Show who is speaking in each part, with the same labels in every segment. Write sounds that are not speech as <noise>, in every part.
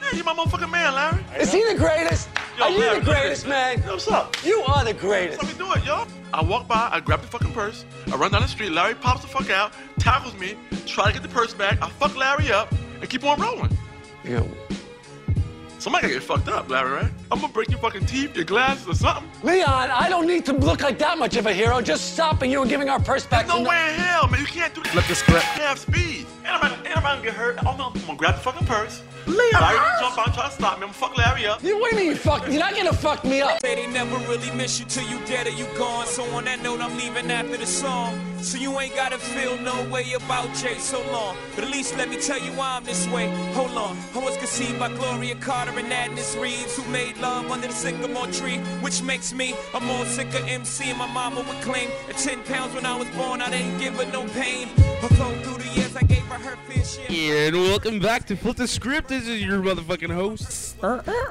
Speaker 1: Yeah, you my motherfucking man, Larry.
Speaker 2: Is he the greatest?
Speaker 1: Yo,
Speaker 2: Are you
Speaker 1: Larry,
Speaker 2: the greatest, man?
Speaker 1: Yo, what's up?
Speaker 2: You are the greatest.
Speaker 1: Let me do it, yo. I walk by, I grab the fucking purse, I run down the street, Larry pops the fuck out, tackles me, try to get the purse back, I fuck Larry up, and keep on rolling.
Speaker 2: You know,
Speaker 1: Somebody gotta get fucked up, Larry, right? I'm gonna break your fucking teeth, your glasses, or something.
Speaker 2: Leon, I don't need to look like that much of a hero. Just stopping you and giving our purse back.
Speaker 1: No
Speaker 2: to-
Speaker 1: way in hell, man. You can't do that.
Speaker 3: Flip the script.
Speaker 1: You Have speed. And I'm, not- and I'm not gonna get hurt. Oh no, I'm gonna grab the fucking purse. Larry gonna jump out and try to stop me. I'm gonna fuck Larry up.
Speaker 2: You, what do you mean you fuck? You're not gonna fuck me up.
Speaker 4: Say they never really miss you till you dead or you gone. So on that note, I'm leaving after the song. So you ain't gotta feel no way about Jay so long. But at least let me tell you why I'm this way. Hold on. I was conceived by Gloria Carter and Agnes Reeves, who made love under the sycamore tree, which makes me a more sicker MC. And my mama would claim at 10 pounds when I was born, I didn't give her no pain. Although through the years, I gave her her fair share.
Speaker 3: And welcome back to Flip the Script. This is your motherfucking host,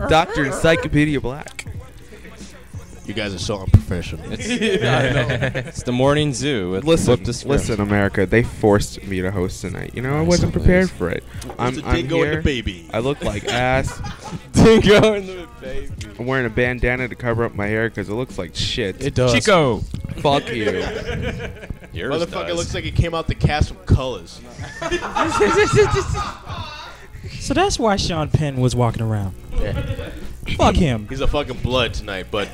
Speaker 3: Doctor Encyclopedia Black.
Speaker 5: You guys are so unprofessional.
Speaker 6: It's the morning zoo with
Speaker 3: Listen,
Speaker 6: Flip the Script.
Speaker 3: listen,
Speaker 6: <laughs>
Speaker 3: America. They forced me to host tonight. You know, I wasn't prepared for it. I'm,
Speaker 5: the
Speaker 3: I'm
Speaker 5: dingo and
Speaker 3: here.
Speaker 5: the baby.
Speaker 3: I look like ass.
Speaker 6: Dingo and the baby.
Speaker 3: I'm wearing a bandana to cover up my hair because it looks like shit.
Speaker 5: It does.
Speaker 6: Chico.
Speaker 3: Fuck you.
Speaker 6: Yours
Speaker 5: Motherfucker
Speaker 6: does.
Speaker 5: looks like he came out the cast from Colors.
Speaker 7: So that's why Sean Penn was walking around. Fuck him.
Speaker 5: He's a fucking blood tonight, but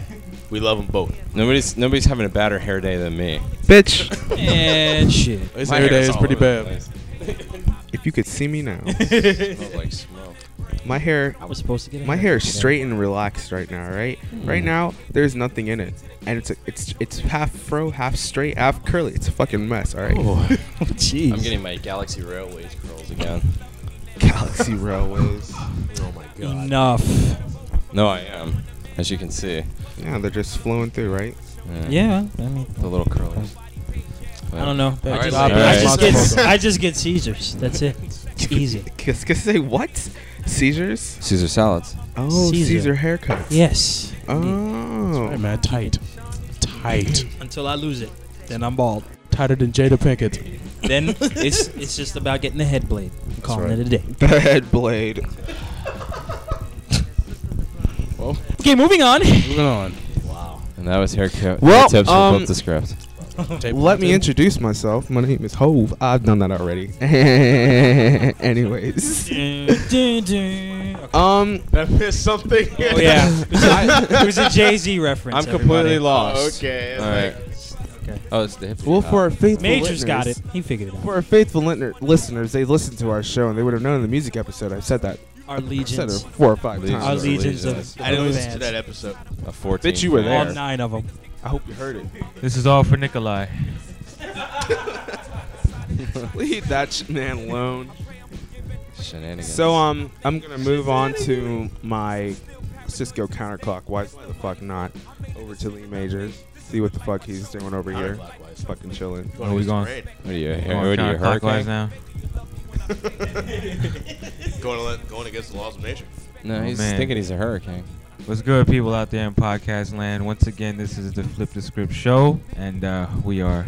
Speaker 5: we love them both.
Speaker 6: nobody's nobody's having a badder hair day than me.
Speaker 3: Bitch,
Speaker 7: <laughs> <laughs> and shit.
Speaker 8: His
Speaker 6: My
Speaker 8: hair day
Speaker 6: hair's
Speaker 8: is
Speaker 6: all
Speaker 8: pretty
Speaker 6: over the
Speaker 8: bad.
Speaker 6: place.
Speaker 3: if you could see me now,
Speaker 6: It smells like smoke.
Speaker 3: my hair
Speaker 7: I was <laughs> supposed to get a
Speaker 3: My hair is
Speaker 7: haircut today. <laughs>
Speaker 3: straight and relaxed right now, right? Right now, there's nothing in it, and it's it's it's half fro, half straight, half curly. It's a fucking mess, all right?
Speaker 7: Oh, Jeez.
Speaker 6: I'm getting my Galaxy Railways curls again.
Speaker 7: <laughs>
Speaker 3: Galaxy Railways.
Speaker 7: Enough.
Speaker 6: No, I am. As you can see,
Speaker 3: Yeah, they're just flowing through, right?
Speaker 7: Yeah. I mean,
Speaker 6: the little curlers.
Speaker 7: I don't know. I,
Speaker 6: right,
Speaker 7: just,
Speaker 6: Bob,
Speaker 7: I,
Speaker 6: all
Speaker 7: just
Speaker 6: right.
Speaker 7: get, I just get Caesars. That's it. It's easy.
Speaker 3: Cause, cause say what? Seizures?
Speaker 6: Caesar salads.
Speaker 3: Oh,
Speaker 7: Caesar.
Speaker 3: Caesar, haircuts.
Speaker 7: Yes.
Speaker 3: Oh.
Speaker 8: Hey, man, tight. Tight.
Speaker 7: Until I lose it, then I'm bald.
Speaker 8: Tighter than Jada Pinkett. <laughs>
Speaker 7: Then it's it's just about getting the head blade. I'm calling
Speaker 3: right.
Speaker 7: it a day.
Speaker 3: The head blade.
Speaker 7: Okay, moving
Speaker 8: <laughs>
Speaker 7: on.
Speaker 8: Moving on.
Speaker 6: And that was haircut.
Speaker 3: Well,
Speaker 6: tips
Speaker 3: um,
Speaker 6: from Flip the Script.
Speaker 3: Let me introduce myself. My name is Hove. I've done that
Speaker 7: <laughs>
Speaker 3: already. <laughs> Anyways,
Speaker 7: Dun, dun, dun.
Speaker 3: um,
Speaker 5: That missed something.
Speaker 7: Oh
Speaker 8: <laughs>
Speaker 7: yeah, it was a- it was a Jay Z reference.
Speaker 6: I'm completely
Speaker 7: everybody.
Speaker 6: lost.
Speaker 5: okay.
Speaker 6: All right. Oh, it's the hip.
Speaker 3: well, for our faithful
Speaker 7: Major's got
Speaker 3: listeners-
Speaker 7: it. He figured it out.
Speaker 3: For our faithful lintner- listeners, they listened to our show and they would have known in the music episode. I've said that.
Speaker 7: Our
Speaker 3: I've said it
Speaker 7: legions.
Speaker 3: four or five
Speaker 6: Legions.
Speaker 7: Our
Speaker 3: times.
Speaker 6: Legion.
Speaker 7: legions of.
Speaker 5: I didn't
Speaker 7: of
Speaker 5: listen to
Speaker 7: fans.
Speaker 5: that episode.
Speaker 6: a 14.
Speaker 3: Bitch, you were
Speaker 7: All
Speaker 3: there.
Speaker 7: nine of them.
Speaker 3: I hope you heard it.
Speaker 9: This is all for Nikolai.
Speaker 3: <laughs> Leave that sh- man alone.
Speaker 6: Shenanigans.
Speaker 3: So um, I'm gonna move on to my. Let's just go counterclockwise. Why the fuck not? Over to Lee Majors. See what the fuck he's doing over here.
Speaker 5: Counterclockwise.
Speaker 3: Fucking chilling.
Speaker 9: Where are we going?
Speaker 5: Great.
Speaker 6: What are you? A,
Speaker 9: Going
Speaker 6: what are you? a
Speaker 9: counterclockwise
Speaker 6: Hurricane?
Speaker 9: now.
Speaker 5: Going, to let- going against the laws of nature.
Speaker 6: No,
Speaker 9: Oh,
Speaker 6: he's
Speaker 9: man.
Speaker 6: thinking he's a hurricane.
Speaker 9: What's good, people out there in podcast land? Once again, this is the Flip the Script show, and uh, we are.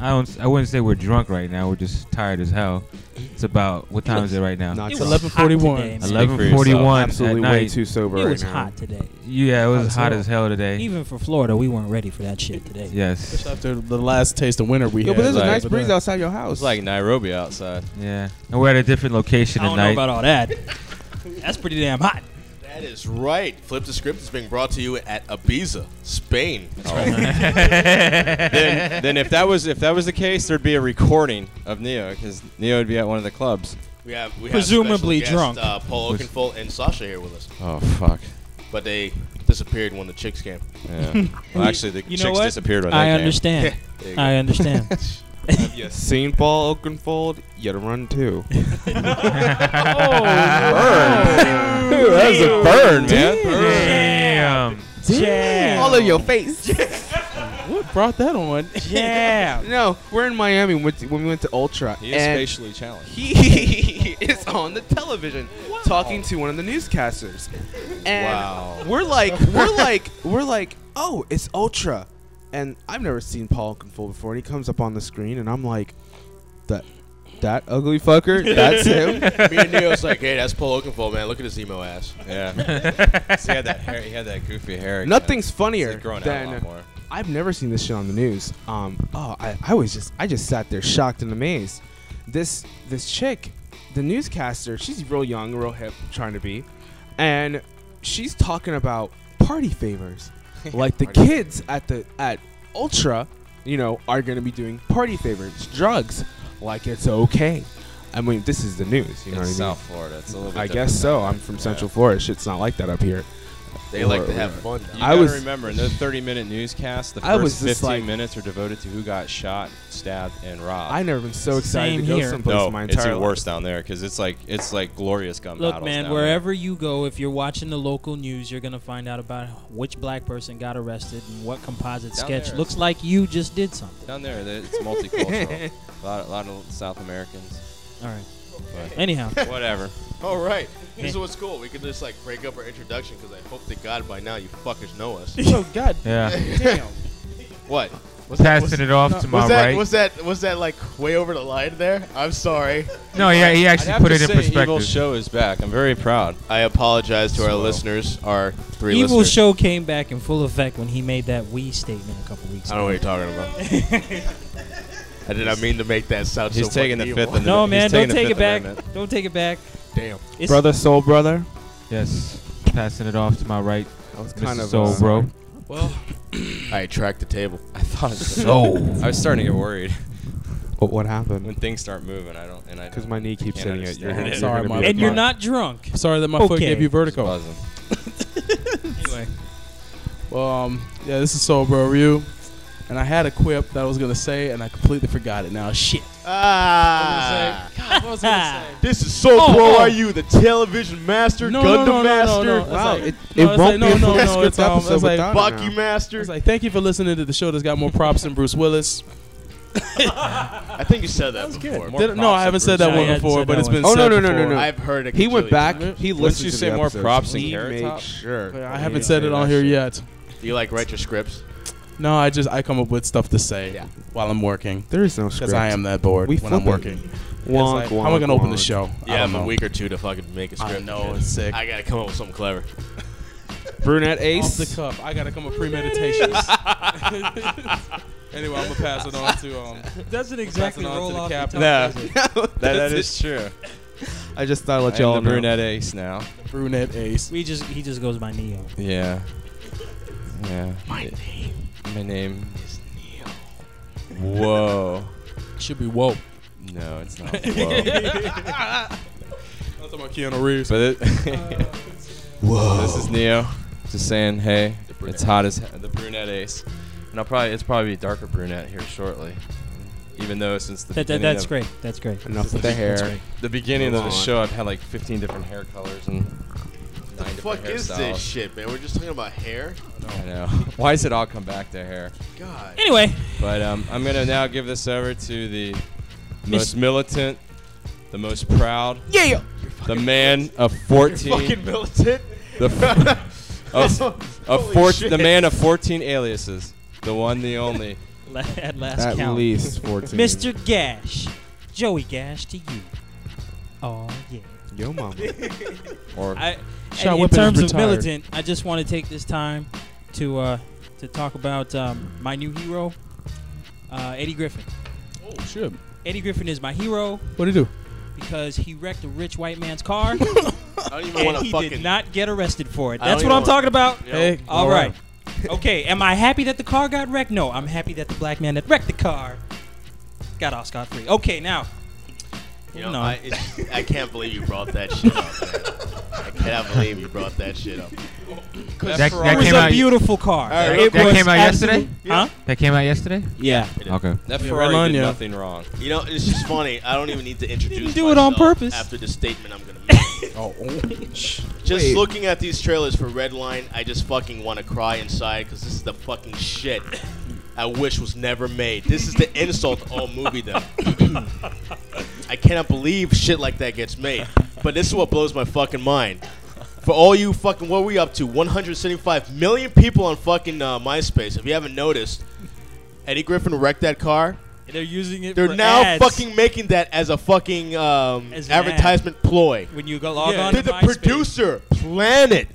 Speaker 9: I don't. I wouldn't say we're drunk right now. We're just tired as hell. It's about what time is it right now?
Speaker 3: Not
Speaker 7: It
Speaker 3: drunk.
Speaker 7: was hot today.
Speaker 8: 11:41.
Speaker 7: man.
Speaker 6: Speak for
Speaker 9: 11:41 at
Speaker 3: absolutely way
Speaker 9: night.
Speaker 3: too sober
Speaker 7: It
Speaker 3: right
Speaker 7: was
Speaker 3: now.
Speaker 7: hot today.
Speaker 9: yeah, it
Speaker 8: Hot
Speaker 9: was
Speaker 8: as
Speaker 9: hot
Speaker 8: hell.
Speaker 9: as hell today.
Speaker 7: Even for Florida, we weren't ready for that shit today.
Speaker 9: yes.
Speaker 8: After the last taste of winter we
Speaker 3: Yo,
Speaker 8: had.
Speaker 3: but there's a
Speaker 6: like-
Speaker 3: nice breeze outside your house.
Speaker 6: It's like Nairobi outside.
Speaker 9: Yeah. And we're at a different location
Speaker 7: I don't know
Speaker 9: tonight.
Speaker 7: about all that. That's pretty damn hot.
Speaker 5: That is right. Flip the script is being brought to you at Ibiza, Spain.
Speaker 6: then, then if that was if that was the case, there'd be a recording of Neo because Neo would be at one of the clubs.
Speaker 5: We have we
Speaker 7: Presumably
Speaker 5: have special
Speaker 7: drunk.
Speaker 5: Guest, uh, Paul Oakenfold and Sasha here with us,
Speaker 6: Oh fuck.
Speaker 5: but they disappeared when the chicks came.
Speaker 6: <laughs> Yeah. Well, actually, the
Speaker 7: You know
Speaker 6: chicks
Speaker 7: what?
Speaker 6: disappeared when
Speaker 7: I
Speaker 6: they came.
Speaker 7: understand.
Speaker 5: <laughs> There you go.
Speaker 7: I understand.
Speaker 5: <laughs>
Speaker 3: you seen Paul Oakenfold? You'd run too.
Speaker 6: Ooh, that was a burn, man.
Speaker 9: Damn.
Speaker 7: Jam.
Speaker 3: All of your face.
Speaker 8: What brought that on?
Speaker 7: Jam.
Speaker 3: No, we're in Miami when when we went to Ultra.
Speaker 6: He is
Speaker 3: and
Speaker 6: spatially challenged.
Speaker 3: he <laughs> is on the television talking to one of the newscasters. And
Speaker 5: Wow.
Speaker 3: we're like, we're like, we're like, oh, it's Ultra. And I've never seen Paul Oakenfold before. And he comes up on the screen, and I'm like, the that ugly fucker, that's him.
Speaker 5: <laughs> Me and Neo's like, hey, that's Paul Oakenfold, man. Look at his emo ass.
Speaker 7: <laughs>
Speaker 6: Yeah. he had that hair. He had that goofy hair. again.
Speaker 3: Nothing's
Speaker 6: It's
Speaker 3: funnier
Speaker 6: grown out a lot
Speaker 3: than
Speaker 6: more.
Speaker 3: I've never seen this shit on the news. Um, oh, I, I was just I just sat there shocked and amazed. This this chick, the newscaster, she's real young, real hip, trying to be, and she's talking about party
Speaker 7: <laughs>
Speaker 3: favors, like the kids at the at Ultra, you know, are gonna be doing party favors, drugs, like it's okay. I mean, this is the news. You know
Speaker 6: It's
Speaker 3: what I mean?
Speaker 6: South Florida. It's a little. Bit
Speaker 3: I
Speaker 6: different
Speaker 3: guess so.
Speaker 6: down
Speaker 3: I'm
Speaker 6: there.
Speaker 3: from Central Florida. Shit's not like that up here.
Speaker 5: They like
Speaker 3: Or-
Speaker 5: to have fun.
Speaker 6: You
Speaker 3: I
Speaker 6: gotta
Speaker 3: was-
Speaker 6: remember in the 30 minute newscast, the
Speaker 3: I
Speaker 6: first
Speaker 3: was just
Speaker 6: 15
Speaker 3: like-
Speaker 6: minutes are devoted to who got shot, stabbed, and robbed.
Speaker 3: I've never been so excited
Speaker 7: Same
Speaker 3: to go
Speaker 7: here.
Speaker 3: someplace
Speaker 6: no,
Speaker 3: in my
Speaker 6: it's
Speaker 3: entire
Speaker 6: even
Speaker 3: life.
Speaker 6: worse down there because it's like it's like glorious gun
Speaker 7: Look,
Speaker 6: battles.
Speaker 7: man,
Speaker 6: down
Speaker 7: wherever you go, if you're watching the local news, you're gonna find out about which black person got arrested and what composite
Speaker 6: Down
Speaker 7: sketch
Speaker 6: there.
Speaker 7: looks like you just did something.
Speaker 6: there. down there, th- it's multicultural. a lot, a lot of South Americans.
Speaker 7: All right.
Speaker 6: But
Speaker 7: Anyhow,
Speaker 6: whatever.
Speaker 5: All
Speaker 8: <laughs>
Speaker 5: right. This is what's cool. We can just like break up our introduction because I hope to God by now you fuckers know
Speaker 8: <laughs>
Speaker 5: us.
Speaker 8: Oh God.
Speaker 9: Yeah.
Speaker 5: What? What's
Speaker 9: Passing it off to my
Speaker 5: was that,
Speaker 9: right.
Speaker 5: was that was that like way over the line there? I'm sorry.
Speaker 9: No, yeah, he
Speaker 6: I'd
Speaker 9: actually
Speaker 6: have
Speaker 9: put
Speaker 6: to
Speaker 9: it in
Speaker 6: say Evil
Speaker 9: perspective.
Speaker 6: Show is back. I'm very proud.
Speaker 5: <laughs> I apologize to our
Speaker 6: Slow.
Speaker 5: listeners, our three
Speaker 7: Evil
Speaker 5: listeners.
Speaker 7: Show came back in full effect when he made that we statement a couple weeks
Speaker 5: I don't know
Speaker 7: ago.
Speaker 5: what you're talking about. I did not mean to make that sound
Speaker 6: He's
Speaker 5: so
Speaker 6: taking the
Speaker 5: fucking
Speaker 6: fifth.
Speaker 5: evil.
Speaker 6: And
Speaker 7: No,
Speaker 6: he's
Speaker 7: man,
Speaker 6: taking
Speaker 7: don't
Speaker 6: the
Speaker 7: take
Speaker 6: Fifth
Speaker 7: it back.
Speaker 6: Amendment.
Speaker 7: Don't take it back.
Speaker 5: Damn.
Speaker 7: It's
Speaker 3: brother, soul brother.
Speaker 9: Yes. Passing it off to my right.
Speaker 3: That was uh,
Speaker 9: Mr. Soul, bro.
Speaker 5: I tracked the table.
Speaker 6: I thought it was so. I was starting to get worried <laughs>
Speaker 3: What, what
Speaker 6: when
Speaker 3: happened?
Speaker 6: things start moving. I don't and I
Speaker 3: Because my knee keeps
Speaker 6: Can't
Speaker 3: hitting it. You're,
Speaker 6: understand.
Speaker 3: you're
Speaker 8: Sorry,
Speaker 3: gonna
Speaker 8: my-
Speaker 3: be
Speaker 7: and you're
Speaker 3: fine.
Speaker 7: not drunk.
Speaker 8: Sorry that my foot
Speaker 7: Okay.
Speaker 8: gave
Speaker 7: <laughs>
Speaker 8: you
Speaker 6: Just
Speaker 8: vertigo.
Speaker 6: buzzing.
Speaker 7: Anyway,
Speaker 8: Well, um, yeah, this is Soul Bro Ryu, and I had a quip that I was gonna say, and I completely forgot it now. Shit.
Speaker 5: <laughs> Ah.
Speaker 8: God, what was I gonna say?
Speaker 5: This is so
Speaker 8: Oh,
Speaker 5: pro.
Speaker 8: oh.
Speaker 5: Are you the television master,
Speaker 8: No, no, no, no,
Speaker 5: Gundam
Speaker 8: no,
Speaker 5: master,
Speaker 8: no. It's
Speaker 3: Wow,
Speaker 8: like-
Speaker 3: it,
Speaker 8: no,
Speaker 3: it
Speaker 8: it's
Speaker 3: won't
Speaker 8: like,
Speaker 3: be
Speaker 8: no,
Speaker 3: a
Speaker 8: no,
Speaker 3: full
Speaker 8: no,
Speaker 3: script
Speaker 8: it's, um,
Speaker 3: episode
Speaker 8: it's like
Speaker 3: without it
Speaker 5: Bucky
Speaker 3: now.
Speaker 8: I
Speaker 5: master?
Speaker 8: was like, thank you for listening to the show that's got more props than Bruce Willis.
Speaker 5: <laughs> I think you said that, before.
Speaker 6: More
Speaker 8: Did- no,
Speaker 6: props
Speaker 8: I
Speaker 6: than
Speaker 8: haven't said <laughs>
Speaker 6: Bruce
Speaker 8: that one
Speaker 7: Willis. Yeah,
Speaker 8: before,
Speaker 7: I'd
Speaker 8: but
Speaker 7: said
Speaker 8: it's
Speaker 7: that
Speaker 8: been
Speaker 3: one.
Speaker 8: said
Speaker 3: Oh, no, no, no,
Speaker 8: before.
Speaker 3: no, no.
Speaker 5: I've heard it.
Speaker 3: He went back. He
Speaker 6: Once
Speaker 3: listened
Speaker 6: you
Speaker 3: to
Speaker 6: say
Speaker 3: the
Speaker 6: more
Speaker 3: episodes.
Speaker 6: props than
Speaker 3: He
Speaker 6: Carrot
Speaker 3: made
Speaker 6: Top?
Speaker 3: sure.
Speaker 8: I
Speaker 3: that
Speaker 8: haven't
Speaker 3: he-
Speaker 8: said it on here yet.
Speaker 5: Do you like write your scripts?
Speaker 8: No, I just I come up with stuff to say
Speaker 5: Yeah.
Speaker 8: while I'm working
Speaker 3: There is no
Speaker 8: because
Speaker 3: script.
Speaker 8: I am that bored
Speaker 3: We
Speaker 8: when I'm
Speaker 3: flip it.
Speaker 8: working. It's
Speaker 3: Wonk,
Speaker 8: like, how am I gonna open the
Speaker 3: wonk,
Speaker 8: show? I
Speaker 5: Yeah,
Speaker 8: don't
Speaker 5: I'm a
Speaker 8: know.
Speaker 5: week or two to fucking make a
Speaker 8: I
Speaker 5: script.
Speaker 8: know it's sick.
Speaker 5: I gotta come up with something clever.
Speaker 3: wonk. Brunette
Speaker 8: Off the
Speaker 3: Ace.
Speaker 8: cuff, I gotta come with premeditations. anyway, I'm gonna pass it on to um.
Speaker 7: doesn't
Speaker 8: exactly
Speaker 7: exactly
Speaker 8: roll
Speaker 7: roll
Speaker 8: off
Speaker 7: off
Speaker 8: the
Speaker 7: the
Speaker 8: cap.
Speaker 6: Nah.
Speaker 7: tongue, does it?
Speaker 6: that
Speaker 3: That's
Speaker 6: is true.
Speaker 3: it. I just thought I'd let
Speaker 6: I am
Speaker 3: y'all
Speaker 6: the
Speaker 3: know.
Speaker 6: brunette ace now.
Speaker 8: brunette ace.
Speaker 7: <laughs> We just he just goes
Speaker 8: <laughs>
Speaker 7: by Neo.
Speaker 6: Yeah. Yeah. My name. My name is Neil. Whoa.
Speaker 8: Should be woke.
Speaker 6: No,
Speaker 8: <laughs>
Speaker 6: it's not.
Speaker 7: <laughs>
Speaker 6: Whoa.
Speaker 8: I'm talking about Keanu Reeves.
Speaker 6: but it, <laughs> Whoa. This is Neo. Just saying, hey, it's hot as he- the brunette ace, and I'll probably it's probably be darker brunette here shortly. Even though since the
Speaker 7: That, that,
Speaker 6: beginning
Speaker 7: that's
Speaker 6: of,
Speaker 7: great. That's great.
Speaker 3: Enough with the hair.
Speaker 6: the beginning of
Speaker 3: Come
Speaker 6: the
Speaker 3: on.
Speaker 6: show, I've had like 15 different hair colors and
Speaker 5: The
Speaker 6: nine
Speaker 5: fuck
Speaker 6: different
Speaker 5: is
Speaker 6: hairstyles.
Speaker 5: this shit, man? We're just talking about hair.
Speaker 6: I know. <laughs> Why does it all come back to hair?
Speaker 5: God.
Speaker 7: Anyway, <laughs>
Speaker 6: But um, I'm gonna now give this over to the most militant, the most proud, yeah, the man of 14,
Speaker 5: Fucking militant. <laughs>
Speaker 6: the f- of, of
Speaker 5: Holy
Speaker 6: four,
Speaker 5: shit.
Speaker 6: the man of 14 aliases, the one, the only.
Speaker 7: la- at last
Speaker 3: At
Speaker 7: count,
Speaker 3: least 14.
Speaker 7: Mr. Gash, Joey Gash to you. Oh yeah.
Speaker 3: Yo, mama.
Speaker 6: Or
Speaker 7: I,
Speaker 8: Shot
Speaker 7: and in
Speaker 8: Whippin is
Speaker 7: terms of
Speaker 8: retired.
Speaker 7: militant, I just want to take this time to uh, to talk about um, my new hero, uh, Eddie Griffin.
Speaker 8: Oh shit!
Speaker 7: Eddie Griffin is my hero
Speaker 8: What do you do?
Speaker 7: because he wrecked a rich white man's
Speaker 9: <laughs>
Speaker 7: car
Speaker 5: I don't even
Speaker 7: and
Speaker 5: want to
Speaker 7: he
Speaker 5: fucking.
Speaker 7: did not get arrested for it.
Speaker 5: I don't
Speaker 7: That's
Speaker 5: even
Speaker 7: what I'm
Speaker 5: wanna-
Speaker 7: talking about.
Speaker 5: Yo,
Speaker 8: Hey,
Speaker 7: All right. <laughs> okay, am I happy that the car got wrecked? No, I'm happy that the black man that wrecked the car got off scot free. Okay, now.
Speaker 5: You know,
Speaker 7: No.
Speaker 5: I, it's, I can't believe you brought that shit up. Man. I cannot believe you brought that shit up.
Speaker 9: That, that
Speaker 7: It was
Speaker 9: came
Speaker 7: a
Speaker 9: out.
Speaker 7: beautiful car.
Speaker 5: right,
Speaker 7: It
Speaker 9: that
Speaker 7: was
Speaker 9: came out
Speaker 7: absolute-
Speaker 9: yesterday.
Speaker 7: Huh?
Speaker 9: That came out yesterday.
Speaker 7: Yeah.
Speaker 9: Okay.
Speaker 6: that
Speaker 8: Yeah,
Speaker 6: Ferrari
Speaker 8: Ramon,
Speaker 6: did
Speaker 8: yeah.
Speaker 6: nothing wrong.
Speaker 5: You know, it's just funny. I don't even need to introduce.
Speaker 7: do it on
Speaker 5: myself
Speaker 7: purpose.
Speaker 5: After the statement I'm gonna make.
Speaker 8: <laughs> Oh,
Speaker 5: just
Speaker 3: Wait.
Speaker 5: looking at these trailers for Redline, I just fucking want to cry inside because this is the fucking shit I wish was never made. This is the insult to all
Speaker 8: <laughs>
Speaker 5: movie though. I cannot believe shit like that gets made. But this is what blows my fucking mind. For all you fucking, what are we up to? 175 million people on fucking uh, MySpace. If you haven't noticed, Eddie Griffin wrecked that car.
Speaker 7: They're using it.
Speaker 5: They're
Speaker 7: for
Speaker 5: now
Speaker 7: ads
Speaker 5: fucking making that as a fucking um,
Speaker 7: As an ad.
Speaker 5: advertisement ploy.
Speaker 7: When you go log
Speaker 8: Yeah.
Speaker 7: on,
Speaker 5: Did the
Speaker 7: to MySpace.
Speaker 5: producer plan it?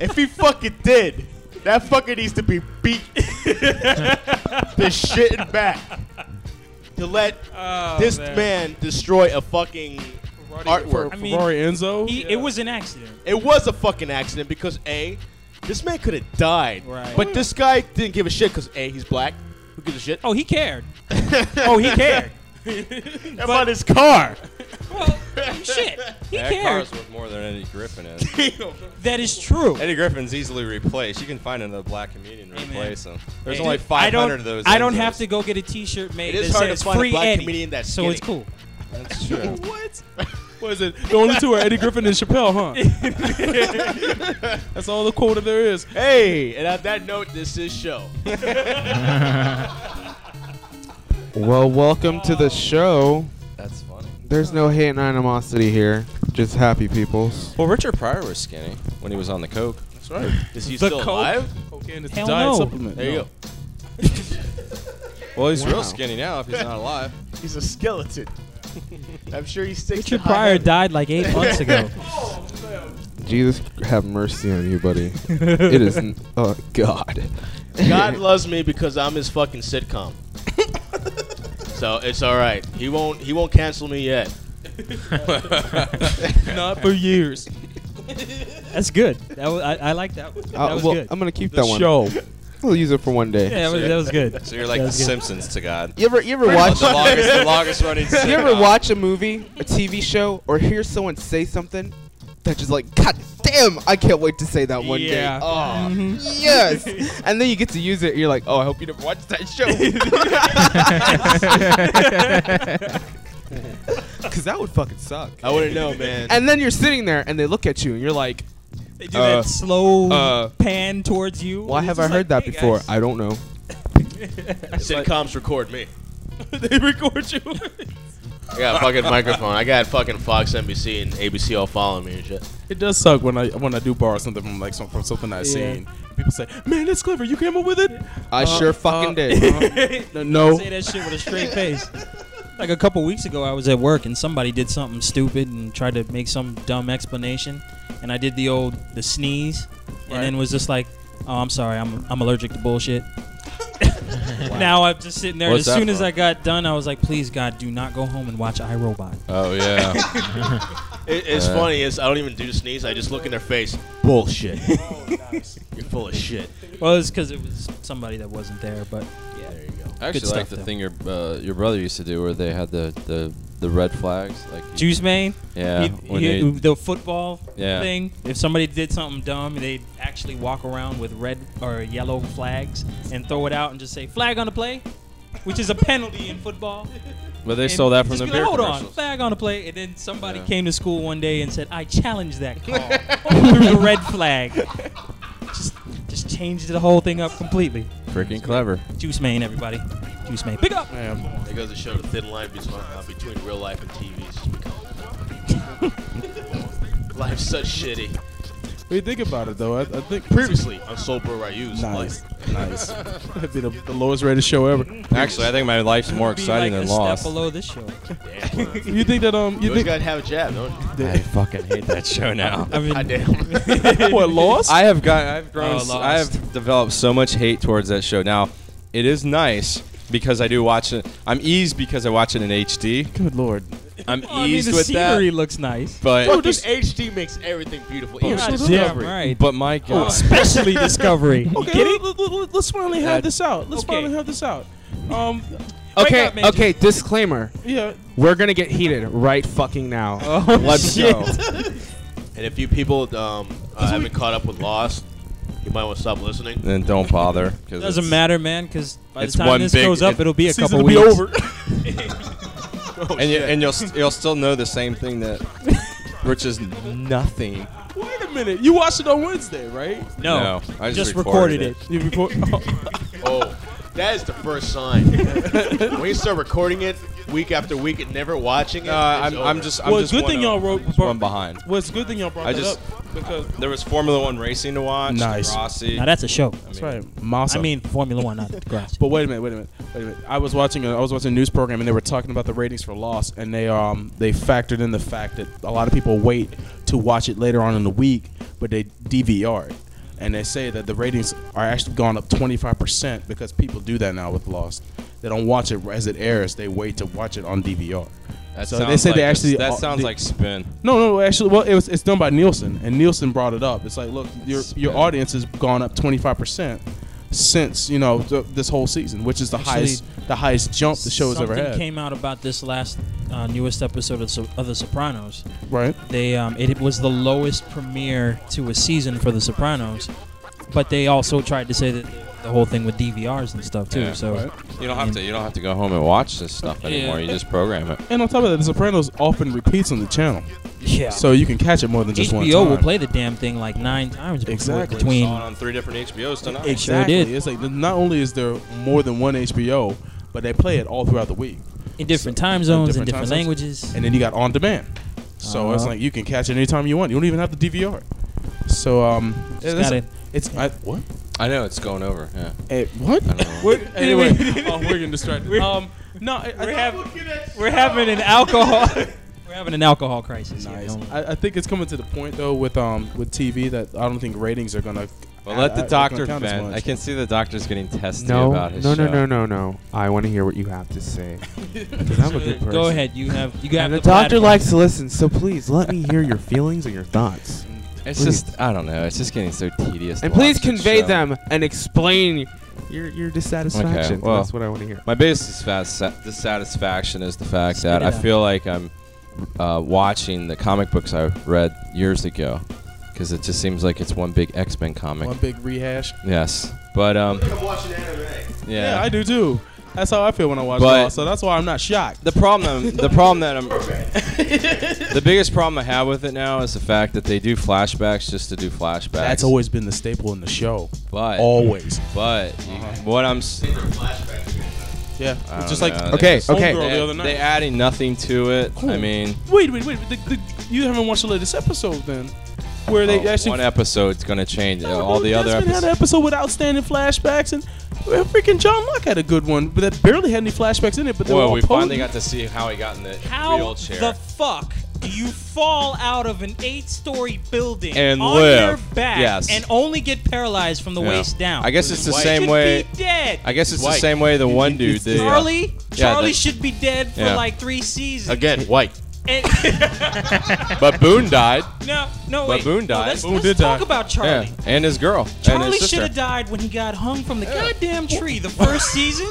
Speaker 5: If he fucking did, that fucker needs to be
Speaker 7: <laughs>
Speaker 5: beat the shit and back to let
Speaker 7: Oh,
Speaker 5: this
Speaker 7: man.
Speaker 5: man. destroy a fucking artwork.
Speaker 8: For
Speaker 7: mean,
Speaker 8: Ferrari Enzo.
Speaker 7: He, It was an accident.
Speaker 5: It was a fucking accident because a this man could have died,
Speaker 7: Right.
Speaker 5: but this guy didn't give a shit because a he's black. Who gives a shit?
Speaker 7: Oh, he
Speaker 5: <laughs>
Speaker 7: cared. oh, he cared.
Speaker 5: About his car.
Speaker 7: Well,
Speaker 5: <laughs>
Speaker 7: shit, he
Speaker 6: that
Speaker 7: cared.
Speaker 6: car's worth more than Eddie Griffin is. <laughs>
Speaker 7: That is true.
Speaker 6: Eddie Griffin's easily replaced. You can find another black comedian to
Speaker 7: Hey, man.
Speaker 6: replace him. There's
Speaker 7: Hey,
Speaker 6: only
Speaker 7: dude, I
Speaker 6: 500
Speaker 7: don't-
Speaker 6: of those.
Speaker 7: I don't have
Speaker 6: Enzos.
Speaker 7: to go get a T-shirt made.
Speaker 5: It is
Speaker 7: that
Speaker 5: hard to
Speaker 7: says
Speaker 5: find a
Speaker 7: free
Speaker 5: black
Speaker 7: Eddie,
Speaker 5: comedian that's
Speaker 7: so it's cool.
Speaker 6: That's true.
Speaker 5: What?
Speaker 8: What is it? The only two are Eddie Griffin and Chappelle,
Speaker 7: <laughs>
Speaker 8: huh? That's all the quota there is.
Speaker 5: Hey, and on that note, this is show.
Speaker 3: Well, welcome to the show.
Speaker 6: That's funny.
Speaker 3: There's no hate and animosity here. Just happy peoples.
Speaker 6: Well, Richard Pryor was skinny when he was on the coke.
Speaker 8: That's right.
Speaker 5: Is he
Speaker 7: The
Speaker 5: still
Speaker 7: Coke?
Speaker 5: alive?
Speaker 8: Cocaine is a
Speaker 7: Hell
Speaker 8: diet
Speaker 7: no.
Speaker 8: supplement.
Speaker 5: There you go.
Speaker 6: Well, he's
Speaker 3: Wow.
Speaker 6: real skinny now if
Speaker 3: <laughs>
Speaker 6: he's not alive. <laughs>
Speaker 5: He's a skeleton. <laughs> I'm sure he sticks
Speaker 7: Richard Pryor died like eight
Speaker 8: <laughs>
Speaker 7: months ago.
Speaker 3: Jesus, have mercy on you, buddy. it is. N- oh God.
Speaker 5: God
Speaker 3: <laughs>
Speaker 5: loves me because I'm his fucking <laughs> sitcom. so it's all right. He won't. He won't cancel me yet.
Speaker 8: Not for <laughs> years.
Speaker 7: That's good. That wa- I, I like that. one.
Speaker 3: Uh,
Speaker 7: that was
Speaker 3: well,
Speaker 7: good.
Speaker 3: I'm gonna keep
Speaker 8: The
Speaker 3: that one.
Speaker 8: show.
Speaker 3: We'll use it for one day.
Speaker 7: yeah, that was, that was good.
Speaker 6: So you're like
Speaker 7: That
Speaker 6: the
Speaker 7: was good.
Speaker 6: Simpsons to God.
Speaker 3: You ever, you ever watch?
Speaker 6: Watch the longest, <laughs> the longest running.
Speaker 3: <laughs> you ever watch a movie, a TV show, or hear someone say something that just like, God damn, I can't wait to say that one
Speaker 7: Yeah.
Speaker 3: day. Oh, yes. and then you get to use it. You're like, oh, I hope you never watch that show. <laughs> Because that would fucking suck.
Speaker 5: I wouldn't know, man.
Speaker 3: And then you're sitting there and they look at you and you're like,
Speaker 7: They do
Speaker 3: Uh,
Speaker 7: that slow
Speaker 3: uh,
Speaker 7: pan towards you.
Speaker 3: why
Speaker 7: It's
Speaker 3: have I
Speaker 7: just
Speaker 3: heard that
Speaker 7: like, hey,
Speaker 3: before?
Speaker 7: guys.
Speaker 3: I don't know.
Speaker 5: Sitcoms record me.
Speaker 7: they <laughs> record you.
Speaker 5: I got a fucking microphone. I got fucking Fox, NBC, and ABC all following me and shit.
Speaker 8: It does suck when I when I do borrow something from like some, from something I've seen. People say, "Man, that's clever. You came up with it."
Speaker 3: I
Speaker 8: Uh,
Speaker 3: sure fucking
Speaker 8: uh,
Speaker 3: did.
Speaker 8: No, no.
Speaker 7: Say that shit with a straight face. Like a couple weeks ago, I was at work and somebody did something stupid and tried to make some dumb explanation, and I did the old the sneeze, and then was just like, "Oh, I'm sorry, I'm I'm allergic to bullshit." Now I'm just sitting there.
Speaker 6: What's
Speaker 7: as
Speaker 6: that
Speaker 7: soon as
Speaker 6: from?
Speaker 7: I got done, I was like, "Please, God, do not go home and watch iRobot."
Speaker 6: <laughs> Oh yeah.
Speaker 5: It, it's
Speaker 6: Uh.
Speaker 5: funny. Is I don't even do the sneeze. I just look in their face. <laughs> Bullshit. You're full of shit.
Speaker 7: Well, it's because it was somebody that wasn't there, but yeah, there you go.
Speaker 6: I actually
Speaker 7: Good
Speaker 6: like
Speaker 7: stuff,
Speaker 6: the
Speaker 7: though.
Speaker 6: thing your uh, your brother used to do where they had the the, the red flags like you-
Speaker 7: Juice Man,
Speaker 6: yeah
Speaker 7: you-
Speaker 6: when
Speaker 7: you-
Speaker 6: they-
Speaker 7: the football
Speaker 6: Yeah.
Speaker 7: thing. If somebody did something dumb, they'd actually walk around with red or yellow flags and throw it out and just say "flag on the play," which is a penalty in
Speaker 6: <laughs>
Speaker 7: football.
Speaker 6: but they
Speaker 7: And
Speaker 6: stole that from
Speaker 7: just
Speaker 6: the
Speaker 7: be
Speaker 6: beer
Speaker 7: like, Hold on,
Speaker 6: commercials.
Speaker 7: flag on the play, and then somebody
Speaker 6: Yeah.
Speaker 7: came to school one day and said, "I challenge
Speaker 6: <laughs>
Speaker 7: that call." Threw the red flag. Just, just changed the whole thing up completely.
Speaker 6: Freaking clever.
Speaker 7: Juice Man, everybody. Juice Man, pick up.
Speaker 5: It goes to show the thin line between, uh, between real life and TV. It's just <laughs> become- Life's such shitty.
Speaker 8: When you think about it, though, I, I think
Speaker 5: Previously on Soul Bro Ryu's
Speaker 8: nice,
Speaker 5: life.
Speaker 8: nice. That'd be the, the lowest rated show ever.
Speaker 6: Actually, I think my life's more
Speaker 7: Be
Speaker 6: exciting
Speaker 7: like
Speaker 6: than
Speaker 7: a
Speaker 6: Lost.
Speaker 7: step below this show.
Speaker 5: Damn. You,
Speaker 8: You think that um, you
Speaker 5: always
Speaker 8: think
Speaker 5: gotta have a jab, don't you?
Speaker 6: I fucking hate that show
Speaker 7: <laughs>
Speaker 6: now.
Speaker 7: I mean,
Speaker 5: God damn.
Speaker 7: <laughs>
Speaker 8: what lost?
Speaker 6: I have got I've grown
Speaker 7: Oh,
Speaker 6: s-
Speaker 7: Lost.
Speaker 6: I have developed so much hate towards that show. Now, it is nice because I do watch it. I'm eased because I watch it in HD.
Speaker 8: Good lord.
Speaker 7: <laughs>
Speaker 6: I'm
Speaker 7: Well, Oh, I mean,
Speaker 6: eased
Speaker 7: the
Speaker 6: with
Speaker 7: scenery
Speaker 6: that.
Speaker 7: looks nice.
Speaker 5: Fucking
Speaker 6: But
Speaker 8: just-
Speaker 5: HD makes everything beautiful. Even
Speaker 8: so
Speaker 5: the
Speaker 8: does
Speaker 5: stuff.
Speaker 8: Discovery.
Speaker 7: right.
Speaker 6: but my god.
Speaker 7: <laughs> especially <laughs> Discovery.
Speaker 8: Okay, let, us finally have this out. Let's
Speaker 7: okay.
Speaker 8: finally have this out. Um,
Speaker 3: Okay,
Speaker 7: up, man,
Speaker 3: okay, disclaimer.
Speaker 8: yeah.
Speaker 3: We're gonna get heated right fucking now.
Speaker 8: Oh,
Speaker 7: <laughs>
Speaker 6: Let's go.
Speaker 5: And if you people um, uh, haven't caught up with Lost, you might want to stop <laughs> listening.
Speaker 6: Then don't bother. 'cause
Speaker 7: Doesn't
Speaker 6: it's-
Speaker 7: matter, man, because by the
Speaker 6: It's one
Speaker 7: time this
Speaker 6: big-
Speaker 7: goes up,
Speaker 6: it-
Speaker 7: it'll be a
Speaker 8: Season
Speaker 7: couple
Speaker 8: will
Speaker 7: weeks.
Speaker 8: be over.
Speaker 6: and, you, and you'll s- you'll still know the same thing that which is nothing.
Speaker 8: Wait a minute. You watched it on Wednesday, right?
Speaker 7: No,
Speaker 6: No, I just
Speaker 7: just
Speaker 6: recorded <laughs>
Speaker 7: recorded it.
Speaker 8: You record.
Speaker 5: Oh, That is the first <laughs> sign. when you start recording it week after week and never watching it,
Speaker 6: Uh, I'm, I'm just. I'm
Speaker 8: well,
Speaker 6: just
Speaker 8: good
Speaker 6: one
Speaker 8: thing
Speaker 6: up.
Speaker 8: y'all wrote.
Speaker 6: Just
Speaker 8: brought-
Speaker 6: one behind.
Speaker 8: Well, it's a good thing y'all brought
Speaker 6: I
Speaker 8: that
Speaker 6: just-
Speaker 8: up because
Speaker 6: There was Formula One racing to watch.
Speaker 8: Nice.
Speaker 6: Rossi.
Speaker 7: Now that's a show.
Speaker 8: that's right, Massa.
Speaker 7: I mean, Formula One, not grass.
Speaker 8: But wait a minute, wait a minute, wait a minute. I was watching a, I was watching a news program and they were talking about the ratings for Lost, and they um they factored in the fact that a lot of people wait to watch it later on in the week, but they DVR it, and they say that the ratings are actually gone up 25 percent because people do that now with Lost. They don't watch it as it airs; they wait to watch it on DVR.
Speaker 6: That
Speaker 8: so they
Speaker 6: sounds
Speaker 8: said they
Speaker 6: like-
Speaker 8: actually
Speaker 6: That
Speaker 8: uh,
Speaker 6: sounds
Speaker 8: they-
Speaker 6: like spin.
Speaker 8: no, no, actually, well, it was it's done by Nielsen, and Nielsen brought it up. It's like, look, your your audience has gone up twenty five percent since you know th- this whole season, which is the
Speaker 7: Actually,
Speaker 8: highest the highest jump the show has ever
Speaker 7: Something
Speaker 8: had.
Speaker 7: came out about this last uh, newest episode of, So- of The Sopranos.
Speaker 8: right?
Speaker 7: They um, it was the lowest premiere to a season for The Sopranos, but they also tried to say that the whole thing with DVRs and stuff too.
Speaker 6: Yeah,
Speaker 7: so
Speaker 6: You don't have to. You don't have to go home and watch this stuff anymore. You just program it.
Speaker 8: And on top of that, The Sopranos often repeats on the channel,
Speaker 7: yeah,
Speaker 8: so you can catch it more than just one
Speaker 7: HBO
Speaker 8: time.
Speaker 7: will play the damn thing like nine times before-
Speaker 8: Exactly.
Speaker 7: between.
Speaker 6: Saw it on three different HBOs tonight.
Speaker 8: Exactly.
Speaker 7: did.
Speaker 8: It's like not only is there more than one HBO, but they play it all throughout the week,
Speaker 7: in different
Speaker 8: So-
Speaker 7: time
Speaker 8: in
Speaker 7: zones, in
Speaker 8: different
Speaker 7: different,
Speaker 8: time zones.
Speaker 7: languages.
Speaker 8: and then you got on demand. So it's
Speaker 7: Uh-huh.
Speaker 8: like you can catch it anytime you want. You don't even have to DVR. it. So um,
Speaker 7: Just
Speaker 8: it's,
Speaker 7: gotta-
Speaker 8: it's I, what?
Speaker 6: I know it's going over. Yeah.
Speaker 8: Eh, what?
Speaker 6: I don't know.
Speaker 8: We're, anyway, oh, we're getting distracted.
Speaker 7: <laughs>
Speaker 8: um, no, I, I,
Speaker 7: we're,
Speaker 8: think-
Speaker 7: having, we're having an alcohol. <laughs> we're having an alcohol crisis. here,
Speaker 8: nice.
Speaker 7: don't we?
Speaker 8: I, I think it's coming to the point though with um with TV that I don't think ratings are gonna.
Speaker 6: But
Speaker 8: I-
Speaker 6: let
Speaker 8: I-
Speaker 6: the
Speaker 8: they're gonna
Speaker 6: doctor
Speaker 8: count as
Speaker 6: vent.
Speaker 8: much.
Speaker 6: I can see the doctor's getting testy
Speaker 3: No,
Speaker 6: about his
Speaker 3: no,
Speaker 6: show.
Speaker 3: no, no, no, no. I want to hear what you have
Speaker 8: <laughs>
Speaker 3: to say. 'Cause I'm a good person.
Speaker 7: Go ahead. You have you got
Speaker 3: And the
Speaker 7: the
Speaker 3: doctor
Speaker 7: platform.
Speaker 3: likes to listen, so please let me hear your feelings and your
Speaker 6: <laughs>
Speaker 3: thoughts.
Speaker 6: It's just I don't know. It's just getting so tedious. to
Speaker 3: And please
Speaker 6: watch this
Speaker 3: convey
Speaker 6: show.
Speaker 3: them and explain your your dissatisfaction.
Speaker 6: well-
Speaker 3: That's what I want to hear.
Speaker 6: My biggest disfas- dissatisfaction is the fact that
Speaker 7: it
Speaker 6: I
Speaker 7: out.
Speaker 6: feel like I'm uh, watching the comic books I read years ago because it just seems like it's one big X Men comic.
Speaker 8: One big rehash.
Speaker 6: Yes, but um,
Speaker 5: I'm watching anime.
Speaker 8: Yeah.
Speaker 6: yeah,
Speaker 8: I do too. That's how I feel when I watch
Speaker 6: But-
Speaker 8: Law, so that's why I'm not shocked.
Speaker 6: the problem the problem
Speaker 8: <laughs>
Speaker 6: that I'm the biggest problem I have with it now is the fact that they do flashbacks just to do flashbacks.
Speaker 8: That's always been the staple in the show.
Speaker 6: but
Speaker 8: Always.
Speaker 10: Mm.
Speaker 6: but you- what I'm s-
Speaker 8: Yeah.
Speaker 6: I
Speaker 8: It's just
Speaker 6: don't
Speaker 8: like
Speaker 6: know.
Speaker 3: Okay,
Speaker 6: They-
Speaker 3: okay.
Speaker 8: Homegirl the other
Speaker 6: They,
Speaker 8: night.
Speaker 6: they adding nothing to it. I mean,
Speaker 8: Wait, wait, wait. The, the, you haven't watched the latest episode then, where they
Speaker 6: oh,
Speaker 8: actually
Speaker 6: one episode's gonna change it.
Speaker 8: No,
Speaker 6: all the other
Speaker 8: Desmond
Speaker 6: episodes.
Speaker 8: had an episode with outstanding flashbacks, and well, freaking John Locke had a good one, but that barely had any flashbacks in it. But they were
Speaker 6: Well,
Speaker 8: all
Speaker 6: we finally
Speaker 8: potent.
Speaker 6: got to see how he got in the
Speaker 10: How
Speaker 6: wheelchair.
Speaker 10: the fuck do you fall out of an eight-story building
Speaker 6: And
Speaker 10: on
Speaker 6: live.
Speaker 10: your back
Speaker 6: Yes.
Speaker 10: and only get paralyzed from the
Speaker 6: Yeah.
Speaker 10: waist down?
Speaker 6: I guess it's the
Speaker 10: You
Speaker 6: same
Speaker 10: should
Speaker 6: way-
Speaker 10: Be dead.
Speaker 6: I guess it's the
Speaker 5: White.
Speaker 6: same way the one dude did.
Speaker 10: Charlie,
Speaker 6: Yeah,
Speaker 10: Charlie
Speaker 6: that-
Speaker 10: should be dead for
Speaker 6: Yeah.
Speaker 10: like three seasons.
Speaker 5: Again, white.
Speaker 10: And-
Speaker 6: But Boone died.
Speaker 10: no, no,
Speaker 6: But
Speaker 10: wait.
Speaker 6: Boone
Speaker 10: No,
Speaker 6: died.
Speaker 10: let's
Speaker 6: Boone
Speaker 10: let's
Speaker 6: did
Speaker 10: talk
Speaker 6: die.
Speaker 10: about Charlie.
Speaker 6: Yeah, and his girl and
Speaker 10: Charlie
Speaker 6: his
Speaker 10: should
Speaker 6: sister.
Speaker 10: have died when he got hung from the goddamn tree the first season.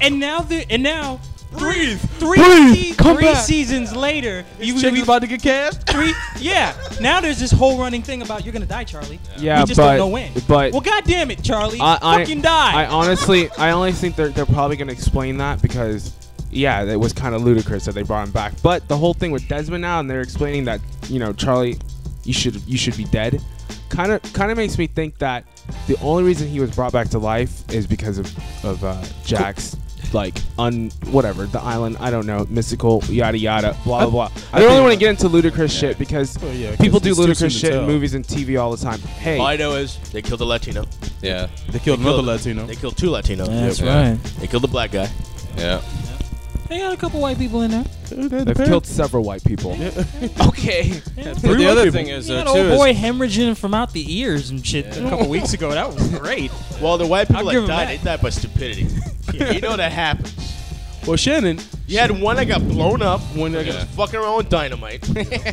Speaker 10: and now the and now three three se- three seasons later you
Speaker 8: Chick about to get cast.
Speaker 10: three yeah now there's this whole running thing about you're gonna die Charlie
Speaker 3: Yeah,
Speaker 10: we just
Speaker 3: but
Speaker 10: don't know when
Speaker 3: but
Speaker 10: well goddamn it Charlie
Speaker 3: I, I-
Speaker 10: fucking die
Speaker 3: I honestly, I only think they're, they're probably going to explain that because, yeah, it was kind of ludicrous that they brought him back. But the whole thing with Desmond now, and they're explaining that you know Charlie, you should you should be dead, kind of kind of makes me think that the only reason he was brought back to life is because of of uh, Jack's. Like un whatever the island I don't know mystical yada yada blah blah blah. I, don't really want to get into ludicrous shit because
Speaker 8: Oh, yeah, 'cause
Speaker 3: people do
Speaker 8: it's too soon
Speaker 3: ludicrous
Speaker 8: to
Speaker 3: shit in
Speaker 8: tell.
Speaker 3: movies and TV all the time. Hey,
Speaker 5: All I know is they killed a Latino.
Speaker 6: Yeah,
Speaker 8: They killed another
Speaker 5: killed-
Speaker 8: Latino.
Speaker 5: They killed two Latinos.
Speaker 7: That's
Speaker 6: Yeah.
Speaker 7: right.
Speaker 5: They killed the black guy.
Speaker 6: yeah.
Speaker 7: They got a couple white people in there.
Speaker 3: they've killed several white people. okay,
Speaker 6: But the other
Speaker 8: people.
Speaker 6: thing is
Speaker 7: They
Speaker 6: though
Speaker 7: had
Speaker 6: too
Speaker 7: old
Speaker 6: is
Speaker 7: boy hemorrhaging from out the ears and shit a couple weeks ago. That was great.
Speaker 5: Well, the white
Speaker 7: I'll
Speaker 5: people
Speaker 7: give 'em
Speaker 5: that died,
Speaker 7: that.
Speaker 5: they died by stupidity. you know that happens.
Speaker 8: Well, Shannon,
Speaker 5: You had one that got blown up, one that
Speaker 6: Yeah.
Speaker 5: was fucking around with dynamite.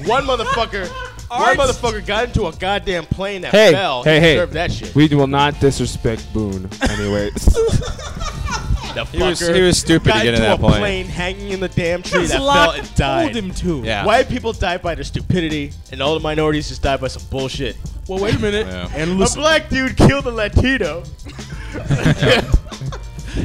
Speaker 5: one motherfucker, one motherfucker got into a goddamn plane that
Speaker 3: Hey,
Speaker 5: fell.
Speaker 3: hey,
Speaker 5: He
Speaker 3: hey.
Speaker 5: deserved that shit.
Speaker 3: We will not disrespect Boone, anyways.
Speaker 5: the fucker
Speaker 6: he was he was stupid
Speaker 5: got
Speaker 6: to get in
Speaker 5: into
Speaker 6: that
Speaker 5: a
Speaker 6: plane.
Speaker 5: plane hanging in the damn tree
Speaker 10: That's
Speaker 5: that fell
Speaker 10: Locke
Speaker 5: and died.
Speaker 10: told him to
Speaker 6: Yeah.
Speaker 5: White people died by their stupidity, and all the minorities just died by some bullshit.
Speaker 8: well, wait a minute.
Speaker 6: Yeah.
Speaker 8: And
Speaker 5: A
Speaker 8: listen,
Speaker 5: black dude killed a Latino.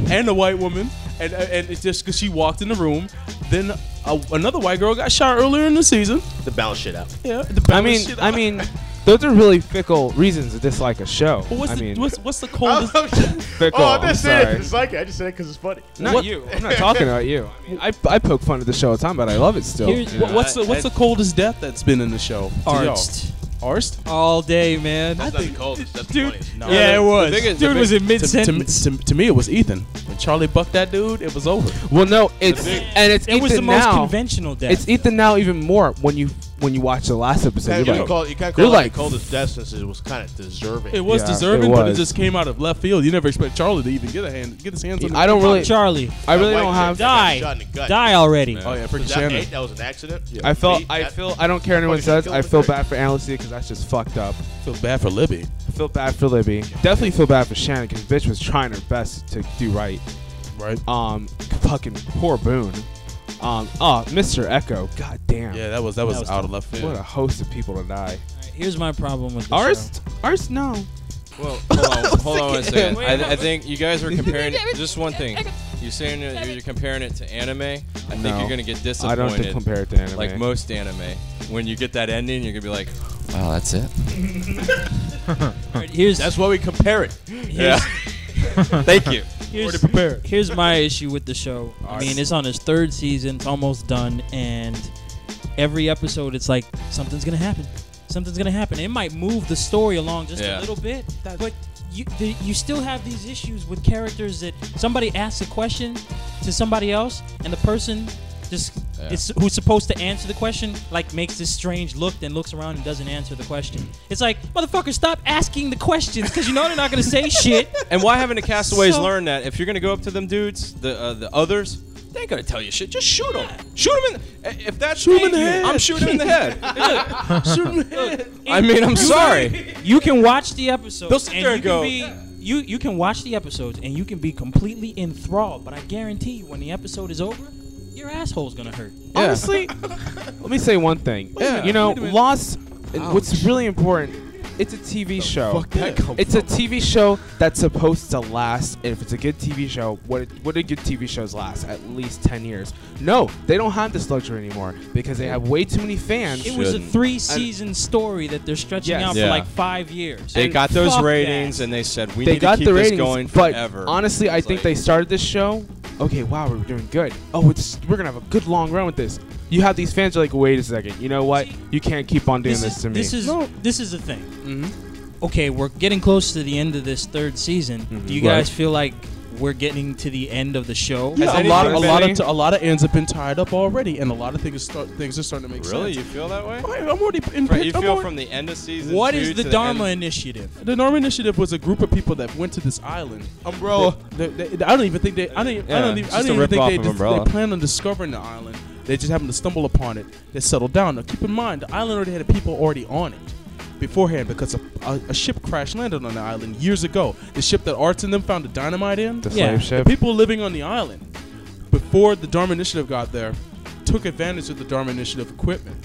Speaker 8: and a white woman, and and it's just because she walked in the room. Then a, another white girl got shot earlier in the season.
Speaker 5: to balance shit out.
Speaker 8: Yeah, the
Speaker 3: I
Speaker 8: balance
Speaker 3: mean,
Speaker 8: shit
Speaker 3: I
Speaker 8: out.
Speaker 3: mean, Those are really fickle reasons to dislike a show.
Speaker 11: But what's
Speaker 3: I
Speaker 11: the
Speaker 3: mean,
Speaker 11: what's, what's the
Speaker 5: <laughs> Oh,
Speaker 11: coldest?
Speaker 3: fickle.
Speaker 5: I'm
Speaker 6: Oh,
Speaker 3: I'm
Speaker 5: not saying
Speaker 3: sorry.
Speaker 5: it. It's like it. I just said it because it's funny.
Speaker 3: not you. I'm not talking about you. I, mean, I, I poke fun at the show all the time, but I love it still.
Speaker 7: Here's-
Speaker 3: you
Speaker 11: What-
Speaker 3: know?
Speaker 11: what's the what's the coldest death that's
Speaker 8: It's been in the show. to y'all.
Speaker 7: Arched
Speaker 8: Arst?
Speaker 7: all day, man.
Speaker 5: That's not the coldest. That's
Speaker 11: dude,
Speaker 5: the funniest.
Speaker 8: No.
Speaker 7: yeah, it was.
Speaker 8: biggest- the
Speaker 7: dude was in mid
Speaker 8: To, to, me-
Speaker 7: sentence.
Speaker 8: to, to me, it was Ethan. When Charlie bucked that dude, it was over.
Speaker 3: Well, no, it's
Speaker 5: big-
Speaker 3: and it's
Speaker 7: It
Speaker 3: Ethan
Speaker 7: was the most
Speaker 3: now.
Speaker 7: conventional death.
Speaker 3: It's Ethan now even more when you when you watch the last episode.
Speaker 5: You
Speaker 3: You're
Speaker 5: can't
Speaker 3: like,
Speaker 5: call, you can't
Speaker 3: You're
Speaker 5: call it
Speaker 3: like-
Speaker 5: the coldest death since it was kind of deserving.
Speaker 8: It was
Speaker 3: Yeah,
Speaker 8: deserving,
Speaker 3: it
Speaker 8: but it
Speaker 3: was.
Speaker 8: just came out of left field. You never expect Charlie to even get a hand, get his hands on.
Speaker 3: I don't really,
Speaker 7: Charlie,
Speaker 3: I really
Speaker 5: That white
Speaker 3: don't
Speaker 5: chick
Speaker 3: have.
Speaker 5: that got
Speaker 7: Die.
Speaker 5: Shot in the gut.
Speaker 7: die already.
Speaker 8: Oh yeah, freaking
Speaker 5: Was that,
Speaker 8: Shannon.
Speaker 5: eight? that was an accident.
Speaker 3: I felt,
Speaker 5: Eight?
Speaker 3: I
Speaker 5: That-
Speaker 3: feel, I don't care anyone
Speaker 5: Fucking
Speaker 3: says.
Speaker 5: kill
Speaker 3: I
Speaker 5: the
Speaker 3: feel
Speaker 5: person.
Speaker 3: bad for Alice because that's just fucked up.
Speaker 8: Feel bad for Libby.
Speaker 3: I feel bad for Libby. Definitely feel bad for Shannon because bitch was trying her best to do right.
Speaker 8: Right.
Speaker 3: Um, fucking poor Boone. Um, oh, Mr. Echo. God damn.
Speaker 8: Yeah, that was that was,
Speaker 7: was
Speaker 8: out of left field.
Speaker 3: What a host of people to die.
Speaker 7: Alright, here's my problem with the show.
Speaker 3: Arst, Arst, no.
Speaker 6: Well, <laughs> hold on, hold on one second. I, I think you <laughs> guys are comparing it, just one thing. You're saying that you're comparing it to anime. I think
Speaker 3: No.
Speaker 6: you're gonna get
Speaker 3: I
Speaker 6: disappointed.
Speaker 3: don't think compare it to anime.
Speaker 6: like most anime. When you get that ending, you're gonna be like, "Wow, that's it."
Speaker 7: Alright, Here's
Speaker 5: That's why we compare
Speaker 6: <gasps>
Speaker 5: it.
Speaker 6: <laughs> Yeah. Thank you.
Speaker 7: here's, here's my issue with the show. I mean, it's on its third season. It's almost done, and every episode, it's like something's gonna happen. Something's gonna happen. It might move the story along just
Speaker 6: Yeah.
Speaker 7: a little bit, but you the, you still have these issues with characters that somebody asks a question to somebody else, and the person just is, who's supposed to answer the question like makes this strange look, then looks around and doesn't answer the question. It's like motherfucker, stop asking the questions because you know they're not gonna
Speaker 6: <laughs>
Speaker 7: say shit.
Speaker 6: And why haven't the castaways
Speaker 7: So-
Speaker 6: learned that if you're gonna go up to them dudes, the uh, the others, they ain't gonna tell you shit. Just shoot them. Shoot them in. The, eh, if that's shoot
Speaker 8: in the head.
Speaker 6: I'm shooting him in the <laughs> head. I
Speaker 7: It-
Speaker 6: mean, I'm sorry.
Speaker 7: You can watch the episodes.
Speaker 6: They'll sit
Speaker 7: and
Speaker 6: there
Speaker 7: you
Speaker 6: and
Speaker 7: can
Speaker 6: go,
Speaker 7: Be, you you can watch the episodes and you can be completely enthralled, but I guarantee you, when the episode is over, your asshole's gonna hurt.
Speaker 3: Honestly, let me say one thing.
Speaker 8: Yeah.
Speaker 3: You know, Lost. and What's really important? It's a TV show.
Speaker 5: that come
Speaker 3: It's a TV show that's supposed to last. And if it's a good TV show, what what do good TV shows last? At least ten years. No, they don't have this luxury anymore because they have way too many fans.
Speaker 7: It was a
Speaker 6: Shouldn't.
Speaker 7: three season story that they're stretching
Speaker 3: Yes.
Speaker 7: out
Speaker 6: Yeah.
Speaker 7: for like five years.
Speaker 6: They
Speaker 7: And
Speaker 6: got those
Speaker 7: fuck
Speaker 6: ratings,
Speaker 7: that.
Speaker 6: and they said we
Speaker 3: they
Speaker 6: need
Speaker 3: got
Speaker 6: to keep
Speaker 3: the
Speaker 6: this
Speaker 3: ratings,
Speaker 6: going
Speaker 3: but
Speaker 6: forever.
Speaker 3: honestly, I
Speaker 6: It's
Speaker 3: think
Speaker 6: like-
Speaker 3: they started this show. Okay, wow, we're doing good. Oh, it's we're gonna have a good long run with this. You have these fans who are like, wait a second. You know what? You can't keep on doing
Speaker 7: this
Speaker 3: this,
Speaker 7: is
Speaker 3: to me.
Speaker 7: this is
Speaker 3: No.
Speaker 7: this is the thing.
Speaker 6: Mm-hmm.
Speaker 7: Okay, we're getting close to the end of this third season. Do you guys feel like we're getting to the end of the show?
Speaker 8: Has a
Speaker 3: anything
Speaker 8: lot, a
Speaker 3: been
Speaker 8: lot
Speaker 3: any-
Speaker 8: of t- a lot of ends have been tied up already, and a lot of things start things are starting to make
Speaker 6: really, you
Speaker 8: sense.
Speaker 6: feel that way?
Speaker 8: I- I'm already in.
Speaker 6: Right, you
Speaker 8: I'm
Speaker 6: feel
Speaker 8: already-
Speaker 6: from the end of season.
Speaker 7: What
Speaker 6: two
Speaker 7: is
Speaker 6: to
Speaker 7: the Dharma
Speaker 6: end-
Speaker 7: Initiative?
Speaker 8: the Norm Initiative was a group of people that went to this island.
Speaker 5: Umbrella.
Speaker 8: They- they- they- I don't even think they. I don't. Even, I
Speaker 6: Yeah,
Speaker 8: don't even,
Speaker 6: it's
Speaker 8: I
Speaker 6: just
Speaker 8: don't
Speaker 6: a
Speaker 8: even think
Speaker 6: ripoff
Speaker 8: they.
Speaker 6: of
Speaker 8: just-
Speaker 6: Umbrella.
Speaker 8: they planned on discovering the island. They just happened to stumble upon it. They settled down. Now keep in mind, the island already had people already on it beforehand because uh, a, a, a ship crash landed on the island years ago. The ship that Arts and them found the dynamite in.
Speaker 3: the
Speaker 7: Yeah.
Speaker 3: slave
Speaker 8: The
Speaker 3: ship.
Speaker 8: people living on the island, before the Dharma Initiative got there, took advantage of the Dharma Initiative equipment,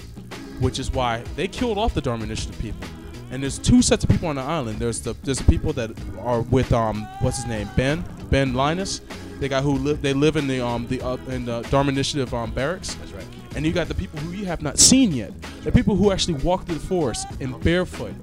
Speaker 8: which is why they killed off the Dharma Initiative people. And there's two sets of people on the island. There's the there's the people that are with um what's his name Ben Ben Linus, the guy who live they live in the um the uh, in the Dharma Initiative um barracks. That's right. And you got the people who you have not seen yet, the people who actually walk through the forest in barefoot.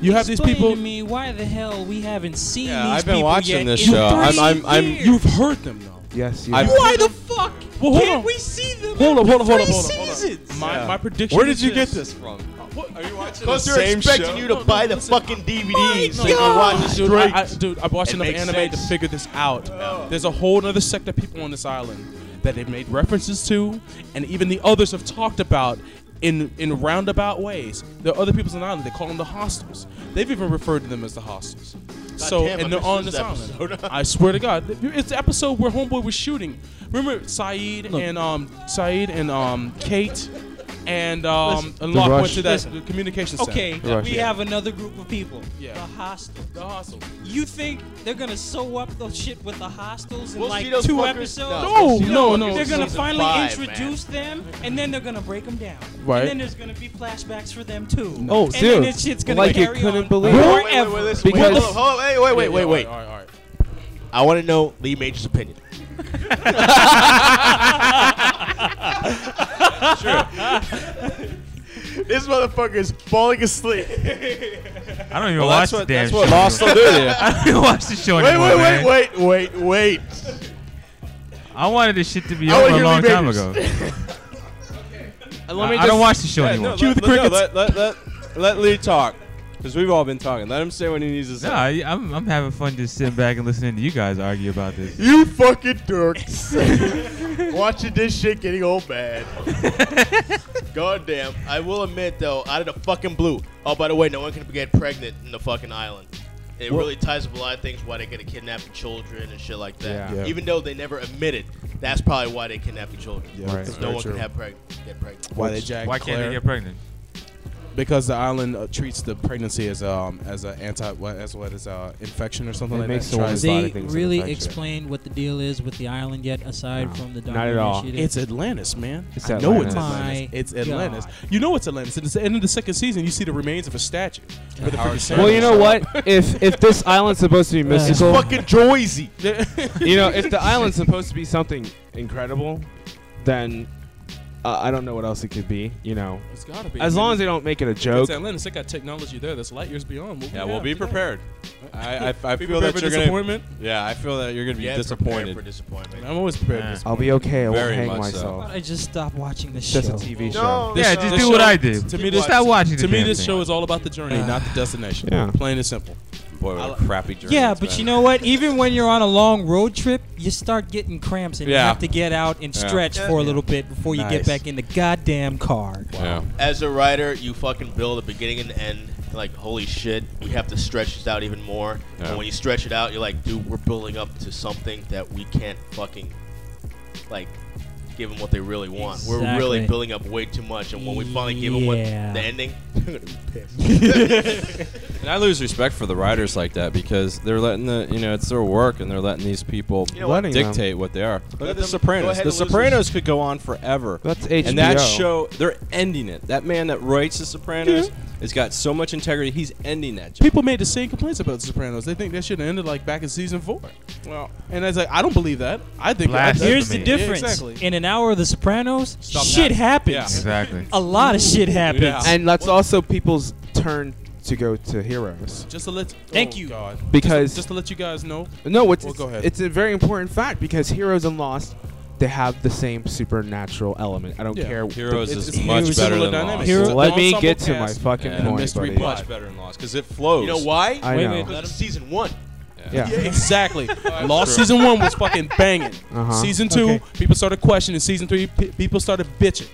Speaker 8: You have these
Speaker 7: Explain
Speaker 8: people.
Speaker 7: to me why the hell we haven't seen
Speaker 6: Yeah,
Speaker 7: these
Speaker 6: I've been
Speaker 7: people
Speaker 6: watching
Speaker 7: yet
Speaker 6: this
Speaker 7: in
Speaker 6: show. I'm-
Speaker 7: three
Speaker 6: I'm- I'm-
Speaker 7: years?
Speaker 8: You've heard them though.
Speaker 3: Yes, you.
Speaker 6: I-
Speaker 3: have.
Speaker 7: why the fuck
Speaker 8: Well, hold
Speaker 7: can't
Speaker 8: on.
Speaker 7: we see them?
Speaker 8: Hold up, hold up, hold up,
Speaker 7: Three
Speaker 8: hold up, hold up.
Speaker 7: seasons.
Speaker 8: My,
Speaker 6: Yeah.
Speaker 8: my prediction.
Speaker 6: Where did
Speaker 8: is
Speaker 6: you get this from?
Speaker 8: What, are you watching?
Speaker 5: Because they're expecting you to buy the fucking DVD so you can
Speaker 7: God.
Speaker 5: watch this.
Speaker 8: Dude, I, I, dude, I've watched
Speaker 5: It
Speaker 8: enough
Speaker 5: makes
Speaker 8: anime to
Speaker 5: sense. Oh.
Speaker 8: figure this out. There's a whole other sect of people on this island that they've made references to, and even the others have talked about in in roundabout ways. There are other people on the island. They call them the hostiles. They've even referred to them as the hostiles. so,
Speaker 5: damn, I
Speaker 8: and they're
Speaker 5: missed
Speaker 8: on
Speaker 5: this
Speaker 8: this island.
Speaker 5: episode. <laughs>
Speaker 8: I swear to God, it's the episode where Homeboy was shooting. Remember Saeed and um Saeed and um Kate. And um, and Locke went
Speaker 3: Rush.
Speaker 8: to that
Speaker 7: Listen.
Speaker 8: communication center.
Speaker 7: Okay,
Speaker 3: Right.
Speaker 7: we have another group of people.
Speaker 8: Yeah.
Speaker 7: The hostels.
Speaker 8: The hostile.
Speaker 7: You think they're gonna sew up the shit with the hostels in
Speaker 5: We'll
Speaker 7: like
Speaker 5: see those
Speaker 7: two
Speaker 5: fuckers-
Speaker 7: episodes?
Speaker 5: No,
Speaker 8: we'll see No, those no, fuckers no.
Speaker 7: They're
Speaker 8: in
Speaker 7: gonna
Speaker 5: season
Speaker 7: finally
Speaker 5: five, man.
Speaker 7: introduce them, and then they're gonna break them down.
Speaker 8: Right.
Speaker 7: And then there's gonna be flashbacks for them too.
Speaker 3: Oh,
Speaker 7: and then
Speaker 3: dude,
Speaker 7: this shit's gonna
Speaker 3: like you
Speaker 7: carry
Speaker 3: couldn't
Speaker 7: on
Speaker 3: believe it.
Speaker 5: Wait, wait, wait,
Speaker 7: forever.
Speaker 5: wait, listen, wait,
Speaker 3: Because-
Speaker 5: hold up, hold up, hey, wait, wait, wait, wait.
Speaker 8: All right, all right.
Speaker 5: I want to know Lee Major's opinion. <laughs> this motherfucker is falling asleep.
Speaker 9: I don't even
Speaker 6: Well, that's
Speaker 9: watch the
Speaker 6: what,
Speaker 9: damn
Speaker 6: that's
Speaker 9: show.
Speaker 6: what
Speaker 9: <laughs>
Speaker 6: Lost will do <laughs> to you.
Speaker 9: I don't even watch the show
Speaker 5: Wait,
Speaker 9: anymore.
Speaker 5: wait,
Speaker 9: man.
Speaker 5: wait, wait, wait, wait.
Speaker 9: I wanted this shit to be
Speaker 5: I wanna
Speaker 9: over a
Speaker 5: hear
Speaker 9: long
Speaker 5: Lee
Speaker 9: time
Speaker 5: Majors.
Speaker 9: ago.
Speaker 5: <laughs>
Speaker 9: <laughs>
Speaker 6: Let
Speaker 9: I- I don't watch the show anymore.
Speaker 6: No,
Speaker 9: Cue
Speaker 6: let,
Speaker 9: the
Speaker 6: no, let, let, let, let Lee talk. Because we've all been talking. Let him say what he needs to say.
Speaker 9: No, I, am I'm having fun just sitting back and listening to you guys argue about this.
Speaker 5: You fucking dorks. <laughs> Watching this shit getting old
Speaker 8: <laughs>
Speaker 5: bad. Goddamn. I will admit though, out of the fucking blue. Oh, by the way, no one can get pregnant in the fucking island. It really ties up a lot of things why they get to kidnap the children and shit like that.
Speaker 8: Yeah. Yeah.
Speaker 5: Even though they never admit it, that's probably why they kidnap the children.
Speaker 8: Right.
Speaker 5: Because no
Speaker 8: Very
Speaker 5: one
Speaker 8: true.
Speaker 5: can have preg- get pregnant.
Speaker 8: Why they jacked
Speaker 9: Why can't
Speaker 8: Claire?
Speaker 9: they get pregnant?
Speaker 8: because the island uh, treats the pregnancy as um as a anti what as what is uh infection or something
Speaker 3: It
Speaker 8: like
Speaker 3: makes
Speaker 8: that.
Speaker 3: the
Speaker 8: Tries-
Speaker 3: There's
Speaker 7: Have
Speaker 3: a lot
Speaker 7: they
Speaker 3: of things in
Speaker 7: really
Speaker 3: the country.
Speaker 7: explained what the deal is with the island yet, aside
Speaker 3: No.
Speaker 7: from the
Speaker 3: Not
Speaker 7: Darwin
Speaker 3: at all.
Speaker 7: Initiative?
Speaker 8: It's Atlantis, man.
Speaker 9: It's
Speaker 8: I know it's
Speaker 9: Atlantis.
Speaker 8: Atlantis.
Speaker 7: My
Speaker 8: it's
Speaker 7: God.
Speaker 8: Atlantis. You know it's Atlantis. At the end of the second season, you see the remains of a statue. With the freaking
Speaker 3: Well,
Speaker 8: sandals.
Speaker 3: you know what? If if this island's supposed to be mystical,
Speaker 5: Fucking Joyzy.
Speaker 3: you know, if the island's supposed to be something incredible, then uh, I don't know what else it could be. You know,
Speaker 8: It's gotta be.
Speaker 3: as long as they don't make it a joke.
Speaker 8: It's Atlantis. It got technology there that's light years beyond. What we
Speaker 6: yeah, we'll
Speaker 8: have
Speaker 6: be
Speaker 8: today.
Speaker 6: prepared. I, I,
Speaker 8: Be
Speaker 6: I feel
Speaker 8: prepared
Speaker 6: that
Speaker 8: for
Speaker 6: you're going
Speaker 8: disappointment.
Speaker 6: Yeah, I feel that you're going to be
Speaker 5: Yeah, prepare
Speaker 6: disappointed.
Speaker 5: for disappointment.
Speaker 8: I'm always prepared. for
Speaker 9: Nah.
Speaker 8: disappointment.
Speaker 3: I'll be okay. I won't
Speaker 6: Very
Speaker 3: hang
Speaker 6: much so.
Speaker 3: myself.
Speaker 7: I just stopped watching the show.
Speaker 3: Just a TV show.
Speaker 5: No.
Speaker 9: yeah,
Speaker 8: This-
Speaker 9: just
Speaker 8: this
Speaker 9: do what
Speaker 8: show-
Speaker 9: I did.
Speaker 8: to me, this-
Speaker 9: just stop watching.
Speaker 8: To
Speaker 9: the
Speaker 8: me,
Speaker 9: damn
Speaker 8: this
Speaker 9: thing.
Speaker 8: show is all about the journey, not the destination.
Speaker 3: Yeah.
Speaker 8: Plain and simple.
Speaker 6: Boy, what a crappy journey.
Speaker 7: Yeah,
Speaker 6: it's
Speaker 7: but
Speaker 6: been.
Speaker 7: you know what? Even when you're on a long road trip, you start getting cramps and you
Speaker 6: Yeah.
Speaker 7: have to get out and
Speaker 6: Yeah.
Speaker 7: stretch for a little bit before you
Speaker 8: Nice.
Speaker 7: get back in the goddamn car.
Speaker 6: Yeah.
Speaker 5: as a writer, you fucking build a beginning and end. Like, holy shit, we have to stretch this out even more.
Speaker 6: Yeah.
Speaker 5: And when you stretch it out, you're like, dude, we're building up to something that we can't fucking, like, give them what they really want. We're really
Speaker 7: Exactly.
Speaker 5: building up way too much. And when we finally give them what
Speaker 7: Yeah.
Speaker 5: the ending,
Speaker 6: And I lose respect for the writers like that because they're letting the, you know, it's their work and they're letting these people
Speaker 5: know what?
Speaker 3: Letting them.
Speaker 6: dictate what they are. Look at The
Speaker 5: them go
Speaker 6: Sopranos.
Speaker 5: ahead
Speaker 6: The
Speaker 5: and lose
Speaker 6: Sopranos could go on forever.
Speaker 3: That's
Speaker 6: And that
Speaker 3: HBO.
Speaker 6: show, they're ending it. That man that writes The Sopranos has got so much integrity. He's ending that. Job.
Speaker 8: People made the same complaints about The Sopranos. They think that should have ended like back in season four. Well, and it's like I don't believe that. I think
Speaker 9: Blast.
Speaker 8: I-
Speaker 7: Here's
Speaker 9: to
Speaker 7: the
Speaker 9: me.
Speaker 7: difference.
Speaker 8: Yeah, exactly.
Speaker 7: In an hour of The Sopranos,
Speaker 8: Stop
Speaker 7: shit
Speaker 8: that.
Speaker 7: happens. <laughs>
Speaker 9: exactly.
Speaker 7: A lot of shit happens.
Speaker 8: Yeah.
Speaker 3: And that's also people's turn to go to heroes
Speaker 8: Just to let
Speaker 7: Thank
Speaker 8: oh,
Speaker 7: you.
Speaker 8: God.
Speaker 3: because
Speaker 8: Just to let you guys know, <laughs>
Speaker 3: no, it's
Speaker 8: Well, go ahead.
Speaker 3: it's a very important fact because heroes and Lost, they have the same supernatural element. I don't
Speaker 8: Yeah.
Speaker 3: care.
Speaker 6: Heroes
Speaker 8: It's-
Speaker 6: is
Speaker 8: it's
Speaker 6: much
Speaker 8: very
Speaker 6: better
Speaker 8: similar
Speaker 6: than
Speaker 8: dynamic.
Speaker 6: Lost.
Speaker 8: Hero-
Speaker 6: It's
Speaker 8: an
Speaker 3: Let me
Speaker 8: ensemble
Speaker 3: get to my
Speaker 8: cast
Speaker 3: fucking
Speaker 6: and
Speaker 3: point,
Speaker 8: mystery
Speaker 3: buddy.
Speaker 8: plot.
Speaker 6: much better than Lost because it flows.
Speaker 5: you know why?
Speaker 3: I
Speaker 7: Wait,
Speaker 3: know.
Speaker 7: wait,
Speaker 5: Because it's season one.
Speaker 8: <laughs>
Speaker 3: yeah.
Speaker 8: Exactly. Lost season one was fucking banging.
Speaker 3: Uh-huh.
Speaker 8: Season two,
Speaker 7: Okay.
Speaker 8: people started questioning. Season three, pe- people started bitching.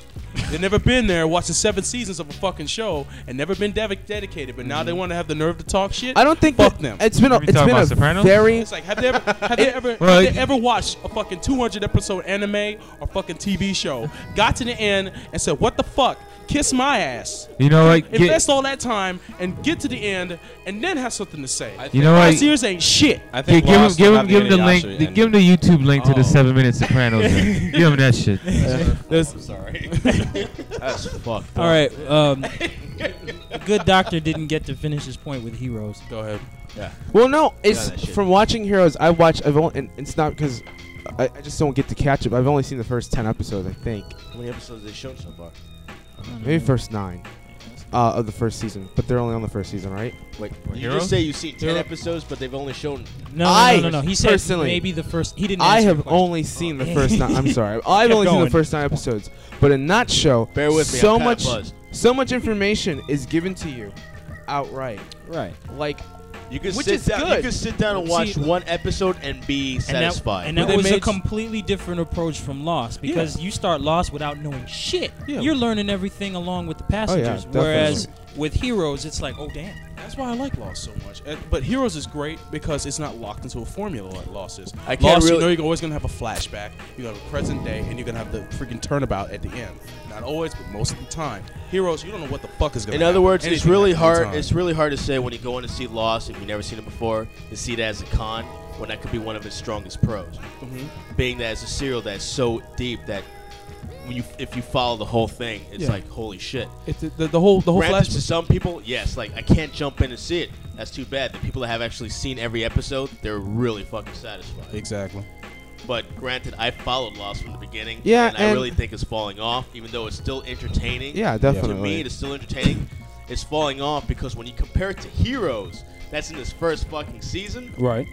Speaker 8: they never been there watching seven seasons of a fucking show and never been dedic dedicated, but now they want to have the nerve to talk shit.
Speaker 3: I don't think
Speaker 8: Fuck
Speaker 3: that-
Speaker 8: them.
Speaker 3: It's been a,
Speaker 9: Are we
Speaker 3: it's
Speaker 9: talking
Speaker 3: been
Speaker 9: about
Speaker 3: a
Speaker 9: Sopranos?
Speaker 3: very
Speaker 8: It's like have they ever have they ever
Speaker 9: Well,
Speaker 8: have
Speaker 9: it-
Speaker 8: they ever watched a fucking 200 episode anime or fucking TV show? Got to the end and said, "What the fuck? Kiss my ass."
Speaker 9: You know what?
Speaker 8: Invest
Speaker 9: Get,
Speaker 8: all that time and get to the end and then have something to say.
Speaker 6: I
Speaker 9: you
Speaker 6: think-
Speaker 9: know
Speaker 8: Five
Speaker 9: what?
Speaker 8: series ain't shit.
Speaker 6: I
Speaker 9: Gi-
Speaker 6: think
Speaker 9: give him,
Speaker 6: Lost
Speaker 9: give
Speaker 6: will
Speaker 9: him,
Speaker 6: have
Speaker 9: give him the
Speaker 6: Inuyasha
Speaker 9: link. the-
Speaker 6: ending.
Speaker 9: give him the YouTube link to the Seven Minute Sopranos. man. give him that shit.
Speaker 8: There's-
Speaker 5: That's fucked.
Speaker 7: All right. Um, good doctor didn't get to finish his point with heroes.
Speaker 8: Go ahead.
Speaker 3: well. No, it's
Speaker 5: that shit.
Speaker 3: from watching Heroes. I watch. I've only. And it's not because I, I just don't get to catch up. I've only seen the first ten episodes. I think
Speaker 5: How many episodes they shown so far?
Speaker 3: maybe first nine uh, of the first season, but they're only on the first season, right?
Speaker 5: Wait, you
Speaker 9: Heroes?
Speaker 5: just say you've seen 10
Speaker 7: Hero-
Speaker 5: episodes, but they've only shown.
Speaker 7: No,
Speaker 3: I
Speaker 7: no, no, no, no. He said
Speaker 3: personally-
Speaker 7: maybe the first. He didn't.
Speaker 3: I
Speaker 7: answer
Speaker 3: have
Speaker 7: your question.
Speaker 3: only seen the first nine. I'm
Speaker 5: <laughs>
Speaker 3: sorry. I've
Speaker 7: Kept
Speaker 3: only seen
Speaker 7: going.
Speaker 3: the first nine episodes. But in that show,
Speaker 5: Bear with me,
Speaker 3: so
Speaker 5: I'm kinda
Speaker 3: much,
Speaker 5: buzzed.
Speaker 3: so much information is given to you, outright.
Speaker 7: right.
Speaker 3: Like
Speaker 5: You could
Speaker 3: Which
Speaker 5: sit
Speaker 3: is
Speaker 5: down.
Speaker 3: good.
Speaker 5: You could sit down and
Speaker 7: See-
Speaker 5: watch one episode and be satisfied.
Speaker 7: And that,
Speaker 8: But they
Speaker 7: and that was a
Speaker 8: made-
Speaker 7: completely different approach from Lost because you start Lost without knowing shit.
Speaker 8: Yeah.
Speaker 7: You're learning everything along with the passengers.
Speaker 3: Oh, definitely.
Speaker 7: whereas with Heroes, it's like, oh damn.
Speaker 8: That's why I like Lost so much. Uh, But Heroes is great because it's not locked into a formula like Lost is.
Speaker 5: I can't
Speaker 8: Lost, you
Speaker 5: really-
Speaker 8: know you're always gonna have a flashback, you're gonna have a present day, and you're gonna have the freaking turnabout at the end. Not always, but most of the time. Heroes, you don't know what the fuck is gonna.
Speaker 5: In other
Speaker 8: happen.
Speaker 5: words, it's
Speaker 8: Anything
Speaker 5: really
Speaker 8: happen at
Speaker 5: hard.
Speaker 8: one
Speaker 5: It's
Speaker 8: time.
Speaker 5: really hard to say when you go in to see Lost if you've never seen it before to see it as a con when that could be one of its strongest pros,
Speaker 8: Mm-hmm.
Speaker 5: being that it's a serial that's so deep that when you if you follow the whole thing, it's
Speaker 8: Yeah.
Speaker 5: like holy shit.
Speaker 8: It's the, the, the whole the whole
Speaker 5: Granted, to
Speaker 8: flashback.
Speaker 5: some people, yes, like I can't jump in and see it. That's too bad. The people that have actually seen every episode, they're really fucking satisfied.
Speaker 8: Exactly.
Speaker 5: But granted, I followed Lost from the beginning.
Speaker 3: Yeah,
Speaker 5: and, I
Speaker 3: and-
Speaker 5: really think it's falling off, even though it's still entertaining.
Speaker 3: Yeah,
Speaker 5: To
Speaker 3: definitely.
Speaker 5: me, it's still entertaining. It's falling off because when you compare it to Heroes, that's in this first fucking season.
Speaker 8: Right.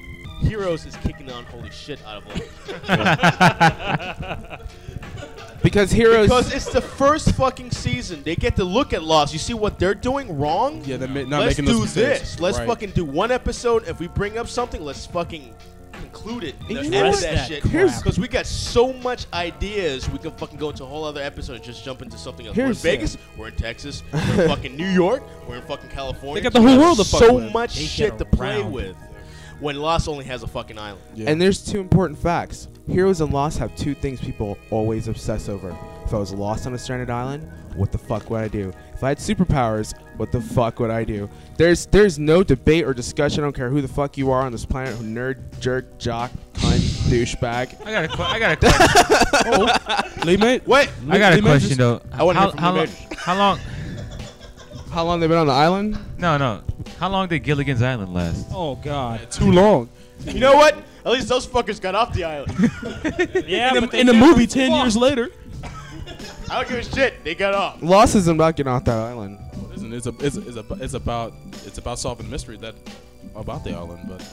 Speaker 5: Heroes is kicking the unholy shit out of all.
Speaker 3: because heroes.
Speaker 5: Because it's the first fucking season. They get to look at Lost. You see what they're doing wrong?
Speaker 8: Yeah, they're ma- not
Speaker 5: let's
Speaker 8: making
Speaker 5: do
Speaker 8: those mistakes.
Speaker 5: this. Let's
Speaker 8: Right.
Speaker 5: fucking do one episode. If we bring up something, let's fucking conclude it.
Speaker 3: You
Speaker 5: Let's
Speaker 3: know
Speaker 5: end
Speaker 3: what?
Speaker 5: that shit.
Speaker 3: Here's-
Speaker 5: Because we got so much ideas, we can fucking go into a whole other episode and just jump into something else. we're in
Speaker 3: Here's-
Speaker 5: Vegas. We're in Texas. We're in fucking New York. We're in fucking California.
Speaker 8: They got the whole
Speaker 5: We
Speaker 8: world to fuck
Speaker 5: So
Speaker 8: with.
Speaker 5: much
Speaker 10: They get
Speaker 5: shit to play
Speaker 10: around.
Speaker 5: with. When Lost only has a fucking island.
Speaker 8: Yeah.
Speaker 3: And there's two important facts. Heroes and Lost have two things people always obsess over. If I was lost on a stranded island, what the fuck would I do? If I had superpowers, what the fuck would I do? There's there's no debate or discussion. I don't care who the fuck you are on this planet, nerd, jerk, jock, cunt, douchebag.
Speaker 9: I got a, que- I got a question.
Speaker 8: Lee mate. Wait.
Speaker 9: I got a question though.
Speaker 5: I wanna hear
Speaker 9: how,
Speaker 5: from
Speaker 9: how,
Speaker 5: you,
Speaker 9: long, how long?
Speaker 3: How long they been on the island?
Speaker 9: No, no. How long did Gilligan's Island last?
Speaker 10: Oh God.
Speaker 8: Too long.
Speaker 5: You know what? At least those fuckers got off the island.
Speaker 10: Yeah.
Speaker 8: In the, in the movie, ten years later.
Speaker 5: I don't give a shit. They got off.
Speaker 3: Lost is about getting off that island.
Speaker 8: Listen, it's a, it's, a, it's, a, it's about it's about solving the mystery that about the island, but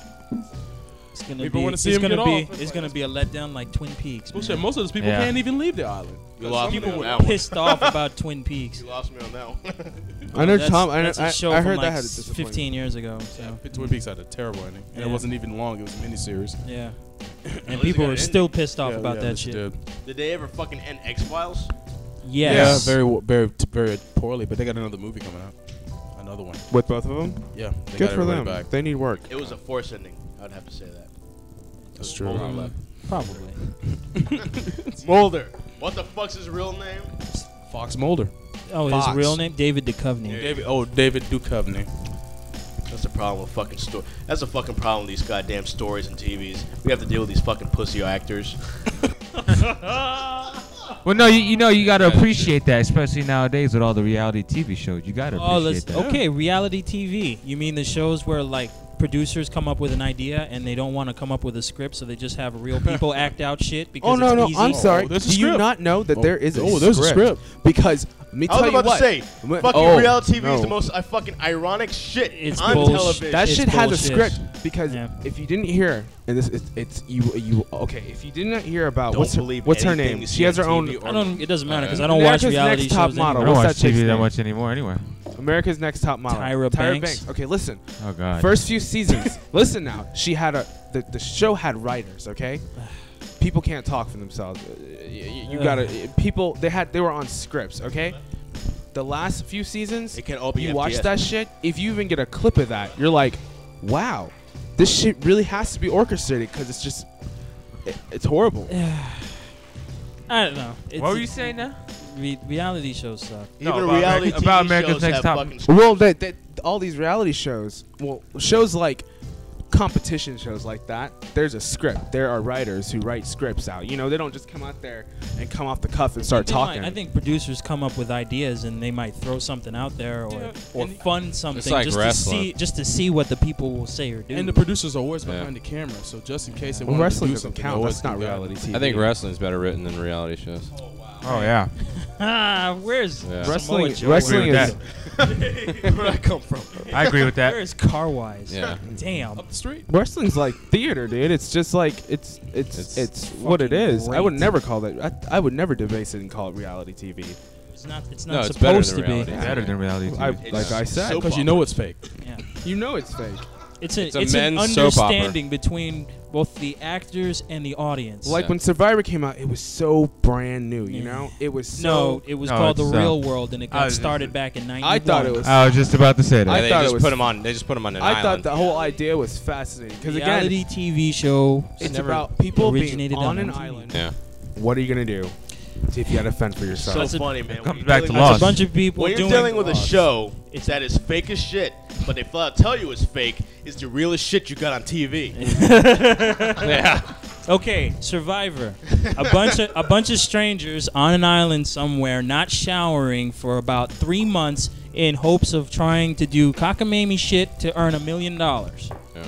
Speaker 7: It's gonna
Speaker 8: People
Speaker 7: be.
Speaker 8: wanna see
Speaker 7: it's
Speaker 8: him
Speaker 7: gonna
Speaker 8: get
Speaker 7: be.
Speaker 8: off.
Speaker 7: It's gonna be a letdown like Twin Peaks. man.
Speaker 8: bullshit. Most of those people
Speaker 9: Yeah.
Speaker 8: can't even leave the island.
Speaker 5: You lost me
Speaker 8: People
Speaker 5: on
Speaker 8: were
Speaker 5: that one.
Speaker 7: Pissed off about Twin
Speaker 3: <laughs>
Speaker 7: Peaks.
Speaker 5: You lost me on that one.
Speaker 3: I know
Speaker 7: That's-
Speaker 3: Tom. I, know,
Speaker 7: that's a
Speaker 3: I,
Speaker 7: show
Speaker 3: I
Speaker 7: from
Speaker 3: heard
Speaker 7: like
Speaker 3: that had a
Speaker 7: s-
Speaker 3: disappointment.
Speaker 7: 15 years ago. So
Speaker 8: Twin Peaks had a terrible ending, and
Speaker 7: Yeah.
Speaker 8: it wasn't even long. It was a miniseries.
Speaker 7: yeah.
Speaker 5: <laughs>
Speaker 7: And
Speaker 5: least
Speaker 7: people
Speaker 5: it got
Speaker 7: are
Speaker 5: ended.
Speaker 7: still pissed off
Speaker 8: Yeah,
Speaker 7: about
Speaker 8: yeah,
Speaker 7: that
Speaker 8: this
Speaker 7: shit.
Speaker 8: did.
Speaker 5: Did they ever fucking end X Files?
Speaker 7: Yes.
Speaker 8: Yeah, very, w- very, t- very poorly. But they got another movie coming out. Another one.
Speaker 3: With both of them,
Speaker 8: Yeah. They
Speaker 3: good
Speaker 8: got
Speaker 3: for
Speaker 8: everybody
Speaker 3: them.
Speaker 8: Back.
Speaker 3: They need work.
Speaker 5: It was a force ending. I'd have to say that.
Speaker 8: That's true.
Speaker 5: Mulder left.
Speaker 7: Probably.
Speaker 5: Mulder. What the fuck's his real name?
Speaker 8: Fox Mulder.
Speaker 7: Oh, his
Speaker 3: Fox.
Speaker 7: real name David Duchovny.
Speaker 8: David. Oh, David
Speaker 3: <laughs>
Speaker 8: Duchovny.
Speaker 5: That's a problem with fucking story. That's a fucking problem with these goddamn stories and TVs. We have to deal with these fucking pussy actors.
Speaker 9: Well, no, you, you know you gotta appreciate that, especially nowadays with all the reality TV shows. You gotta
Speaker 7: Oh,
Speaker 9: appreciate
Speaker 7: let's,
Speaker 9: that.
Speaker 7: okay, reality TV. You mean the shows where like producers come up with an idea and they don't want to come up with a script, so they just have real
Speaker 9: <laughs>
Speaker 7: people act out shit because
Speaker 3: Oh no
Speaker 7: it's
Speaker 3: no!
Speaker 7: easy.
Speaker 3: I'm sorry.
Speaker 8: there's a
Speaker 3: Do you
Speaker 8: script.
Speaker 3: not know that
Speaker 8: Oh,
Speaker 3: there is a
Speaker 8: oh, there's a
Speaker 3: script? Because let me
Speaker 5: I
Speaker 3: tell
Speaker 5: was
Speaker 3: you
Speaker 5: about to
Speaker 3: what.
Speaker 5: say,
Speaker 3: Wh-
Speaker 5: fucking
Speaker 3: oh,
Speaker 5: reality TV is the
Speaker 3: no.
Speaker 5: most I fucking ironic shit
Speaker 7: It's
Speaker 5: on
Speaker 7: bullshit.
Speaker 5: television.
Speaker 3: That
Speaker 7: It's
Speaker 3: shit has a
Speaker 7: bullshit.
Speaker 3: script because
Speaker 7: Yeah.
Speaker 3: if you didn't hear, and this it's, it's you you okay. If you didn't hear about
Speaker 5: Don't
Speaker 3: what's her,
Speaker 5: believe
Speaker 3: what's her
Speaker 5: anything
Speaker 3: name?
Speaker 5: you
Speaker 3: She
Speaker 5: see
Speaker 3: has
Speaker 5: on
Speaker 3: her own
Speaker 5: TV or-
Speaker 7: I don't. It doesn't matter because
Speaker 9: Uh,
Speaker 7: I don't
Speaker 3: America's
Speaker 7: watch
Speaker 3: Next
Speaker 7: reality shows.
Speaker 3: Top
Speaker 7: anymore.
Speaker 3: Model.
Speaker 9: I don't
Speaker 3: What's
Speaker 9: watch
Speaker 3: that chick's
Speaker 9: TV that
Speaker 3: name?
Speaker 9: much anymore, anyway.
Speaker 3: America's Next Top Model.
Speaker 7: Tyra Banks.
Speaker 3: Okay, listen.
Speaker 9: Oh God.
Speaker 3: First few
Speaker 5: <laughs>
Speaker 3: seasons. listen now. She had a the, the show had writers. Okay, people can't talk for themselves. Uh, y- y- You
Speaker 7: Ugh.
Speaker 3: gotta uh, people. They had they were on scripts. Okay. The last few seasons,
Speaker 5: It can all be
Speaker 3: you
Speaker 5: FTS.
Speaker 3: watch that shit. If you even get a clip of that, you're like, wow, this shit really has to be orchestrated because it's just, it- it's horrible.
Speaker 7: I don't know. It's
Speaker 9: what were you saying now?
Speaker 7: Re- reality shows suck.
Speaker 5: Even
Speaker 9: about
Speaker 5: reality
Speaker 9: America-
Speaker 5: TV
Speaker 9: about America's
Speaker 5: shows
Speaker 9: Next
Speaker 5: have
Speaker 9: Top-
Speaker 5: fucking scripts.
Speaker 3: Well, that, that all these reality shows, well, shows like competition shows like that, there's a script. There are writers who write scripts out. You know, they don't just come out there and come off the cuff and start
Speaker 7: You know, I-
Speaker 3: talking.
Speaker 7: I think producers come up with ideas and they might throw something out there or or fund something
Speaker 6: like
Speaker 7: just
Speaker 6: wrestling.
Speaker 7: to see just to see what the people will say or do.
Speaker 8: And the producers are always
Speaker 6: Yeah.
Speaker 8: behind the camera, so just in case they
Speaker 3: well,
Speaker 8: want to
Speaker 3: wrestling
Speaker 8: do
Speaker 3: doesn't
Speaker 8: something,
Speaker 3: count. That's not reality TV.
Speaker 6: I think wrestling's better written than reality shows.
Speaker 9: Oh yeah.
Speaker 7: <laughs> ah, where's
Speaker 6: Yeah.
Speaker 7: Samoa
Speaker 3: wrestling.
Speaker 7: Joe?
Speaker 3: Wrestling
Speaker 9: Agree with
Speaker 3: is
Speaker 9: <laughs>
Speaker 5: Where'd I come from?
Speaker 9: I agree with that.
Speaker 7: Where's Carwise?
Speaker 6: Yeah.
Speaker 7: Damn.
Speaker 8: Up the street.
Speaker 3: wrestling's like theater, dude. It's just like it's it's
Speaker 6: It's
Speaker 3: it's, what it
Speaker 7: fucking
Speaker 3: is. I would
Speaker 7: great.
Speaker 3: never call that. I, I would never debase it and call it reality TV.
Speaker 7: It's not. It's
Speaker 6: No,
Speaker 7: not
Speaker 6: it's better than
Speaker 7: supposed to
Speaker 6: reality.
Speaker 7: be.
Speaker 9: <laughs> Better than reality
Speaker 3: I,
Speaker 9: TV.
Speaker 3: like I said,
Speaker 5: so-
Speaker 8: Because you know it's fake.
Speaker 7: Yeah.
Speaker 3: you know it's fake.
Speaker 7: It's, a,
Speaker 6: It's
Speaker 7: it's,
Speaker 6: a
Speaker 7: an
Speaker 6: men's soap opera.
Speaker 7: understanding between both the actors and the audience.
Speaker 3: Like
Speaker 6: Yeah.
Speaker 3: when Survivor came out, it was so brand new. You
Speaker 7: Yeah.
Speaker 3: know, it was so
Speaker 7: no, it was
Speaker 9: No,
Speaker 7: called the
Speaker 9: it's, uh,
Speaker 7: Real World, and it
Speaker 9: I
Speaker 7: got
Speaker 9: was-
Speaker 7: started back in '91.
Speaker 3: I thought it was.
Speaker 9: I was just about to say
Speaker 3: I
Speaker 9: that.
Speaker 6: they
Speaker 3: thought it
Speaker 6: just
Speaker 3: was-
Speaker 6: put them on. They just put them on an
Speaker 3: I thought
Speaker 6: island.
Speaker 3: the whole idea was fascinating because again,
Speaker 7: reality TV show.
Speaker 3: it's about people being
Speaker 7: originated
Speaker 3: on
Speaker 7: on
Speaker 3: an
Speaker 7: MTV.
Speaker 3: island.
Speaker 6: yeah.
Speaker 3: What are you gonna do? See if you gotta fend for yourself.
Speaker 5: So
Speaker 7: That's a-
Speaker 5: funny, man.
Speaker 9: comes
Speaker 5: When
Speaker 9: back
Speaker 5: you're
Speaker 9: to
Speaker 5: dealing-
Speaker 9: Lost.
Speaker 7: There's a bunch of people
Speaker 5: When you're
Speaker 7: doing
Speaker 5: dealing with a
Speaker 7: Lost.
Speaker 5: show
Speaker 7: It's-
Speaker 5: that is fake as shit, but they flat out tell you it's fake, it's the realest shit you got on TV.
Speaker 7: Okay, Survivor. a bunch of a bunch of strangers on an island somewhere, not showering for about three months in hopes of trying to do cockamamie shit to earn a million dollars.
Speaker 6: Yeah.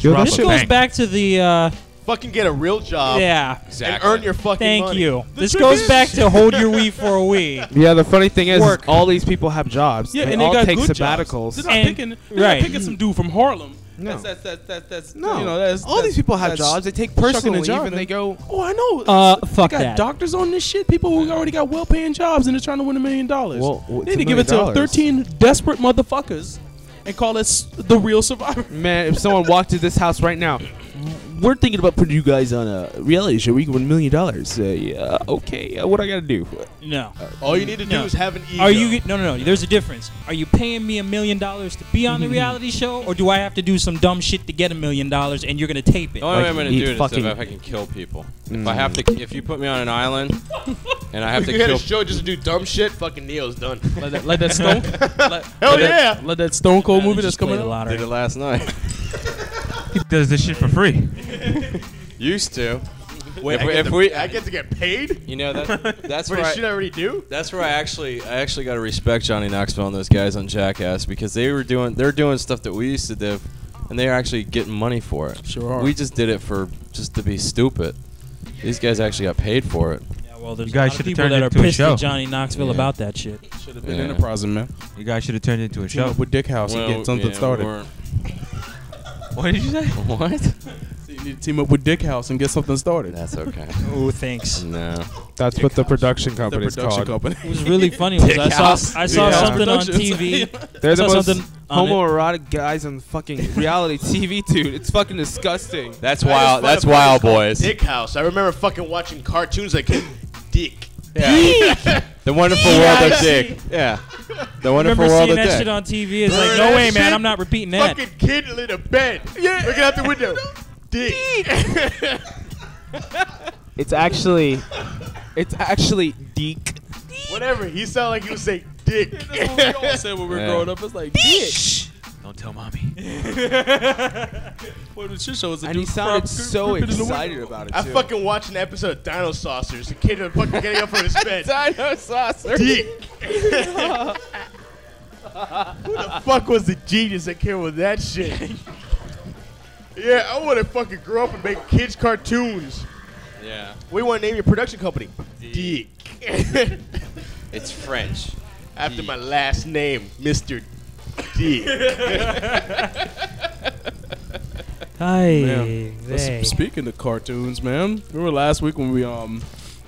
Speaker 3: Yo, that
Speaker 7: This
Speaker 3: shit-
Speaker 7: goes back to the uh,
Speaker 5: Fucking get a real job.
Speaker 7: Yeah.
Speaker 5: And earn your fucking
Speaker 7: Thank
Speaker 5: money.
Speaker 7: you. this goes back to hold your wee for a wee.
Speaker 3: Yeah, the funny thing is, is
Speaker 7: Work.
Speaker 3: all these people have jobs.
Speaker 4: Yeah,
Speaker 3: they
Speaker 4: and
Speaker 3: all
Speaker 4: they got
Speaker 3: take
Speaker 4: good
Speaker 3: sabbaticals.
Speaker 4: Jobs. They're not
Speaker 7: And-
Speaker 4: picking. They're not
Speaker 7: right.
Speaker 4: picking some dude from Harlem.
Speaker 3: No.
Speaker 4: That's, that's, that's, that's, that's,
Speaker 3: No,
Speaker 4: you know, that's,
Speaker 3: all these
Speaker 4: that's-
Speaker 3: people have
Speaker 4: that's-
Speaker 3: jobs. They take
Speaker 4: shucking
Speaker 3: personal
Speaker 4: a
Speaker 3: leave
Speaker 4: job
Speaker 3: and
Speaker 4: and-
Speaker 3: they go.
Speaker 4: Oh, I know.
Speaker 7: Uh,
Speaker 4: They
Speaker 7: fuck
Speaker 4: got
Speaker 7: that.
Speaker 4: doctors on this shit. People who already got well-paying jobs and they're trying to win a million dollars.
Speaker 3: Well, w-
Speaker 4: They
Speaker 3: it's
Speaker 4: need
Speaker 3: a
Speaker 4: to give it to
Speaker 3: million dollars.
Speaker 4: thirteen desperate motherfuckers and call us the real survivor.
Speaker 3: Man, if someone walked to this house right now, we're thinking about putting you guys on a reality show. We can win a million dollars. Uh, yeah, okay. Uh, what I gotta do?
Speaker 7: No.
Speaker 5: All you need to do
Speaker 7: No.
Speaker 5: is have an ego.
Speaker 7: Are you no no no? There's a difference. Are you paying me a million dollars to be on the reality show, or do I have to do some dumb shit to get a million dollars and you're gonna tape
Speaker 6: The
Speaker 7: it?
Speaker 6: only way
Speaker 3: Like,
Speaker 6: I'm gonna
Speaker 3: eat
Speaker 6: do it is
Speaker 3: fucking-
Speaker 6: if I can kill people. If I have to, if you put me on
Speaker 4: <laughs>
Speaker 6: an island, and I have to
Speaker 5: If you had
Speaker 6: kill.
Speaker 5: a show just to do dumb shit, fucking Neo's <laughs> done.
Speaker 4: Let that, let that
Speaker 7: <laughs>
Speaker 4: Stone. let,
Speaker 5: Hell
Speaker 4: let that-
Speaker 5: yeah!
Speaker 4: let that Stone Cold
Speaker 7: Nah,
Speaker 4: movie that's
Speaker 7: just
Speaker 4: coming
Speaker 7: play the
Speaker 4: out.
Speaker 6: Did
Speaker 7: lottery.
Speaker 6: it last night.
Speaker 9: He does this shit for free.
Speaker 6: Used to.
Speaker 5: Wait,
Speaker 6: If
Speaker 5: I
Speaker 6: we-
Speaker 5: get
Speaker 6: if
Speaker 5: to-
Speaker 6: we-
Speaker 5: I get to get paid
Speaker 6: You know that. That's
Speaker 5: for
Speaker 6: where
Speaker 5: the
Speaker 6: I,
Speaker 5: shit I already do.
Speaker 6: That's where I actually I actually got to respect Johnny Knoxville and those guys on Jackass because they were doing they're doing stuff that we used to do, and they're actually getting money for it.
Speaker 4: Sure are.
Speaker 6: We just did it for just to be stupid. These guys actually got paid for it.
Speaker 7: Yeah, well, there's
Speaker 9: You guys
Speaker 7: a lot of
Speaker 9: should've
Speaker 7: people
Speaker 9: turned
Speaker 7: that
Speaker 9: it
Speaker 7: are
Speaker 9: into a
Speaker 7: pissed
Speaker 9: show.
Speaker 7: at Johnny Knoxville
Speaker 6: Yeah.
Speaker 7: about that shit.
Speaker 4: Should have been
Speaker 6: Yeah.
Speaker 4: enterprising, man.
Speaker 9: You guys should have turned it into a
Speaker 4: Team
Speaker 9: show.
Speaker 4: up with Dick House and get something started.
Speaker 9: What did you say?
Speaker 6: What?
Speaker 4: So you need to team up with Dick House and get something started.
Speaker 6: That's okay.
Speaker 7: Oh,
Speaker 6: <laughs>
Speaker 7: thanks.
Speaker 6: No.
Speaker 3: That's what the production
Speaker 4: the
Speaker 3: company's
Speaker 4: production company.
Speaker 7: It was really funny. Was I saw I saw
Speaker 4: Yeah.
Speaker 6: <laughs>
Speaker 7: something on
Speaker 4: Productions.
Speaker 7: <laughs> TV.
Speaker 3: They're the
Speaker 7: Saw
Speaker 3: most
Speaker 7: something on it.
Speaker 3: homoerotic guys on fucking reality <laughs> TV, dude. It's fucking disgusting.
Speaker 6: That's
Speaker 5: I just
Speaker 6: wild.
Speaker 5: find
Speaker 6: That's
Speaker 5: a place
Speaker 6: wild,
Speaker 5: called
Speaker 6: boys.
Speaker 5: Dick House. I remember fucking watching cartoons like Dick.
Speaker 6: The wonderful world of Dick. Yeah. The wonderful
Speaker 7: Remember
Speaker 6: world
Speaker 7: seeing
Speaker 6: of
Speaker 7: that shit
Speaker 6: Dick.
Speaker 7: on TV? It's like,
Speaker 5: Burn
Speaker 7: no
Speaker 5: that
Speaker 7: way, man.
Speaker 5: shit.
Speaker 7: I'm not repeating that.
Speaker 5: Fucking kid lit a bed. Yeah. Looking out the window. Dick. <laughs>
Speaker 3: It's actually, it's actually Deke.
Speaker 5: Whatever. He sounded like he was saying Dick.
Speaker 3: Oh,
Speaker 4: said when we were
Speaker 6: Yeah.
Speaker 4: growing up. It's like Dick.
Speaker 9: Don't
Speaker 8: <laughs>
Speaker 9: tell mommy.
Speaker 4: What the shit show was the
Speaker 3: And
Speaker 4: dude
Speaker 3: he sounded
Speaker 4: crop-
Speaker 3: so
Speaker 4: creeping in the
Speaker 3: excited
Speaker 4: window.
Speaker 3: about it
Speaker 5: <laughs> I
Speaker 3: too.
Speaker 5: fucking watched an episode of Dino Saucers. The kid was fucking getting up from his bed.
Speaker 3: Dino saucer.
Speaker 5: Dick. Who the fuck was the genius that came up with that shit? yeah, I want to fucking grow up and make kids cartoons.
Speaker 6: <laughs> Yeah.
Speaker 5: We want to name your production company. Dick. <laughs>
Speaker 6: It's French.
Speaker 5: After my last name, Mr. Dick.
Speaker 4: <laughs>
Speaker 7: Hi,
Speaker 4: Sp- Speaking of cartoons, man, remember last week when we um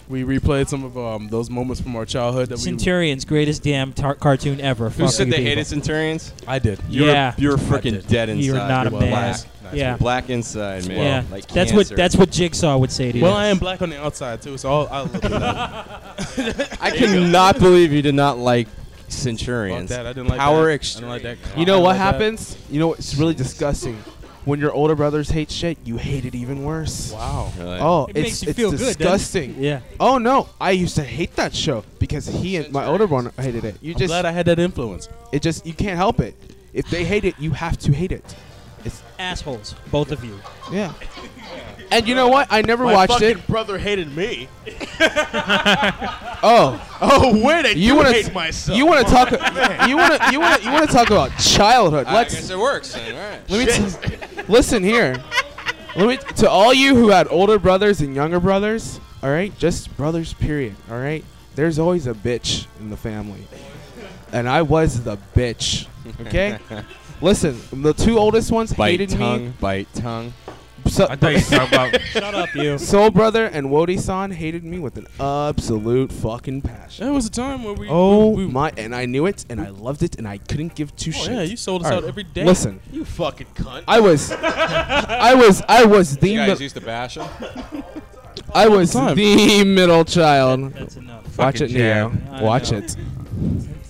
Speaker 4: we replayed some of um those moments from our childhood that
Speaker 7: Centurion's greatest damn tar- cartoon ever.
Speaker 6: Who
Speaker 7: Fuck
Speaker 6: said
Speaker 7: you
Speaker 6: they
Speaker 7: people.
Speaker 6: hated Centurions?
Speaker 4: we I did.
Speaker 6: You're
Speaker 7: Yeah.
Speaker 6: You're
Speaker 4: I
Speaker 6: freaking
Speaker 4: did.
Speaker 6: dead inside.
Speaker 7: You're not a
Speaker 6: You're
Speaker 7: man.
Speaker 6: black.
Speaker 7: Yeah.
Speaker 6: Black inside, man.
Speaker 7: yeah,
Speaker 6: Like
Speaker 7: that's what
Speaker 6: cancer.
Speaker 7: that's what Jigsaw would say to you.
Speaker 4: Well, I am black on the outside too, so I'll, I'll look at that.
Speaker 6: I cannot believe you did not like
Speaker 4: Fuck
Speaker 6: Centurions.
Speaker 4: that. I didn't like
Speaker 6: Power
Speaker 4: that.
Speaker 6: Extreme.
Speaker 4: I didn't like that.
Speaker 3: You know what
Speaker 4: I didn't like
Speaker 3: happens? You know it's really disgusting. When your older brothers hate shit, you hate it even worse.
Speaker 4: that. Wow.
Speaker 6: Really?
Speaker 3: Oh,
Speaker 7: It
Speaker 3: it's,
Speaker 7: makes you
Speaker 3: it's
Speaker 7: feel good, doesn't it?
Speaker 3: disgusting.
Speaker 7: Yeah.
Speaker 3: Oh no, I used to hate that show because he and my older one hated it. You
Speaker 4: I'm
Speaker 3: just
Speaker 4: glad I had that influence.
Speaker 3: it just you can't help it. If they hate it, you have to hate it.
Speaker 7: assholes, both of you.
Speaker 3: Yeah. And you know what? I never
Speaker 5: My
Speaker 3: watched
Speaker 5: fucking
Speaker 3: it.
Speaker 5: brother hated me.
Speaker 3: Oh,
Speaker 5: <laughs> Oh, wait, I
Speaker 3: you
Speaker 5: do
Speaker 3: want
Speaker 5: hate
Speaker 3: to
Speaker 5: myself.
Speaker 3: you
Speaker 5: <laughs>
Speaker 3: want to talk you want to you want to you want to talk about childhood.
Speaker 6: I
Speaker 3: Let's
Speaker 6: guess it works. Then. All right.
Speaker 3: Let me t- listen here. Let me to all you who had older brothers and younger brothers. All right, just brothers. Period. All right. There's always a bitch in the family, and I was the bitch.
Speaker 5: <laughs>
Speaker 3: Okay. listen, the two oldest ones
Speaker 6: Bite
Speaker 3: hated
Speaker 6: tongue,
Speaker 3: me.
Speaker 6: bite tongue.
Speaker 3: So,
Speaker 9: I thought you were talking
Speaker 4: <laughs>
Speaker 9: about.
Speaker 7: Shut up, you.
Speaker 3: Soul brother and Wody San hated me with an absolute fucking passion.
Speaker 4: There was a time where we.
Speaker 3: Oh
Speaker 4: we, we,
Speaker 3: my! And I knew it, and I loved it, and I couldn't give two
Speaker 4: Oh,
Speaker 3: shits.
Speaker 4: yeah, you sold us
Speaker 3: All
Speaker 4: out
Speaker 3: right,
Speaker 4: every day.
Speaker 3: Listen,
Speaker 5: You fucking cunt.
Speaker 4: <laughs>
Speaker 3: I was, I was, I was the
Speaker 6: You
Speaker 3: mi-
Speaker 6: guys used to bash <laughs> him.
Speaker 3: I was
Speaker 4: Time.
Speaker 3: the middle child.
Speaker 7: That's enough.
Speaker 3: Watch
Speaker 9: Fucking
Speaker 3: it, Neo.
Speaker 9: jab.
Speaker 7: I
Speaker 3: Watch
Speaker 7: know.
Speaker 3: it.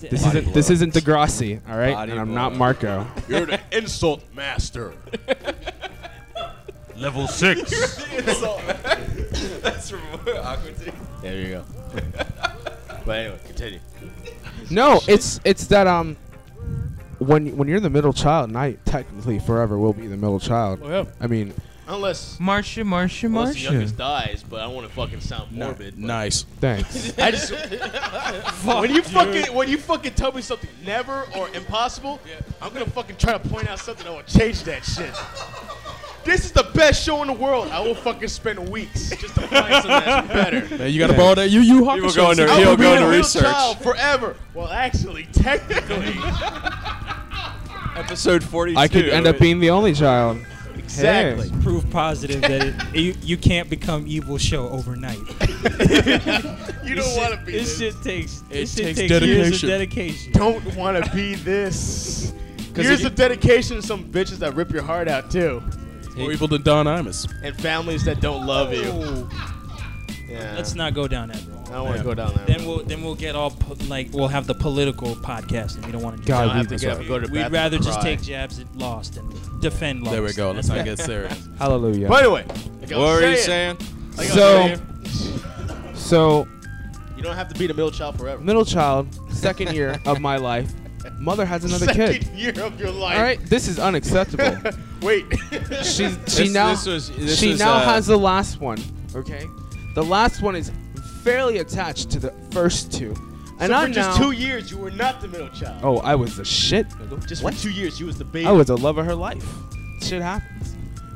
Speaker 3: This
Speaker 6: Body
Speaker 3: isn't this
Speaker 6: blow.
Speaker 3: isn't Degrassi, all right?
Speaker 6: Body
Speaker 3: and I'm
Speaker 6: blow.
Speaker 3: not Marco.
Speaker 5: You're the insult master.
Speaker 9: Level six.
Speaker 6: That's awkward.
Speaker 5: There you
Speaker 6: <laughs>
Speaker 5: go. but anyway, continue.
Speaker 3: No, it's it's that um when when you're the middle child, and I technically forever will be the middle child.
Speaker 4: Oh, yeah.
Speaker 3: I mean,
Speaker 5: Unless,
Speaker 9: Marsha, Marsha,
Speaker 5: unless the youngest
Speaker 9: Marsha.
Speaker 5: dies, but I don't want to fucking sound morbid. but-
Speaker 6: <laughs>
Speaker 4: Nice.
Speaker 5: <laughs>
Speaker 3: thanks.
Speaker 5: I just
Speaker 10: <laughs>
Speaker 5: when you fucking when you fucking tell me something never or impossible, I'm gonna fucking try to point out something that will change that shit. This is the best show in the world. I will fucking spend weeks just to find something
Speaker 10: <laughs>
Speaker 5: that's better.
Speaker 8: Man, you gotta borrow that Yu Yu Hakusho.
Speaker 6: go into-
Speaker 8: CD.
Speaker 5: I
Speaker 6: He'll
Speaker 5: will be
Speaker 6: go
Speaker 5: a
Speaker 6: to
Speaker 5: real
Speaker 6: research.
Speaker 5: child forever. Well, actually,
Speaker 10: <laughs>
Speaker 5: technically,
Speaker 6: Episode 42.
Speaker 3: I could end up being the only child.
Speaker 5: exactly.
Speaker 10: Prove positive that it, <laughs> you, you can't become evil show overnight.
Speaker 5: You don't want to be
Speaker 10: This
Speaker 5: this.
Speaker 10: shit takes this shit
Speaker 8: takes
Speaker 10: takes years
Speaker 8: dedication.
Speaker 10: of dedication.
Speaker 5: Don't want to be this. Here's the dedication to some bitches that rip your heart out too,
Speaker 8: More evil than Don Imus.
Speaker 5: and families that don't love you. Yeah.
Speaker 10: Oh. Let's not go down that road.
Speaker 5: I don't want to go down there.
Speaker 7: Then
Speaker 10: Then we'll then we'll get all po- like we'll have the political podcast, and we don't want to. do
Speaker 5: I
Speaker 8: God,
Speaker 5: don't have to
Speaker 8: that's
Speaker 5: get up
Speaker 8: right.
Speaker 5: and go to the
Speaker 10: We'd
Speaker 5: bathroom
Speaker 10: rather
Speaker 5: and
Speaker 10: just
Speaker 5: cry.
Speaker 10: take jabs at Lost and defend Lost.
Speaker 8: There we go. Let's
Speaker 10: That's
Speaker 8: not
Speaker 6: <laughs>
Speaker 8: get serious.
Speaker 3: Hallelujah.
Speaker 5: But anyway, like I
Speaker 6: What
Speaker 5: was
Speaker 6: are you
Speaker 5: saying,
Speaker 6: saying?
Speaker 5: like I was
Speaker 3: So-
Speaker 5: saying,
Speaker 3: so
Speaker 5: you don't have to be the middle child forever.
Speaker 3: middle child, second year of my life, mother has another
Speaker 5: Second
Speaker 3: kid.
Speaker 5: year of your life.
Speaker 3: All right, this is unacceptable.
Speaker 5: <laughs> Wait.
Speaker 3: <laughs>
Speaker 5: <laughs>
Speaker 3: She's she
Speaker 6: This-
Speaker 3: now
Speaker 6: this was- this
Speaker 3: she
Speaker 6: was,
Speaker 3: now
Speaker 6: uh,
Speaker 3: has the last one. Okay, the last one is fairly attached to the first two, and
Speaker 5: so
Speaker 3: I'm
Speaker 5: for just
Speaker 3: now.
Speaker 5: two years, you were not the middle child.
Speaker 3: oh, I was the shit.
Speaker 5: Just
Speaker 3: Oh, What?
Speaker 5: for two years, you was the baby.
Speaker 3: I was the love of her life. Shit happens.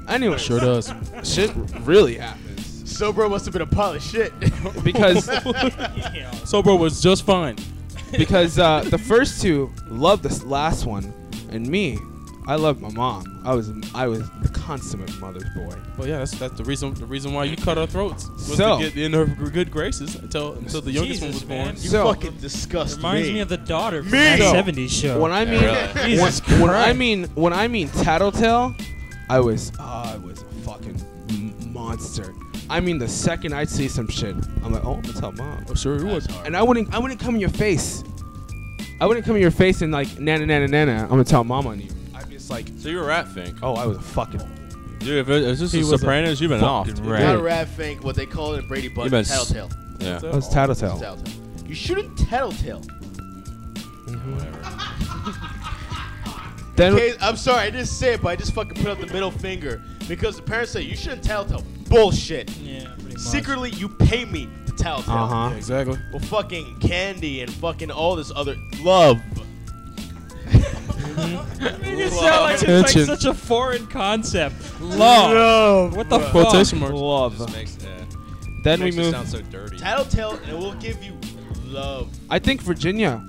Speaker 3: Anyway,
Speaker 8: Sure does.
Speaker 3: shit really happens
Speaker 5: Sobro must have been a pile of shit. <laughs>
Speaker 3: because
Speaker 8: So, bro, was just fine.
Speaker 3: because uh, the first two loved this last one, and me, I loved my mom. I was I was the consummate mother's boy.
Speaker 8: Well, yeah, that's, that's the reason. The reason why you cut our throats was
Speaker 3: So-
Speaker 8: to get in her good graces until until the youngest
Speaker 10: Jesus,
Speaker 8: one was born.
Speaker 10: man.
Speaker 5: you
Speaker 3: So-
Speaker 5: fucking disgust
Speaker 10: Reminds
Speaker 5: me.
Speaker 10: me of the daughter from
Speaker 5: Me.
Speaker 10: that
Speaker 5: No.
Speaker 10: '70s show.
Speaker 3: When I mean
Speaker 6: really.
Speaker 3: when,
Speaker 10: Jesus
Speaker 3: when I
Speaker 10: Christ.
Speaker 3: mean when I mean tattletale, I was oh, I was a fucking m- monster. I mean the second I'd see some shit, I'm like, oh, I'm gonna tell mom.
Speaker 8: Oh, sure, it was.
Speaker 3: And I wouldn't I wouldn't come in your face. I wouldn't come in your face and like nana nana nana. I'm gonna tell mom on you. I'd be just like,
Speaker 6: So you're a rat fink.
Speaker 3: oh, I was a fucking.
Speaker 6: Dude, if, it, if this
Speaker 8: He
Speaker 6: is
Speaker 8: was a
Speaker 6: Sopranos, you've been off.
Speaker 9: Fucking
Speaker 6: dude.
Speaker 9: rat.
Speaker 5: Not a rat fink, what they call it in Brady Bunch,
Speaker 6: You been s-
Speaker 5: tattletale.
Speaker 6: Yeah.
Speaker 3: I was tattletale.
Speaker 5: tattletale. You shouldn't tattletale.
Speaker 3: Then
Speaker 5: Okay, I'm sorry, I didn't say it, but I just fucking put up the middle finger because the parents say you shouldn't tattletale. Bullshit.
Speaker 10: yeah, pretty much.
Speaker 5: Secretly, you pay me to tattletale.
Speaker 3: uh huh.
Speaker 8: Yeah, exactly.
Speaker 5: Well, fucking candy and fucking all this other love.
Speaker 10: You sound like it's like
Speaker 8: Attention.
Speaker 10: such a foreign concept. Love. What the fuck?
Speaker 8: Quotation marks.
Speaker 3: Love.
Speaker 6: Just makes, yeah.
Speaker 3: Then we
Speaker 6: makes it
Speaker 3: move.
Speaker 6: sound so dirty.
Speaker 5: Tattletale, and we'll give you love.
Speaker 3: I think Virginia.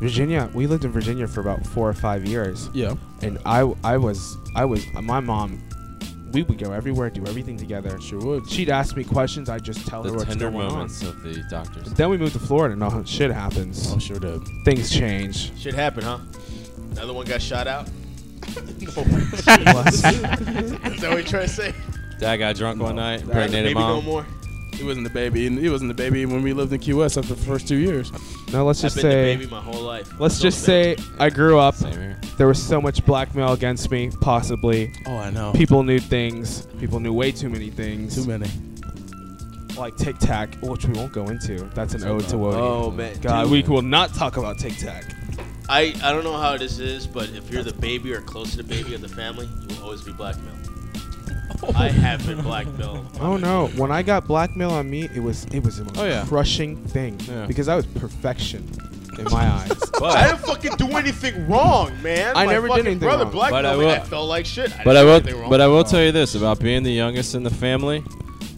Speaker 3: Virginia. We lived in Virginia for about four or five years.
Speaker 8: Yeah.
Speaker 3: and I I was I was my mom. We would go everywhere, do everything together. Sure would. She'd ask me questions. I'd just tell her
Speaker 6: The
Speaker 3: what's
Speaker 6: tender
Speaker 3: going
Speaker 6: moments of the doctors.
Speaker 3: on. Then we moved to Florida, and all shit happens.
Speaker 8: Oh, sure did.
Speaker 3: Things change.
Speaker 5: Shit happened, huh? Another one got shot out.
Speaker 3: <laughs>
Speaker 5: Is that what you're trying to
Speaker 6: <laughs>
Speaker 5: say?
Speaker 6: Dad got drunk one night,
Speaker 5: Maybe
Speaker 6: impregnated
Speaker 5: no
Speaker 6: mom.
Speaker 5: more.
Speaker 8: He wasn't the baby. and He wasn't the baby when we lived in QS after the first two years.
Speaker 3: now let's
Speaker 5: I've
Speaker 3: just
Speaker 5: been the
Speaker 3: say,
Speaker 5: baby my whole life.
Speaker 3: let's
Speaker 5: So
Speaker 3: just say, I grew up.
Speaker 6: Same here.
Speaker 3: There was so much blackmail against me. Possibly,
Speaker 8: Oh, I know.
Speaker 3: people knew things. People knew way too many things.
Speaker 8: Too many.
Speaker 3: Like Tic Tac, which we won't go into. That's an ode to Woody.
Speaker 5: Oh man,
Speaker 3: God,
Speaker 5: Dude,
Speaker 3: we will not talk about Tic Tac.
Speaker 5: I I don't know how this is, but if you're the baby or close to the baby of the family, you will always
Speaker 3: <laughs>
Speaker 5: be blackmailed. I have been blackmailed.
Speaker 3: Oh no! When I got blackmail on me, it was it was a
Speaker 8: Oh, yeah.
Speaker 3: crushing thing
Speaker 8: Yeah.
Speaker 3: because I was perfection in my eyes.
Speaker 5: I
Speaker 6: But,
Speaker 5: didn't fucking do anything wrong, man.
Speaker 3: I
Speaker 5: My
Speaker 3: never did
Speaker 5: fucking
Speaker 3: anything
Speaker 5: brother
Speaker 3: wrong.
Speaker 5: blackmailed
Speaker 6: But I
Speaker 5: me.
Speaker 6: will-
Speaker 5: I felt like shit. I
Speaker 6: but
Speaker 5: didn't
Speaker 6: I
Speaker 5: do
Speaker 6: will,
Speaker 5: anything wrong.
Speaker 6: but I will tell you this about being the youngest in the family.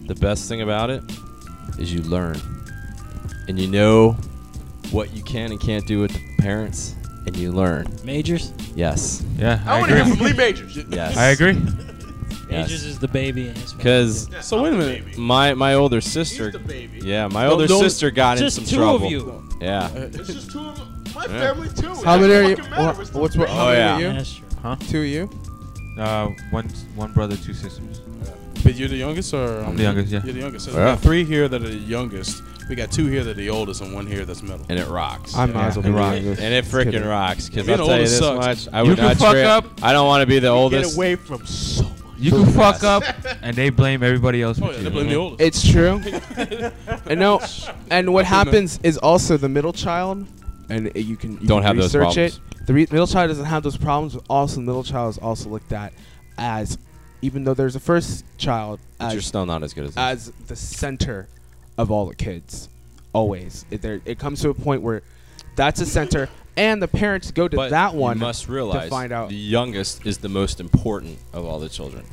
Speaker 6: The best thing about it is you learn, and you know what you can and can't do with the parents, and you learn.
Speaker 7: Majors.
Speaker 6: Yes.
Speaker 9: Yeah,
Speaker 5: I
Speaker 9: I,
Speaker 5: want to hear
Speaker 9: agree.
Speaker 5: from Lee Majors.
Speaker 6: Yes.
Speaker 9: I agree.
Speaker 10: Majors is the baby and his
Speaker 6: Because
Speaker 8: So wait a minute.
Speaker 6: my my older
Speaker 5: He's
Speaker 6: sister,
Speaker 5: the baby.
Speaker 6: yeah, my
Speaker 8: No,
Speaker 6: older
Speaker 8: don't-
Speaker 6: sister got
Speaker 10: Just
Speaker 6: in
Speaker 10: two
Speaker 6: some trouble.
Speaker 10: of you.
Speaker 6: Yeah.
Speaker 5: It's just two of them. My family too.
Speaker 3: How
Speaker 5: It
Speaker 3: many are you?
Speaker 5: doesn't fucking matter. We're
Speaker 3: wha-
Speaker 5: still
Speaker 3: what's what?
Speaker 5: friends.
Speaker 3: How
Speaker 6: Oh,
Speaker 3: many
Speaker 6: yeah.
Speaker 3: are
Speaker 10: Yeah,
Speaker 3: you?
Speaker 10: that's true.
Speaker 3: Two of you?
Speaker 9: Uh, one one brother, two sisters.
Speaker 8: But you're the youngest, or I'm
Speaker 9: the youngest, yeah.
Speaker 8: You're the youngest. So
Speaker 6: Yeah.
Speaker 8: we got three here that are the youngest. We got two here that are the oldest, and one here that's middle.
Speaker 6: And it rocks.
Speaker 3: I might as well be
Speaker 6: rock-
Speaker 3: youngest.
Speaker 6: And it
Speaker 3: Just kidding.
Speaker 6: freaking rocks. Because
Speaker 8: Being
Speaker 6: I'll tell you
Speaker 8: old
Speaker 6: this
Speaker 8: sucks.
Speaker 6: much, I
Speaker 9: You
Speaker 6: would
Speaker 9: can
Speaker 6: not
Speaker 9: fuck
Speaker 6: trip.
Speaker 9: up.
Speaker 6: I don't want to be
Speaker 5: Get
Speaker 6: the oldest.
Speaker 5: away from so much.
Speaker 9: You can fuck up, and they blame everybody else.
Speaker 8: Oh
Speaker 9: but
Speaker 8: yeah,
Speaker 9: you.
Speaker 8: they blame the oldest.
Speaker 3: It's
Speaker 6: <laughs>
Speaker 3: true. and no, and what happens is also the middle child, and it- you can you
Speaker 6: Don't
Speaker 3: can
Speaker 6: have those
Speaker 3: research it. The re- middle child doesn't have those problems, but also the middle child is also looked at as, even though there's a first child,
Speaker 6: But you're
Speaker 3: as
Speaker 6: still not as good as us.
Speaker 3: as the center of all the kids. Always, it, there, it comes to a point where that's a center, and the parents go to
Speaker 6: But
Speaker 3: that
Speaker 6: you
Speaker 3: one.
Speaker 6: must realize
Speaker 3: find out.
Speaker 6: the youngest is the most important of all the children.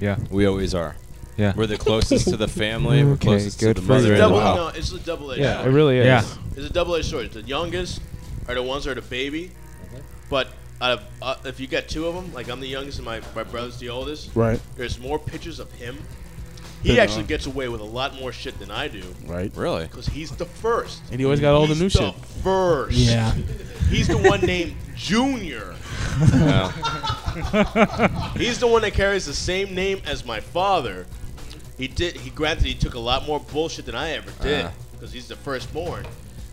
Speaker 9: Yeah.
Speaker 6: We always are.
Speaker 9: Yeah.
Speaker 6: We're the closest to the family. We're
Speaker 9: Okay,
Speaker 6: closest to
Speaker 9: good
Speaker 6: the
Speaker 9: for
Speaker 6: mother
Speaker 9: you.
Speaker 6: and the
Speaker 5: Double,
Speaker 9: Wow.
Speaker 5: no, it's a double edged
Speaker 4: Yeah, it
Speaker 5: sword.
Speaker 4: really is.
Speaker 9: Yeah.
Speaker 5: It's a double edged sword. The youngest are the ones that are the baby, but out of, uh, if you got two of them, like I'm the youngest and my, my brother's the oldest,
Speaker 3: Right.
Speaker 5: there's more pictures of him. He
Speaker 3: Than,
Speaker 5: actually
Speaker 3: uh,
Speaker 5: gets away with a lot more shit than I do
Speaker 3: Right.
Speaker 6: Really?
Speaker 5: because he's the first.
Speaker 3: And he always got all the
Speaker 5: He's
Speaker 3: new shit.
Speaker 5: First.
Speaker 12: Yeah.
Speaker 5: He's the one named Junior. He's the one that carries the same name as my father. He did. He granted he took a lot more bullshit than I ever did
Speaker 6: Ah.
Speaker 5: because he's the firstborn.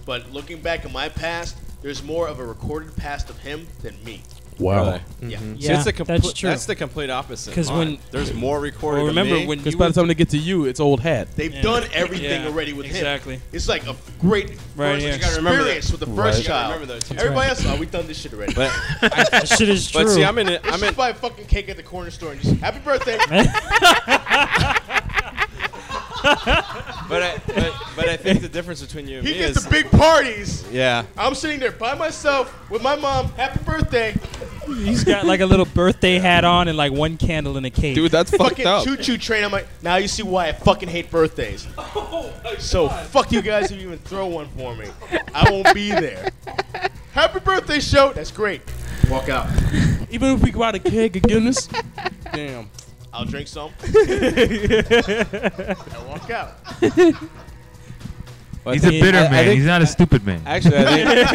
Speaker 5: But looking back at my past, there's more of a recorded past of him than me.
Speaker 6: Really?
Speaker 5: Yeah.
Speaker 7: Mm-hmm.
Speaker 6: So
Speaker 12: Yeah,
Speaker 6: it's the complete-
Speaker 12: that's true.
Speaker 6: That's the complete opposite.
Speaker 12: 'Cause
Speaker 6: Mine.
Speaker 12: when-
Speaker 6: there's more recorded.
Speaker 12: Well,
Speaker 6: of
Speaker 12: remember
Speaker 6: me.
Speaker 12: when
Speaker 3: Because
Speaker 12: you
Speaker 3: by
Speaker 12: were
Speaker 3: the time they get to you, it's old hat.
Speaker 5: They've
Speaker 12: Yeah.
Speaker 5: done everything
Speaker 12: Yeah,
Speaker 5: already with
Speaker 12: exactly.
Speaker 7: <laughs>
Speaker 5: him. It's like a great
Speaker 12: Right
Speaker 5: first
Speaker 12: here. You
Speaker 6: gotta remember
Speaker 5: experience with the
Speaker 3: Right.
Speaker 5: first
Speaker 3: You
Speaker 6: gotta
Speaker 5: child.
Speaker 6: remember that too.
Speaker 5: Everybody else, oh, we done this shit already.
Speaker 6: But,
Speaker 12: that shit is true.
Speaker 6: but
Speaker 12: <laughs>
Speaker 6: see, I'm in. A,
Speaker 5: I
Speaker 6: I'm in.
Speaker 5: just buy a fucking cake at the corner store and just happy birthday.
Speaker 6: But I, but, but I think the difference between you and
Speaker 5: he
Speaker 6: me
Speaker 5: gets
Speaker 6: is
Speaker 5: the big parties.
Speaker 6: yeah.
Speaker 5: I'm sitting there by myself with my mom. Happy birthday.
Speaker 12: He's got
Speaker 7: like a little birthday hat on and like one candle in a cake.
Speaker 6: Dude, that's fucked
Speaker 5: fucking
Speaker 6: up.
Speaker 5: choo choo train. I'm like, now you see why I fucking hate <laughs> birthdays. Oh so fuck you guys if you even throw one for me. I won't be there. Happy birthday, show. That's great. Walk out.
Speaker 3: Even if we go out a keg of Guinness, damn.
Speaker 5: I'll drink
Speaker 4: <laughs>
Speaker 5: some. I walk out.
Speaker 6: But
Speaker 9: He's a bitter
Speaker 6: I- I
Speaker 9: man.
Speaker 6: think-
Speaker 9: He's not a stupid man.
Speaker 6: Actually, I think.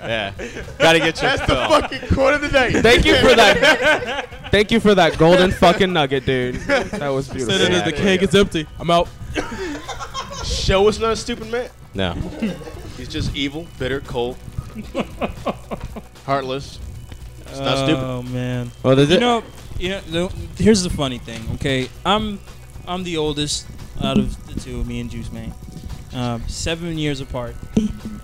Speaker 6: yeah. Gotta get your
Speaker 5: That's the
Speaker 6: fill.
Speaker 5: fucking quote of the day.
Speaker 4: Thank you for that. Thank you for that golden fucking nugget, dude. That was beautiful.
Speaker 5: Instead of
Speaker 3: the
Speaker 5: there
Speaker 3: keg
Speaker 5: you
Speaker 3: is empty. I'm out.
Speaker 5: Show is not a stupid man.
Speaker 6: No.
Speaker 5: <laughs> He's just evil, bitter,
Speaker 7: <laughs>
Speaker 5: cold, heartless. It's not stupid.
Speaker 7: Oh man.
Speaker 6: Well, there's
Speaker 7: You know, you know. the- Here's the funny thing. Okay, I'm, I'm the oldest out of the two. Me and Juice Man, um, seven years apart,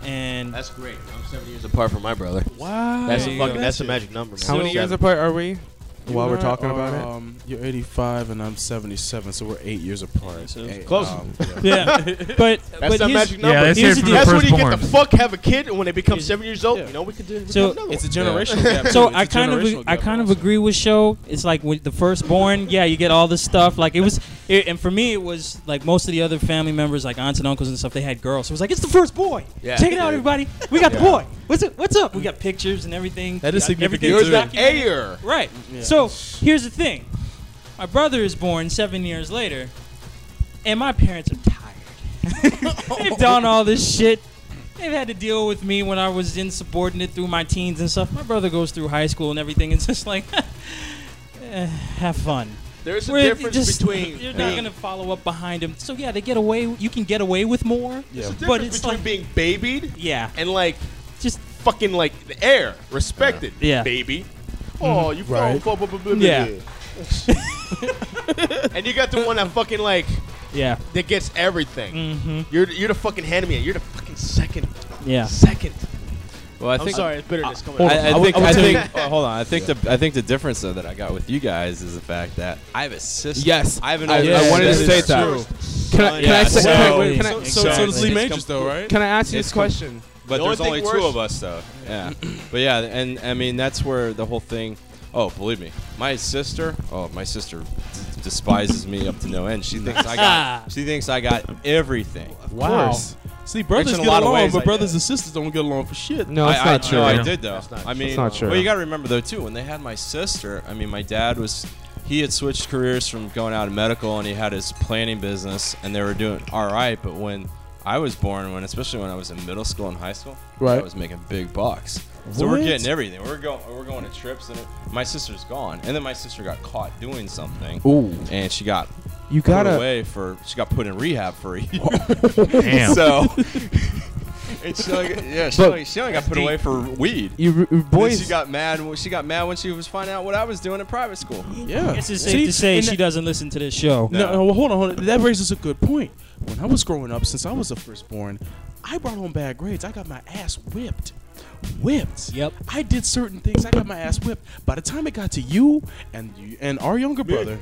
Speaker 7: and
Speaker 5: That's great. I'm seven years apart from my brother.
Speaker 3: Wow.
Speaker 5: That's
Speaker 7: There
Speaker 5: a
Speaker 7: you
Speaker 5: fucking.
Speaker 7: go.
Speaker 5: That's a magic number, man.
Speaker 4: How many years apart are we? Oh. While we're talking about it.
Speaker 3: Um, you're 85 and I'm 77, so we're eight years apart.
Speaker 7: So-
Speaker 3: Eight-
Speaker 5: Close.
Speaker 3: um, yeah.
Speaker 7: yeah. <laughs> But
Speaker 5: That's
Speaker 7: but
Speaker 5: not
Speaker 7: here's,
Speaker 5: magic number.
Speaker 9: Yeah, let's
Speaker 7: hear
Speaker 5: Here's
Speaker 7: it
Speaker 5: the
Speaker 7: from the
Speaker 5: deal. that's when you get the
Speaker 9: firstborn.
Speaker 5: fuck have a kid, and when they become
Speaker 7: Here's-
Speaker 5: seven years old,
Speaker 3: yeah.
Speaker 5: you know we can do. We
Speaker 7: So,
Speaker 5: can have another
Speaker 3: It's a
Speaker 5: one.
Speaker 3: generational gap.
Speaker 7: So
Speaker 3: too. It's
Speaker 7: I
Speaker 3: a
Speaker 7: kind
Speaker 3: generational
Speaker 7: of I
Speaker 3: gap
Speaker 7: kind of
Speaker 3: also.
Speaker 7: agree with show. It's like with the firstborn, yeah, you get all this stuff. Like it was, it, and for me, it was like most of the other family members, like aunts and uncles and stuff, they had girls. So it was like, it's the first boy.
Speaker 5: Yeah.
Speaker 7: Check it out, everybody. We got the boy. What's it? What's up? We got pictures and everything.
Speaker 3: That is
Speaker 7: Uh,
Speaker 3: significant,
Speaker 7: everything's
Speaker 3: too.
Speaker 7: documented.
Speaker 6: Ayer.
Speaker 7: Right. So here's the thing. My brother is born seven years later, and my parents are tired. <laughs> They've done all this shit. They've had to deal with me when I was insubordinate through my teens and stuff. My brother goes through high school and everything. <laughs> It's just like, eh, have fun.
Speaker 5: There's a
Speaker 7: We're
Speaker 5: difference
Speaker 7: just-
Speaker 5: between
Speaker 7: <laughs> you're not
Speaker 5: being,
Speaker 7: gonna follow up behind him. So yeah, they get away. You can get away with more.
Speaker 5: there's a
Speaker 7: but
Speaker 5: difference
Speaker 7: it's
Speaker 5: between
Speaker 7: like-
Speaker 5: being babied
Speaker 7: Yeah,
Speaker 5: and like
Speaker 7: just
Speaker 5: fucking like the air respected.
Speaker 7: Yeah.
Speaker 5: baby.
Speaker 4: Mm-hmm.
Speaker 5: Oh, you fall,
Speaker 3: Right.
Speaker 5: fall, blah, blah, blah, blah,
Speaker 7: Yeah.
Speaker 5: blah. <laughs> and you got the one that fucking like
Speaker 7: yeah,
Speaker 5: that gets everything.
Speaker 7: hmm
Speaker 5: You're you're the fucking handyman. You're the fucking second,
Speaker 7: yeah.
Speaker 5: second. Uh,
Speaker 6: Well, I
Speaker 5: I'm
Speaker 6: think.
Speaker 5: sorry, it's bitterness coming. out.
Speaker 6: I, I
Speaker 3: would-
Speaker 6: think.
Speaker 3: I would
Speaker 6: I
Speaker 3: say-
Speaker 6: think. oh, hold on. I think the. I think the difference though that I got with you guys is the fact that I have a sister.
Speaker 4: Yes.
Speaker 6: I have an.
Speaker 4: I-
Speaker 6: older
Speaker 4: I wanted to
Speaker 6: sister.
Speaker 4: state that. Can I, can
Speaker 6: Yeah,
Speaker 4: I say,
Speaker 6: so-
Speaker 4: can I- wait, can I-
Speaker 3: So, so does Lee
Speaker 6: Exactly.
Speaker 3: Majors, though, right?
Speaker 4: can I ask you this
Speaker 6: It's com-
Speaker 4: question?
Speaker 6: But
Speaker 5: The only
Speaker 6: there's
Speaker 5: thing
Speaker 6: only
Speaker 5: worse-
Speaker 6: two of us, though. Yeah. but yeah, and I mean that's where the whole thing. Oh, believe me, my sister. Oh, my sister d- despises me up to no end. She thinks I
Speaker 4: <laughs>
Speaker 6: got. She thinks I got everything.
Speaker 4: Wow.
Speaker 3: See, brothers
Speaker 6: Which in
Speaker 3: get
Speaker 6: a lot of
Speaker 3: along,
Speaker 6: ways, I
Speaker 3: but brothers
Speaker 6: guess.
Speaker 3: and sisters don't get along for shit.
Speaker 4: No,
Speaker 6: I,
Speaker 4: it's not
Speaker 6: I,
Speaker 4: true.
Speaker 6: No, I
Speaker 9: Yeah.
Speaker 6: did though. I mean,
Speaker 4: not true.
Speaker 6: Well, you got to remember though too. When they had my sister, I mean, my dad was. He had switched careers from going out of medical, and he had his planning business, and they were doing all right. But when I was born, when especially when I was in middle school and high school, I
Speaker 3: Right.
Speaker 6: was making big bucks. So we're
Speaker 3: What?
Speaker 6: getting everything. We're going. We're going to trips, and it, my sister's gone. And then my sister got caught doing something,
Speaker 4: Ooh,
Speaker 6: and she got
Speaker 4: you
Speaker 6: put
Speaker 4: gotta.
Speaker 6: away for. She got put in rehab for a year.
Speaker 9: Damn.
Speaker 4: <laughs>
Speaker 6: <laughs> So. and she only, got- yeah, she
Speaker 4: But-
Speaker 6: only, she only got put away for weed.
Speaker 4: You, you
Speaker 6: Then
Speaker 4: boys.
Speaker 6: she got mad. When, she got mad when she was finding out what I was doing in private school.
Speaker 3: Yeah.
Speaker 7: It's safe
Speaker 3: See,
Speaker 7: to say
Speaker 3: and
Speaker 7: she
Speaker 3: that-
Speaker 7: doesn't listen to this show.
Speaker 3: No, no, well, hold on, hold on. That raises a good point. When I was growing up, since I was the firstborn, I brought home bad grades. I got my ass whipped. Whipped.
Speaker 7: Yep.
Speaker 3: I did certain things. I got my ass whipped. By the time it got to you and you, and our younger brother,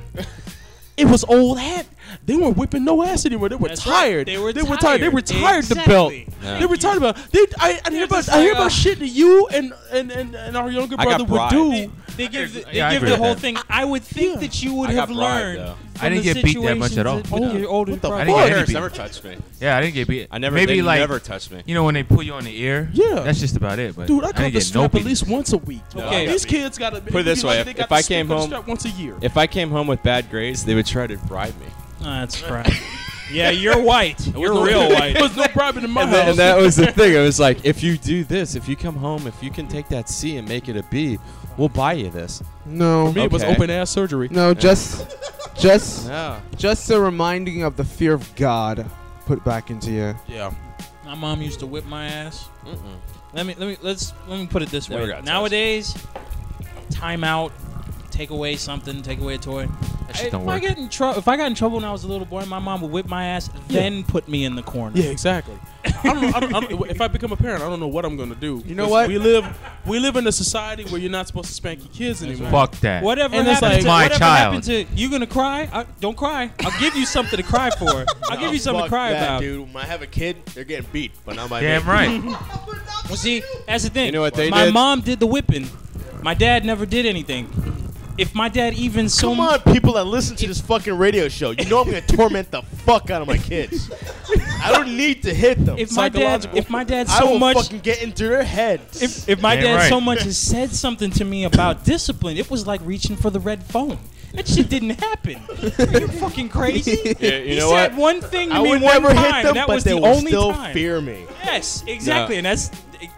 Speaker 3: it was old hat. They weren't whipping no ass anymore. They were
Speaker 7: That's right.
Speaker 3: tired.
Speaker 7: They were
Speaker 3: They were tired. They were tired
Speaker 7: tired.
Speaker 3: the belt.
Speaker 7: Exactly.
Speaker 6: Yeah.
Speaker 3: They were tired about. They. I, I hear about.
Speaker 7: just
Speaker 3: I hear
Speaker 7: like,
Speaker 3: about
Speaker 7: uh,
Speaker 3: shit that you and and and, and our younger
Speaker 6: I got
Speaker 3: brother would
Speaker 6: bribed.
Speaker 3: do.
Speaker 7: They give the, they
Speaker 9: Yeah, I
Speaker 7: give
Speaker 9: agree
Speaker 7: the
Speaker 9: with
Speaker 7: whole
Speaker 9: that.
Speaker 7: thing. I would think that you would
Speaker 6: I
Speaker 7: have
Speaker 6: got bribed,
Speaker 7: learned.
Speaker 6: though.
Speaker 7: from
Speaker 9: I didn't
Speaker 7: the
Speaker 9: get beat that much at
Speaker 7: situations
Speaker 9: all.
Speaker 7: that- with your older
Speaker 6: I
Speaker 7: brother.
Speaker 6: didn't get any
Speaker 5: Harris
Speaker 6: beat.
Speaker 5: never touched me.
Speaker 9: Yeah, I didn't get beat.
Speaker 6: I never.
Speaker 9: Maybe
Speaker 6: they
Speaker 9: like
Speaker 6: never touched me.
Speaker 9: you know when they pull you on the ear.
Speaker 4: Yeah.
Speaker 9: that's just about it. But
Speaker 4: Dude, I
Speaker 9: I didn't
Speaker 4: got the
Speaker 9: get no
Speaker 4: strap
Speaker 9: beat.
Speaker 4: at least once a week.
Speaker 5: No,
Speaker 4: okay,
Speaker 5: I got
Speaker 4: these
Speaker 5: beat.
Speaker 4: kids gotta
Speaker 6: Put it this way,
Speaker 4: they
Speaker 6: if-
Speaker 4: got
Speaker 6: if
Speaker 4: the
Speaker 6: I
Speaker 4: strap-
Speaker 6: came
Speaker 4: the
Speaker 6: home-
Speaker 4: strap once a year.
Speaker 6: If I came home with bad grades, they would try to bribe me.
Speaker 7: Ah, <laughs> that's right. Yeah, you're white. You're real white.
Speaker 4: There was no bribing in my
Speaker 6: and, that,
Speaker 4: house.
Speaker 6: and that was the thing. It was like, if you do this, if you come home, if you can take that C and make it a B, we'll buy you this.
Speaker 3: No,
Speaker 4: me, it was
Speaker 6: Okay.
Speaker 4: open ass surgery.
Speaker 3: no, just, just,
Speaker 6: Yeah.
Speaker 3: just a reminding of the fear of God put back into you.
Speaker 4: Yeah.
Speaker 7: My mom used to whip my ass.
Speaker 6: Mm-mm.
Speaker 7: Let me let me let's let me put it this
Speaker 6: Never
Speaker 7: way.
Speaker 6: got
Speaker 7: Nowadays, time out, take away something, take away a toy.
Speaker 9: That shit
Speaker 7: if
Speaker 9: don't
Speaker 7: I
Speaker 9: work.
Speaker 7: get in trouble, if I got in trouble when I was a little boy, my mom would whip my ass, then put me in the corner.
Speaker 4: Yeah, exactly. I don't know. I don't, I don't, if I become a parent, I don't know what I'm gonna do. You
Speaker 3: know what?
Speaker 4: We live, we live in a society where you're not supposed to spank your kids anymore.
Speaker 9: Fuck that.
Speaker 7: Whatever
Speaker 4: And it's
Speaker 7: happened
Speaker 4: like-
Speaker 7: to
Speaker 9: My
Speaker 7: whatever
Speaker 9: child.
Speaker 7: happened to you gonna cry? I, don't cry. I'll give you something to cry for. I'll give you something to
Speaker 5: Fuck
Speaker 7: cry
Speaker 5: that,
Speaker 7: about.
Speaker 5: dude. When I have a kid, they're getting beat, but not by
Speaker 9: Damn
Speaker 5: me.
Speaker 9: right.
Speaker 7: Well, see, that's the thing.
Speaker 6: You know what they
Speaker 7: my
Speaker 6: did?
Speaker 7: mom did the whipping. My dad never did anything. If my dad even so
Speaker 5: Come on, people that listen to this fucking radio show, you know I'm gonna torment the fuck out of my kids. I don't need to hit them.
Speaker 7: if my dad
Speaker 5: Psychological.
Speaker 7: if my dad
Speaker 5: <laughs> I
Speaker 7: so
Speaker 5: will
Speaker 7: much
Speaker 5: fucking get into their heads.
Speaker 7: if, if my
Speaker 9: Damn
Speaker 7: dad
Speaker 9: right.
Speaker 7: so much has said something to me about discipline, it was like reaching for the red phone. That shit didn't happen. Are you fucking crazy?
Speaker 6: Yeah, you
Speaker 7: he
Speaker 6: know
Speaker 7: said
Speaker 6: what?
Speaker 7: one thing to
Speaker 5: I
Speaker 7: me
Speaker 5: would
Speaker 7: one
Speaker 5: never
Speaker 7: time.
Speaker 5: hit them,
Speaker 7: that
Speaker 5: but
Speaker 7: was
Speaker 5: they
Speaker 7: the
Speaker 5: will
Speaker 7: only
Speaker 5: still
Speaker 7: time.
Speaker 5: fear me.
Speaker 7: Yes, exactly, and that's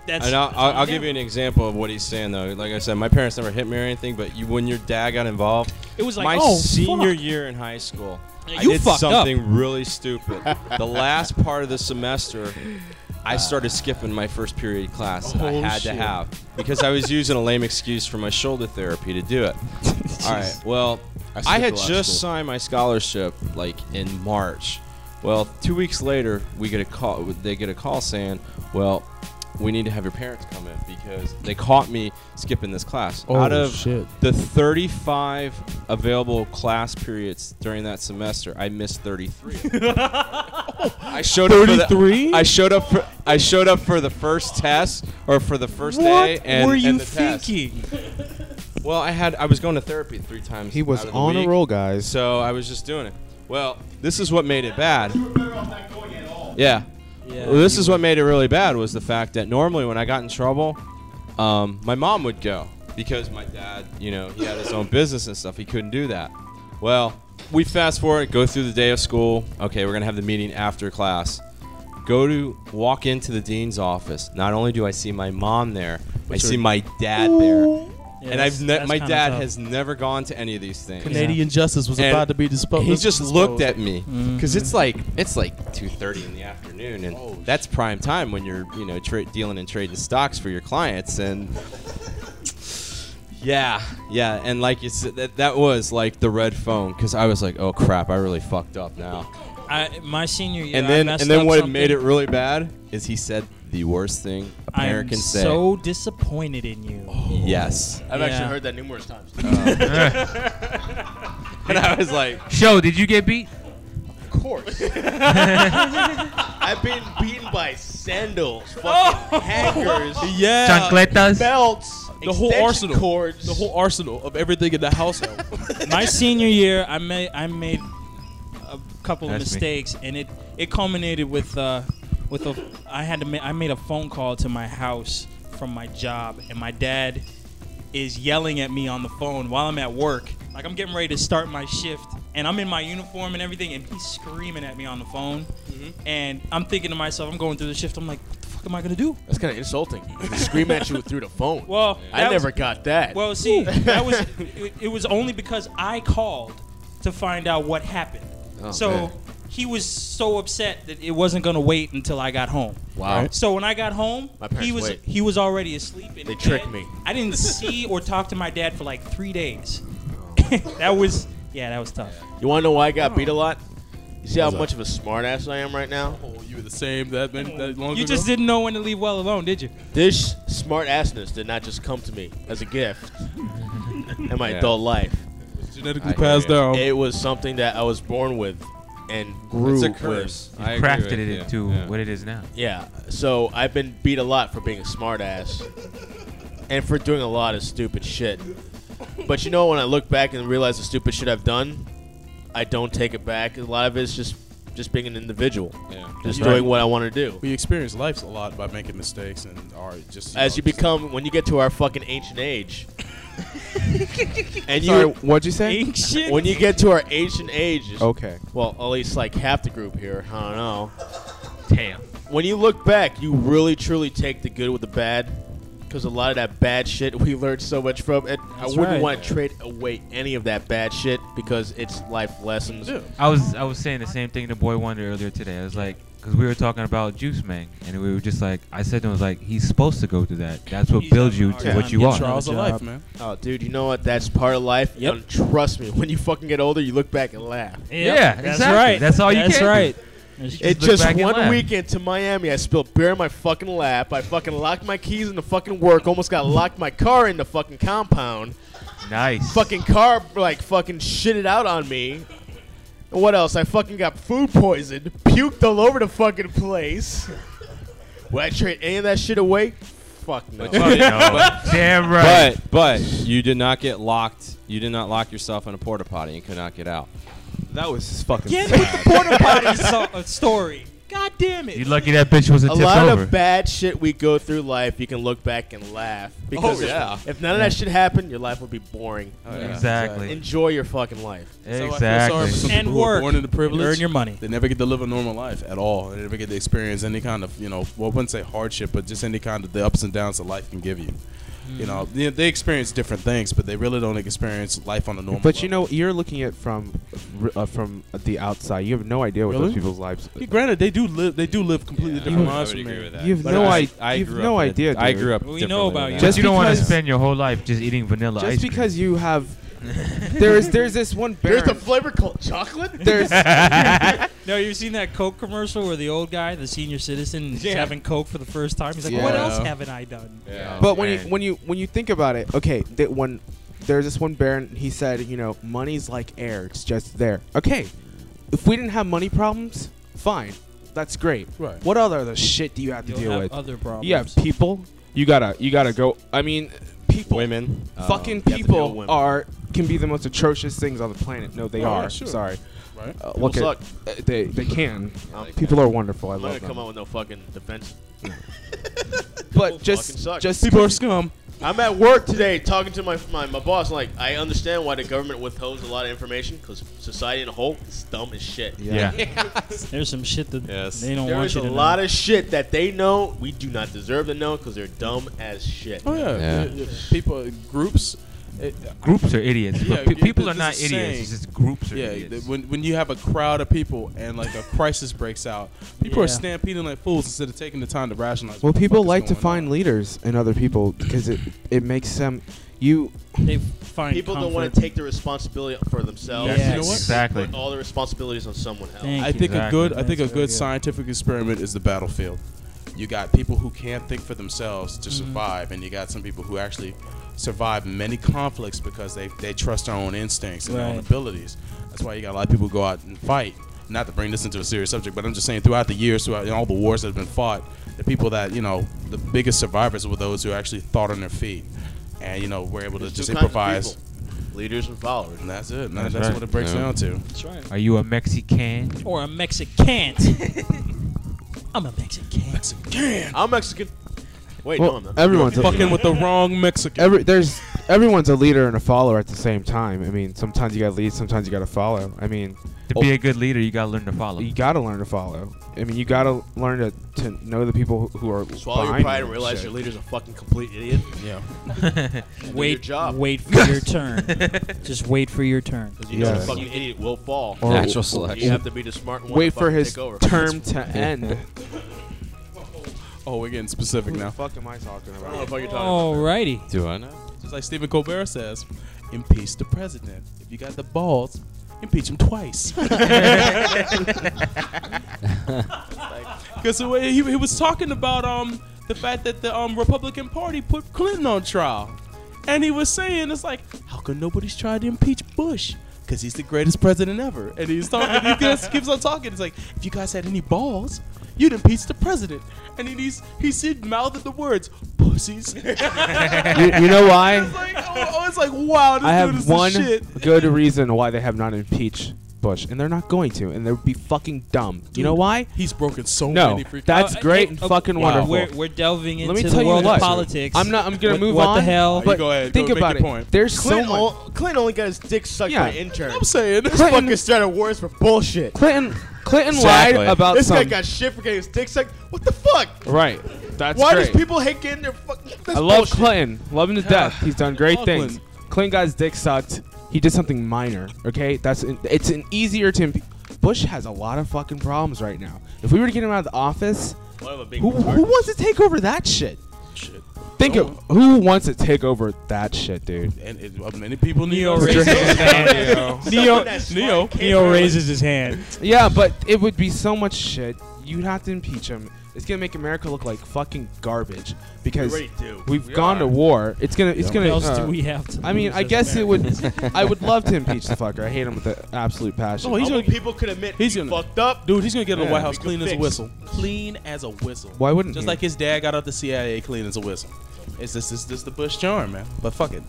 Speaker 7: that's.
Speaker 6: And I'll, I'll, I'll give you an example of what he's saying though. Like I said, my parents never hit me or anything, but you, when your dad got involved,
Speaker 7: It was like,
Speaker 6: my
Speaker 7: oh,
Speaker 6: senior
Speaker 7: fuck.
Speaker 6: year in high school. I
Speaker 7: you
Speaker 6: did
Speaker 7: fucked up.
Speaker 6: something really stupid.
Speaker 7: <laughs>
Speaker 6: the last part of the semester, I started skipping my first period class that I
Speaker 4: Oh,
Speaker 6: had
Speaker 4: shit.
Speaker 6: to have because I was using a lame excuse for my shoulder therapy to do it. All right. Well,
Speaker 4: I skipped
Speaker 6: I, had
Speaker 4: a lot of
Speaker 6: just
Speaker 4: school.
Speaker 6: signed my scholarship like in March. Well, two weeks later, we get a call. They get a call saying, "Well, we need to have your parents come in because they caught me skipping this class."
Speaker 4: Oh,
Speaker 6: Out of
Speaker 4: shit.
Speaker 6: the 35 available class periods during that semester, I missed 33. I showed up for the-
Speaker 4: 33?
Speaker 6: I showed up for I showed up for the first test or for the first day
Speaker 7: What
Speaker 6: and
Speaker 7: were you
Speaker 6: and the test.
Speaker 7: thinking?
Speaker 6: Well, I had I was going to therapy three times.
Speaker 3: He was
Speaker 6: out of the
Speaker 3: on a
Speaker 6: week,
Speaker 3: roll, guys.
Speaker 6: so I was just doing it. Well, this is what made it bad. Yeah. Well, this is what made it really bad was the fact that normally when I got in trouble, um, my mom would go because my dad, you know, he had his own business and stuff. He couldn't do that. Well, we fast forward, go through the day of school. Okay, we're gonna have the meeting after class. Go to walk into the dean's office. Not only do I see my mom there, I see my dad there.
Speaker 7: Yeah,
Speaker 6: and
Speaker 7: that's-
Speaker 6: I've ne-
Speaker 7: that's
Speaker 6: my
Speaker 7: kinda
Speaker 6: dad
Speaker 7: tough.
Speaker 6: has never gone to any of these things.
Speaker 4: Canadian justice was
Speaker 6: And
Speaker 4: about to be disposed.
Speaker 6: He just looked at me
Speaker 7: Mm-hmm.
Speaker 6: because it's like it's like two thirty in the afternoon, and that's prime time when you're you know tra- dealing and trading stocks for your clients, and yeah, yeah, and like you said, that that was like the red phone because I was like, oh crap, I really fucked up now,
Speaker 7: I, my senior year,
Speaker 6: and
Speaker 7: I
Speaker 6: then
Speaker 7: messed
Speaker 6: and then
Speaker 7: up
Speaker 6: what
Speaker 7: something.
Speaker 6: made it really bad is he said the worst thing a
Speaker 7: I'm
Speaker 6: parent can say.
Speaker 7: so disappointed in you. <laughs>
Speaker 6: yes,
Speaker 5: I've
Speaker 7: Yeah.
Speaker 5: actually heard that numerous times.
Speaker 6: and I was like,
Speaker 9: Show, did you get beat?
Speaker 5: of
Speaker 7: <laughs>
Speaker 5: course. I've been beaten by sandals, fucking
Speaker 7: <laughs> Oh.
Speaker 5: hangers,
Speaker 4: Yeah.
Speaker 6: Uh,
Speaker 9: Chancletas.
Speaker 5: belts,
Speaker 4: The whole
Speaker 5: extension
Speaker 4: arsenal.
Speaker 5: cords.
Speaker 4: The whole arsenal of everything in the
Speaker 6: <laughs>
Speaker 4: household.
Speaker 7: my senior year, I made I made a couple of
Speaker 9: That's me.
Speaker 7: mistakes, and it it culminated with uh with a I had to ma- I made a phone call to my house from my job, and my dad is yelling at me on the phone while I'm at work. Like I'm getting ready to start my shift, and I'm in my uniform and everything, and he's screaming at me on the phone, and I'm thinking to myself, I'm going through the shift, I'm like, what the fuck am I gonna do?
Speaker 5: That's kind of insulting. They scream at you through the phone.
Speaker 7: Well,
Speaker 5: I
Speaker 7: that was-
Speaker 5: never got that.
Speaker 7: Well, see, that was it, it was only because I called to find out what happened.
Speaker 5: Oh,
Speaker 7: so
Speaker 6: man.
Speaker 7: he was so upset that it wasn't gonna wait until I got home.
Speaker 5: wow.
Speaker 7: So when I got home,
Speaker 5: My parents
Speaker 7: he was
Speaker 5: wait.
Speaker 7: he was already asleep. In
Speaker 5: They
Speaker 7: bed.
Speaker 5: tricked me.
Speaker 7: I didn't see or talk to my dad for like three days.
Speaker 5: Oh.
Speaker 7: <laughs> that was yeah, that was tough.
Speaker 5: You want to know why I got beat a lot? You see how much of a smartass I am right now?
Speaker 4: oh, you were the same that, man, that long
Speaker 7: You
Speaker 4: ago?
Speaker 7: just didn't know when to leave well alone, did you?
Speaker 5: This smart assness did not just come to me as a gift in my
Speaker 6: <laughs> Yeah.
Speaker 5: adult life.
Speaker 4: genetically
Speaker 6: I-
Speaker 4: passed down.
Speaker 5: It was something that I was born with and grew
Speaker 6: it's a
Speaker 5: with.
Speaker 6: curse. I agree
Speaker 9: Crafted
Speaker 6: with
Speaker 9: it
Speaker 6: you.
Speaker 9: into
Speaker 6: Yeah. <laughs>
Speaker 9: what it is now.
Speaker 5: Yeah. So I've been beat a lot for being a smartass and for doing a lot of stupid shit. But you know, when I look back and realize the stupid shit I've done, I don't take it back. A lot of it's just just being an individual,
Speaker 6: Yeah.
Speaker 5: just
Speaker 8: Right.
Speaker 5: doing what I want to do.
Speaker 8: We experience life a lot by making mistakes and are just
Speaker 5: As
Speaker 8: know,
Speaker 5: you
Speaker 8: just-
Speaker 5: become, when you get to our fucking ancient age,
Speaker 3: Sorry,
Speaker 5: and you,
Speaker 3: what'd you say?
Speaker 7: Ancient.
Speaker 5: when you get to our ancient ages,
Speaker 3: Okay.
Speaker 5: well, at least like half the group here, I don't know. Damn. When you look back, you really truly take the good with the bad, because a lot of that bad shit <laughs> we learned so much from, and I
Speaker 7: That's
Speaker 5: wouldn't
Speaker 7: right.
Speaker 5: want to trade away any of that bad shit because it's life lessons.
Speaker 9: I was I was saying the same thing to Boy Wonder earlier today. I was like, because we were talking about Juice Man, and we were just like, I said to him, I was like, he's supposed to go through that. That's what
Speaker 7: He's
Speaker 9: builds
Speaker 7: having a
Speaker 9: you
Speaker 7: hard
Speaker 9: to
Speaker 7: time
Speaker 9: what you
Speaker 7: getting
Speaker 9: are.
Speaker 8: trials of
Speaker 7: Job.
Speaker 8: life, man.
Speaker 5: Oh, dude, you know what? That's part of life.
Speaker 7: Yep.
Speaker 5: And trust me, <laughs> when you fucking get older, you look back and laugh.
Speaker 7: Yep,
Speaker 9: Yeah,
Speaker 7: that's
Speaker 9: exactly.
Speaker 7: right.
Speaker 9: That's all you
Speaker 7: That's
Speaker 9: can do.
Speaker 7: right. That's
Speaker 5: It
Speaker 9: look
Speaker 5: just
Speaker 9: back and
Speaker 5: one
Speaker 9: laugh.
Speaker 5: weekend to Miami, I spilled beer in my fucking lap. I fucking locked my keys in the fucking work. Almost got locked my car in the fucking compound.
Speaker 9: Nice.
Speaker 5: Fucking car like fucking shitted out on me. And What else? I fucking got food poisoned, puked all over the fucking place. Would I trade any of that shit away? Fuck no.
Speaker 9: Fuck <laughs> no. Damn right.
Speaker 6: But but you did not get locked. You did not lock yourself in a porta potty and could not get out.
Speaker 3: That was fucking
Speaker 7: Again with the porta potty so- uh, story. God damn it.
Speaker 9: you lucky that bitch wasn't
Speaker 5: a
Speaker 9: tipped
Speaker 5: lot
Speaker 9: over.
Speaker 5: of bad shit we go through life, you can look back and laugh. Because
Speaker 6: Oh, yeah.
Speaker 5: if, if none of that shit happened, your life would be boring.
Speaker 9: exactly.
Speaker 5: Enjoy your fucking life.
Speaker 9: uh,
Speaker 8: So I feel sorry for
Speaker 9: Exactly.
Speaker 8: some
Speaker 7: And
Speaker 8: people who are
Speaker 7: work
Speaker 8: born into
Speaker 7: and
Speaker 8: privilege.
Speaker 7: earn your money.
Speaker 8: They never get to live a normal life at all. They never get to experience any kind of, you know, well, I wouldn't say hardship, but just any kind of the ups and downs that life can give you. You know, they, they experience different things, but they really don't experience life on a normal.
Speaker 3: But you
Speaker 8: level.
Speaker 3: know, you're looking at from uh, from the outside. You have no idea what those
Speaker 8: Really?
Speaker 3: people's lives.
Speaker 8: Yeah, granted, they do live. They do live completely different lives. from there.
Speaker 3: You have
Speaker 6: But
Speaker 3: no
Speaker 6: I-
Speaker 3: idea.
Speaker 6: I
Speaker 3: you have
Speaker 6: grew
Speaker 3: no
Speaker 6: up in a-
Speaker 3: idea.
Speaker 6: I
Speaker 3: dude.
Speaker 6: grew up.
Speaker 7: We know
Speaker 6: differently
Speaker 7: about
Speaker 6: than
Speaker 7: you.
Speaker 6: that.
Speaker 3: Just
Speaker 9: you don't want to
Speaker 3: because-
Speaker 9: spend your whole life just eating vanilla ice
Speaker 3: Just
Speaker 9: cream.
Speaker 3: because you
Speaker 6: <laughs>
Speaker 3: have, there's <laughs> there's Oh, this one
Speaker 5: There's
Speaker 3: Baron.
Speaker 5: the flavor called chocolate?
Speaker 3: <laughs> there's
Speaker 7: No, you've seen that Coke commercial where the old guy, the senior citizen, is
Speaker 5: Yeah.
Speaker 7: having Coke for the first time. He's like,
Speaker 3: Yeah.
Speaker 7: "What else haven't I done?"
Speaker 3: but when
Speaker 9: man.
Speaker 3: you when you when you think about it, okay, that when there's this one Baron, he said, you know, money's like air; it's just there. Okay, if we didn't have money problems, fine, that's great.
Speaker 8: Right.
Speaker 3: What other other shit do you have to
Speaker 7: You'll
Speaker 3: deal
Speaker 7: have
Speaker 3: with?
Speaker 7: other problems.
Speaker 3: you have people. You gotta you gotta go. I mean, people.
Speaker 6: women.
Speaker 5: Oh,
Speaker 6: um,
Speaker 3: Fucking
Speaker 5: deal with
Speaker 3: people
Speaker 5: women.
Speaker 3: are can be the most atrocious things on the planet. No, they
Speaker 8: Oh,
Speaker 3: are.
Speaker 8: yeah, sure.
Speaker 3: Sorry.
Speaker 8: Right.
Speaker 3: Uh,
Speaker 5: People
Speaker 3: look at-
Speaker 5: suck.
Speaker 3: uh, they they can. Um,
Speaker 5: I'm,
Speaker 3: People are wonderful. I
Speaker 5: I'm not
Speaker 3: love
Speaker 5: gonna come
Speaker 3: them.
Speaker 5: out with no fucking defense.
Speaker 3: But
Speaker 5: fucking
Speaker 3: just
Speaker 5: suck.
Speaker 3: just
Speaker 8: people are scum.
Speaker 5: I'm at work today talking to my, my, my boss. I'm like, I understand why the government withholds a lot of information because society in a whole is dumb as shit.
Speaker 9: yeah.
Speaker 7: There's some shit that
Speaker 6: Yes.
Speaker 7: they don't
Speaker 5: There
Speaker 7: want
Speaker 5: is
Speaker 7: you
Speaker 5: a
Speaker 7: to know.
Speaker 5: lot of shit that they know we do not deserve to know because they're dumb as shit.
Speaker 8: Oh yeah.
Speaker 6: Yeah.
Speaker 8: The- the People, groups. it-
Speaker 9: Groups are idiots.
Speaker 8: Yeah,
Speaker 9: but pe-
Speaker 8: it-
Speaker 9: people are
Speaker 8: there's
Speaker 9: not
Speaker 8: a
Speaker 9: idiots.
Speaker 8: saying.
Speaker 9: It's just groups are
Speaker 8: yeah. the-
Speaker 9: idiots.
Speaker 8: When when you have a crowd of people and like a crisis breaks out, people are
Speaker 7: Yeah.
Speaker 8: stampeding like fools instead of taking the time to rationalize.
Speaker 3: well,
Speaker 8: what the
Speaker 3: people
Speaker 8: fuck is
Speaker 3: like to
Speaker 8: going on.
Speaker 3: find leaders in other people because it it makes them. You
Speaker 7: They find
Speaker 5: People don't
Speaker 7: comfort.
Speaker 5: want to take the responsibility for themselves.
Speaker 7: Yes. You know
Speaker 5: They
Speaker 7: what?
Speaker 9: Exactly.
Speaker 5: Put all the responsibilities on someone else.
Speaker 7: Thank
Speaker 8: I
Speaker 7: you.
Speaker 8: think
Speaker 9: Exactly.
Speaker 8: a good I think a
Speaker 7: That's
Speaker 8: good,
Speaker 7: very good.
Speaker 8: scientific experiment is the battlefield. You got people who can't think for themselves to survive, and you got some people who actually survive many conflicts because they they trust their own instincts and their own
Speaker 7: Right.
Speaker 8: abilities. That's why you got a lot of people who go out and fight. Not to bring this into a serious subject, but I'm just saying throughout the years, throughout all the wars that have been fought, the people that you know, the biggest survivors were those who actually thought on their feet, and you know were able
Speaker 5: There's
Speaker 8: to just
Speaker 5: two kinds of
Speaker 8: improvise.
Speaker 5: people, Leaders and followers.
Speaker 8: And that's it.
Speaker 9: That's
Speaker 8: That's,
Speaker 9: right.
Speaker 8: what it breaks
Speaker 6: Yeah.
Speaker 8: down to.
Speaker 7: That's right.
Speaker 9: Are you a Mexican?
Speaker 7: Or a Mexican.
Speaker 3: <laughs>
Speaker 7: I'm a Mexican.
Speaker 5: I'm Mexican. Wait, no,
Speaker 3: well,
Speaker 5: I'm not.
Speaker 3: everyone's a,
Speaker 8: Fucking with the wrong Mexican.
Speaker 3: every there's everyone's a leader and a follower at the same time. I mean, sometimes you gotta lead, sometimes you gotta follow. I mean,
Speaker 9: To
Speaker 3: Oh.
Speaker 9: be a good leader, you gotta learn to follow.
Speaker 3: you gotta learn to follow. I mean, you gotta learn to, to know the people who- who are
Speaker 5: Swallow your
Speaker 3: behind
Speaker 5: pride
Speaker 3: you
Speaker 5: and realize
Speaker 3: shit.
Speaker 5: your leader's a fucking complete idiot.
Speaker 8: yeah.
Speaker 7: wait,
Speaker 5: your job.
Speaker 7: wait for your turn.
Speaker 5: <laughs>
Speaker 7: Just wait for your turn.
Speaker 5: Because you know
Speaker 3: Yes.
Speaker 5: the fucking idiot will fall.
Speaker 3: Or-
Speaker 6: Natural
Speaker 5: You
Speaker 6: selection.
Speaker 5: have to be the smart one.
Speaker 3: Wait
Speaker 5: to
Speaker 3: for
Speaker 5: fucking
Speaker 3: his
Speaker 5: take over.
Speaker 3: term <laughs> to end.
Speaker 8: Oh, we're getting specific
Speaker 3: Who the
Speaker 8: now.
Speaker 3: fuck am I talking
Speaker 5: I don't know
Speaker 3: about?
Speaker 5: what the fuck you're talking about.
Speaker 7: Alrighty.
Speaker 6: Do I know?
Speaker 8: Just like Stephen Colbert says, impeach the president. If you got the balls, impeach him twice. <laughs> Because the way he, he was talking about um the fact that the um Republican Party put Clinton on trial, and he was saying it's like how come nobody's tried to impeach Bush? Because he's the greatest president ever. And he's talking, he just keeps on talking. It's like if you guys had any balls, you'd impeach the president. And then he's he said mouthing the words pussies.
Speaker 3: <laughs> you, you know why?
Speaker 8: It's like, I was like, wow, this
Speaker 3: I
Speaker 8: dude
Speaker 3: have
Speaker 8: is the
Speaker 3: one
Speaker 8: shit.
Speaker 3: good reason why they have not impeached Bush, and they're not going to, and they would be fucking dumb. you know why?
Speaker 8: He's broken so
Speaker 3: Mm. No,
Speaker 8: many freaking.
Speaker 3: that's
Speaker 10: Uh,
Speaker 3: great
Speaker 10: okay,
Speaker 3: and
Speaker 10: okay,
Speaker 3: fucking
Speaker 8: wow.
Speaker 10: We're,
Speaker 3: wonderful.
Speaker 10: we're delving into
Speaker 3: Let me
Speaker 10: the
Speaker 3: tell you
Speaker 10: world
Speaker 3: what.
Speaker 10: of politics.
Speaker 3: I'm not. I'm gonna
Speaker 10: What-
Speaker 3: move
Speaker 10: what
Speaker 3: on.
Speaker 10: the hell?
Speaker 3: But
Speaker 8: Go ahead,
Speaker 3: think
Speaker 8: go make
Speaker 3: about
Speaker 8: your
Speaker 3: it.
Speaker 8: point.
Speaker 3: There's
Speaker 5: Clinton,
Speaker 3: so much.
Speaker 5: o- Clinton only got his dick sucked by an
Speaker 3: Yeah.
Speaker 5: intern.
Speaker 8: I'm saying
Speaker 5: this
Speaker 3: Clinton-
Speaker 5: fucking started wars for bullshit.
Speaker 3: Clinton. Clinton
Speaker 6: Exactly.
Speaker 3: lied about
Speaker 5: This guy
Speaker 3: some.
Speaker 5: got shit for getting his dick sucked. What the fuck?
Speaker 3: right. That's
Speaker 5: Why
Speaker 3: great.
Speaker 5: does people hate getting their fucking? That's
Speaker 3: I love
Speaker 5: bullshit.
Speaker 3: Clinton. Love him to death. He's done great
Speaker 8: love
Speaker 3: things. Clinton got his dick sucked. He did something minor. Okay, that's it's an easier to. Impe- Bush has a lot of fucking problems right now. If we were to get him out of the office,
Speaker 5: Why am I being
Speaker 3: who, who
Speaker 5: retarded?
Speaker 3: wants to take over that shit? Think of who wants to take over that shit, dude.
Speaker 8: And it, uh, many people need
Speaker 3: <laughs>
Speaker 10: Neo
Speaker 8: to-
Speaker 10: raises his hand.
Speaker 5: Something
Speaker 10: Neo,
Speaker 5: that's
Speaker 10: Neo,
Speaker 5: smart,
Speaker 10: Neo
Speaker 5: capable.
Speaker 10: raises his hand.
Speaker 3: Yeah, but it would be so much shit. You'd have to impeach him. It's gonna make America look like fucking garbage because
Speaker 5: Already do.
Speaker 3: we've gone to war. It's gonna. It's
Speaker 10: What
Speaker 3: gonna.
Speaker 10: else
Speaker 3: uh,
Speaker 10: do we have to
Speaker 3: I mean,
Speaker 10: lose
Speaker 3: I
Speaker 10: as
Speaker 3: guess it
Speaker 10: <laughs>
Speaker 3: would.
Speaker 10: Americans?
Speaker 3: I would love to impeach the fucker. I hate him with an absolute passion.
Speaker 8: Oh, he's
Speaker 5: I
Speaker 8: gonna
Speaker 5: want people could admit
Speaker 8: he's
Speaker 5: he's you
Speaker 8: gonna-
Speaker 5: fucked up.
Speaker 8: Dude, he's gonna get out of the
Speaker 3: Yeah.
Speaker 8: White House
Speaker 5: We
Speaker 8: clean
Speaker 5: can
Speaker 8: as a
Speaker 5: fix.
Speaker 8: whistle. Clean as a whistle.
Speaker 3: Why wouldn't
Speaker 8: Just
Speaker 3: he?
Speaker 8: like his dad got out the CIA clean as a whistle. It's just this this the Bush charm, man. But fuck it.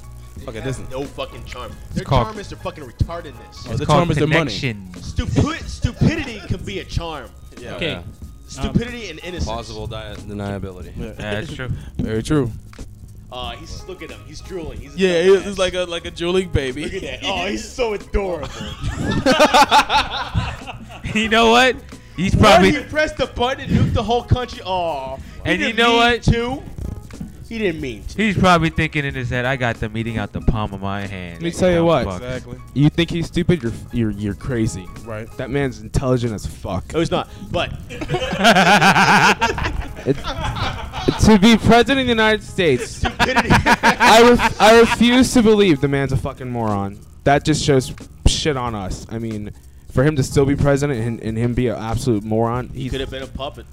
Speaker 8: Fuck it,
Speaker 5: Has
Speaker 8: isn't it?
Speaker 5: no fucking charm. Their
Speaker 9: called-
Speaker 5: charm is their fucking retardedness.
Speaker 8: Oh, the
Speaker 9: called
Speaker 8: charm is their money.
Speaker 9: connection.
Speaker 5: <laughs> Stupid, stupidity can be a charm.
Speaker 8: Um,
Speaker 10: Okay,
Speaker 5: Stupidity and innocence.
Speaker 6: Plausible di- deniability.
Speaker 8: Yeah.
Speaker 9: Yeah, that's true. <laughs>
Speaker 8: Very true.
Speaker 5: Uh, he's look at him. He's drooling. He's a
Speaker 8: Yeah,
Speaker 5: dumbass.
Speaker 8: it's like a like a drooling
Speaker 5: Look at
Speaker 8: baby.
Speaker 5: that. Oh, he's so adorable.
Speaker 9: you know what? He's
Speaker 5: Probably
Speaker 9: probably
Speaker 5: he pressed the button and nuked the whole country. Oh,
Speaker 9: And you know what?
Speaker 5: Too. He didn't mean to.
Speaker 9: he's probably thinking in his head, I got them eating out the palm of my
Speaker 3: Let
Speaker 9: hand.
Speaker 3: me tell you what.
Speaker 9: Fuck.
Speaker 3: you think he's stupid? You're you're you're crazy.
Speaker 8: Right.
Speaker 3: That man's intelligent as fuck.
Speaker 10: Oh.
Speaker 5: No, he's not. But <laughs>
Speaker 3: <laughs> to be president of the United States,
Speaker 5: stupidity.
Speaker 9: <laughs>
Speaker 3: I ref- I refuse to believe the man's a fucking moron. That just shows shit on us. I mean, for him to still be president and, and him be an absolute moron,
Speaker 5: he
Speaker 3: he's.
Speaker 5: could have been a puppet.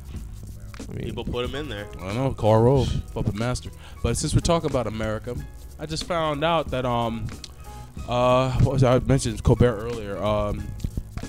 Speaker 3: I mean,
Speaker 5: People put him in there.
Speaker 8: I know, Carl Rove, puppet master. But since we're talking about America, I just found out that um, uh, what was I I mentioned Colbert earlier? Um,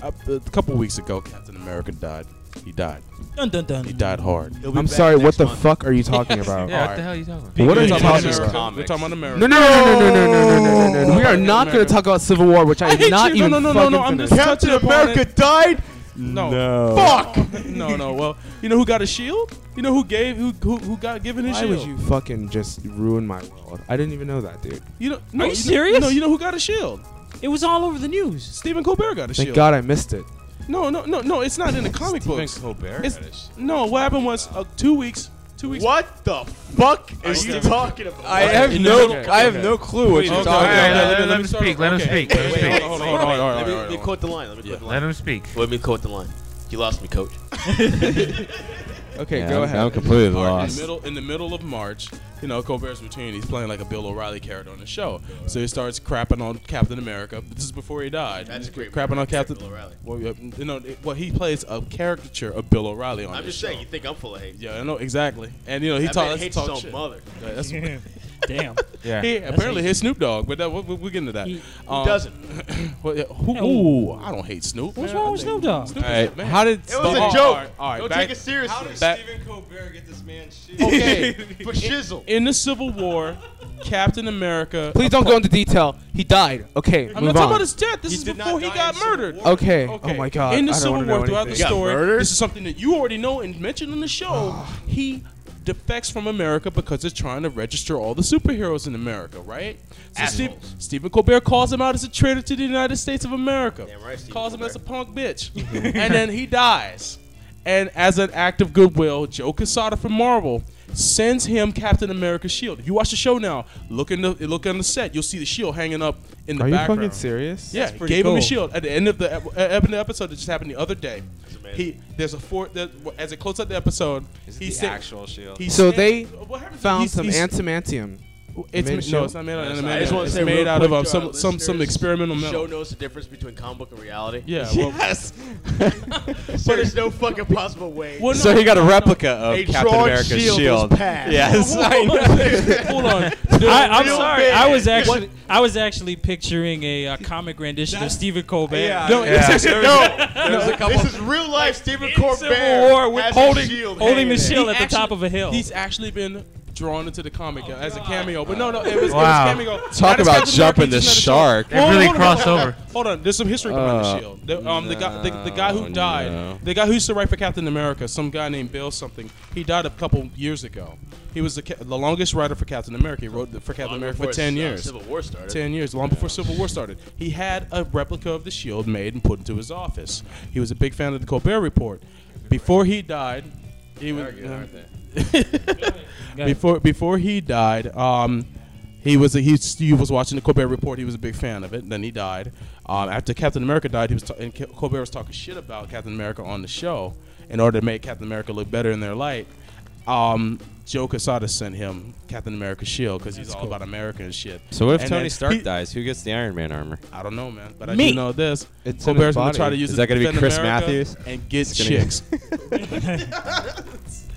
Speaker 8: a, a couple weeks ago, Captain America died. He died.
Speaker 10: dun dun dun.
Speaker 8: He died hard.
Speaker 5: He'll be
Speaker 3: I'm
Speaker 5: back
Speaker 3: sorry. What
Speaker 5: next
Speaker 3: the
Speaker 5: month.
Speaker 3: fuck are you talking about?
Speaker 9: Yeah, what the hell are you talking about?
Speaker 3: What are
Speaker 8: We're
Speaker 3: you
Speaker 8: talking about
Speaker 3: talking
Speaker 8: America.
Speaker 6: about?
Speaker 8: We're talking about America.
Speaker 3: No, no, no, no, no, no, no, no, no, no, no. We are
Speaker 8: Fucking
Speaker 3: not going to
Speaker 8: America.
Speaker 3: talk about Civil War, which I,
Speaker 8: I
Speaker 3: did
Speaker 8: hate
Speaker 3: not
Speaker 8: you.
Speaker 3: even
Speaker 8: No, no, no, no,
Speaker 3: fucking
Speaker 8: no, I'm
Speaker 3: finish.
Speaker 8: just-
Speaker 5: Captain
Speaker 8: Touching upon
Speaker 5: America died.
Speaker 8: No.
Speaker 5: Fuck.
Speaker 8: no, no. Well, you know who got a shield? You know who gave who who, who got given his
Speaker 3: Why
Speaker 8: shield?
Speaker 3: would you fucking just ruin my world? I didn't even know that, dude.
Speaker 8: You know, no,
Speaker 10: Are you
Speaker 8: know-
Speaker 10: serious?
Speaker 8: no, you know who got a shield?
Speaker 10: It was all over the news.
Speaker 8: Stephen Colbert got a
Speaker 3: Thank
Speaker 8: shield.
Speaker 3: God I missed it.
Speaker 8: No, no, no, no. It's not in the comic books.
Speaker 6: Colbert.
Speaker 8: It's- No, what happened was uh, two weeks. Two weeks.
Speaker 5: What the fuck are you talking about?
Speaker 6: I have
Speaker 8: In the
Speaker 6: no,
Speaker 8: middle.
Speaker 6: I have no clue what
Speaker 8: Wait,
Speaker 6: you're
Speaker 8: okay,
Speaker 6: talking
Speaker 8: okay,
Speaker 9: Alright,
Speaker 6: about.
Speaker 9: let- let him
Speaker 8: start
Speaker 9: speak,
Speaker 8: over.
Speaker 9: let him
Speaker 8: Okay,
Speaker 9: speak,
Speaker 8: wait,
Speaker 9: let him
Speaker 8: wait,
Speaker 9: speak.
Speaker 8: Hold on, hold on, hold on, hold
Speaker 5: Let me,
Speaker 8: on,
Speaker 5: let me
Speaker 8: hold on.
Speaker 5: quote the line. Let me quote the
Speaker 9: Let
Speaker 5: line.
Speaker 9: him speak.
Speaker 5: Let me quote the line. You lost me, coach.
Speaker 3: Okay,
Speaker 6: Yeah,
Speaker 3: go
Speaker 6: I'm,
Speaker 3: ahead.
Speaker 6: I'm completely
Speaker 8: All right, In
Speaker 6: lost.
Speaker 8: the middle, in the middle of March, you know, Colbert's routine. He's playing like a Bill O'Reilly character on the show, so he starts crapping on Captain America. This is before he died.
Speaker 5: That's
Speaker 8: He's
Speaker 5: great.
Speaker 8: Crapping on Captain.
Speaker 5: Bill O'Reilly.
Speaker 8: Well, yeah, you know, it- well, he plays a caricature of Bill O'Reilly on.
Speaker 5: I'm
Speaker 8: this
Speaker 5: just saying.
Speaker 8: show.
Speaker 5: You think I'm full of hate?
Speaker 8: Yeah, I know exactly. And you know, he
Speaker 5: That man
Speaker 8: talks.
Speaker 5: hates
Speaker 8: talk
Speaker 5: his own
Speaker 8: shit.
Speaker 5: mother.
Speaker 8: Yeah, that's-
Speaker 10: Damn.
Speaker 9: Yeah.
Speaker 8: he apparently his Snoop Dogg, but that, we'll, we'll get into that.
Speaker 10: He-
Speaker 8: Um,
Speaker 5: Doesn't.
Speaker 8: Well, yeah, who, ooh, I don't hate Snoop.
Speaker 10: What's
Speaker 8: man.
Speaker 10: wrong
Speaker 8: I
Speaker 10: with
Speaker 8: think
Speaker 10: Snoop Dogg?
Speaker 8: Snoop is
Speaker 6: Alright,
Speaker 8: the man.
Speaker 6: how did
Speaker 5: It was
Speaker 8: all
Speaker 5: a
Speaker 8: right,
Speaker 5: joke.
Speaker 8: all right,
Speaker 5: Don't
Speaker 8: back-
Speaker 5: take it seriously.
Speaker 8: back-
Speaker 6: Colbert get this man shit?
Speaker 5: Okay, for shizzle.
Speaker 8: in the Civil War, Captain
Speaker 6: <laughs>
Speaker 8: America?
Speaker 3: Please don't go into detail. He died. Okay,
Speaker 8: I'm not
Speaker 3: move
Speaker 8: talking
Speaker 3: on.
Speaker 8: about his death. This is
Speaker 5: did not
Speaker 8: before he
Speaker 5: die
Speaker 8: got
Speaker 5: in Civil
Speaker 8: murdered.
Speaker 3: okay.
Speaker 8: Okay.
Speaker 3: Oh my God.
Speaker 8: In the
Speaker 3: I don't
Speaker 8: Civil
Speaker 3: wanna know
Speaker 8: War, throughout the
Speaker 3: anything.
Speaker 5: He got
Speaker 8: story,
Speaker 5: murdered?
Speaker 8: this is something that you already know and mentioned in the show. he defects from America because it's trying to register all the superheroes in America, right? So Steve,
Speaker 5: Assholes.
Speaker 8: Stephen Colbert calls him out as a traitor to the United States of America.
Speaker 5: Damn right, Stephen
Speaker 8: calls him
Speaker 5: Colbert.
Speaker 8: as a punk bitch, and then he dies. And as an act of goodwill, Joe Quesada from Marvel sends him Captain America's shield. If you watch the show now, look in the look on the set. You'll see the shield hanging up in the
Speaker 3: Are you
Speaker 8: background.
Speaker 3: fucking serious?
Speaker 8: Yeah,
Speaker 10: pretty
Speaker 8: gave him a
Speaker 10: cool.
Speaker 8: shield at the end of the ep- uh, end of the episode that just happened the other day.
Speaker 5: amazing.
Speaker 8: He there's a four that as it closes out the episode. he
Speaker 6: the
Speaker 8: sent-
Speaker 6: actual shield.
Speaker 8: he
Speaker 3: So
Speaker 8: sent-
Speaker 3: they
Speaker 8: what happened to-
Speaker 3: Found
Speaker 8: he's-
Speaker 3: some
Speaker 8: he's- <laughs>
Speaker 3: antimantium.
Speaker 8: It's
Speaker 3: made
Speaker 8: ma- no,
Speaker 3: shield.
Speaker 8: it's not made out
Speaker 6: I
Speaker 8: of
Speaker 6: just
Speaker 8: antimantium.
Speaker 5: wanna
Speaker 8: It's
Speaker 5: say
Speaker 8: made
Speaker 5: real
Speaker 8: out of
Speaker 5: quick
Speaker 8: um,
Speaker 5: to our
Speaker 8: some some some
Speaker 5: listeners,
Speaker 8: experimental
Speaker 5: The show
Speaker 8: metal.
Speaker 5: knows the difference between comic book and reality.
Speaker 8: Yeah, well,
Speaker 5: So there's no fucking possible way.
Speaker 8: well, Oh, no,
Speaker 6: So he got a replica of
Speaker 5: A
Speaker 6: Captain
Speaker 5: drawn
Speaker 6: America's
Speaker 5: shield was
Speaker 6: shield.
Speaker 5: passed.
Speaker 6: Yes, <laughs>
Speaker 10: <laughs>
Speaker 6: I know.
Speaker 8: hold on.
Speaker 10: I, I'm
Speaker 5: real
Speaker 10: sorry.
Speaker 5: bad.
Speaker 10: I was actually I was actually picturing a uh, comic rendition of Stephen Colbert.
Speaker 8: No,
Speaker 6: Yeah.
Speaker 8: it's-
Speaker 6: There was- there was a couple-
Speaker 5: This is real life. Stephen
Speaker 10: in
Speaker 5: Colbert
Speaker 10: Civil War with
Speaker 5: has
Speaker 10: holding-
Speaker 5: his shield
Speaker 10: holding
Speaker 5: hanging
Speaker 10: the
Speaker 5: there.
Speaker 10: shield at the
Speaker 8: actually-
Speaker 10: top of a hill.
Speaker 8: He's actually been drawn into the comic
Speaker 5: Oh,
Speaker 8: as a cameo. But no, no, it was,
Speaker 9: Wow.
Speaker 8: it was cameo.
Speaker 6: Talk
Speaker 8: Not as
Speaker 6: about
Speaker 8: Captain
Speaker 6: jumping
Speaker 8: America,
Speaker 6: the
Speaker 8: just
Speaker 6: shark.
Speaker 8: another
Speaker 9: They
Speaker 8: Hold on,
Speaker 9: really
Speaker 8: hold on,
Speaker 9: crossed
Speaker 8: hold on,
Speaker 9: over.
Speaker 8: Hold on, there's some history behind
Speaker 6: Uh,
Speaker 8: the shield. The, um, the guy, the, the guy who
Speaker 6: no,
Speaker 8: died,
Speaker 6: no.
Speaker 8: the guy who used to write for Captain America, some guy named Bill something. He died a couple years ago. He was the, ca- the longest writer for Captain America. He wrote the, for Captain America for
Speaker 5: Before
Speaker 8: ten
Speaker 5: uh,
Speaker 8: years.
Speaker 5: Civil War started.
Speaker 8: 10 years, long before Civil War started. He had a replica of the shield made and put into his office. He was a big fan of the Colbert Report. Before he died, he was. <laughs> before before he died, um, he was a, he, he was watching the Colbert Report. He was a big fan of it. Then he died. Um, after Captain America died, he was ta- and Ca- Colbert was talking shit about Captain America on the show in order to make Captain America look better in their light. Um, Joe Quesada sent him Captain America's shield because he's all about America and shit.
Speaker 6: So what if
Speaker 8: And
Speaker 6: Tony
Speaker 8: then
Speaker 6: Stark
Speaker 8: he-
Speaker 6: dies? Who gets the Iron Man armor?
Speaker 8: I don't know, man. But I
Speaker 7: Me.
Speaker 8: do know this.
Speaker 3: It's in his
Speaker 8: Colbert's gonna
Speaker 3: body.
Speaker 8: try to use
Speaker 6: Is
Speaker 8: it
Speaker 6: that gonna be
Speaker 8: defend
Speaker 6: Chris
Speaker 8: America
Speaker 6: Matthews?
Speaker 8: and get
Speaker 6: It's gonna-
Speaker 8: chicks? <laughs> and it's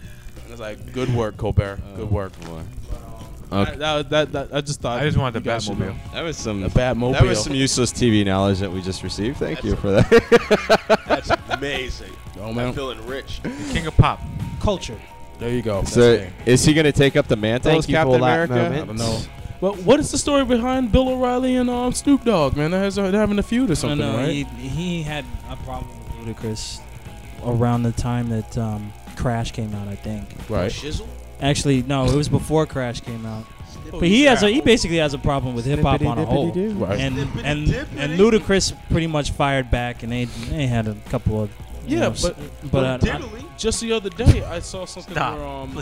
Speaker 8: like, good work, Colbert. Good work. I,
Speaker 6: Okay.
Speaker 8: Uh, that, that, that, I just thought.
Speaker 9: I just want the
Speaker 8: you guys should
Speaker 9: Batmobile.
Speaker 6: That was some
Speaker 8: know. The Batmobile.
Speaker 6: that was some useless TV knowledge that we just received. Thank you for that.
Speaker 8: <laughs>
Speaker 5: That's amazing.
Speaker 8: Oh,
Speaker 5: I'm
Speaker 8: man.
Speaker 5: feeling rich.
Speaker 9: King of Pop.
Speaker 7: Culture.
Speaker 8: There you
Speaker 6: <laughs>
Speaker 8: go.
Speaker 6: so is he going to take up the mantle
Speaker 3: Thank
Speaker 6: as
Speaker 3: you for
Speaker 6: Captain
Speaker 3: that
Speaker 6: America?
Speaker 3: moment.
Speaker 8: I don't know. Well, what is the story behind Bill O'Reilly and um, Snoop Dogg, man? They're has- they're having a feud or
Speaker 7: No,
Speaker 8: something,
Speaker 7: no,
Speaker 8: right?
Speaker 7: he, he had a problem with Ludacris around the time that um, Crash came out, I think.
Speaker 8: right.
Speaker 5: Shizzle.
Speaker 7: Actually, no, it was before Crash came out. But he has a, he basically has a problem with hip hop on a whole.
Speaker 8: Right.
Speaker 7: And and and Ludacris pretty much fired back, and they they had a couple of you
Speaker 8: Yeah,
Speaker 7: know, s-
Speaker 8: but-
Speaker 7: but, uh, <laughs>
Speaker 1: Diddly.
Speaker 8: just the other day, I saw something
Speaker 9: Stop.
Speaker 8: where um,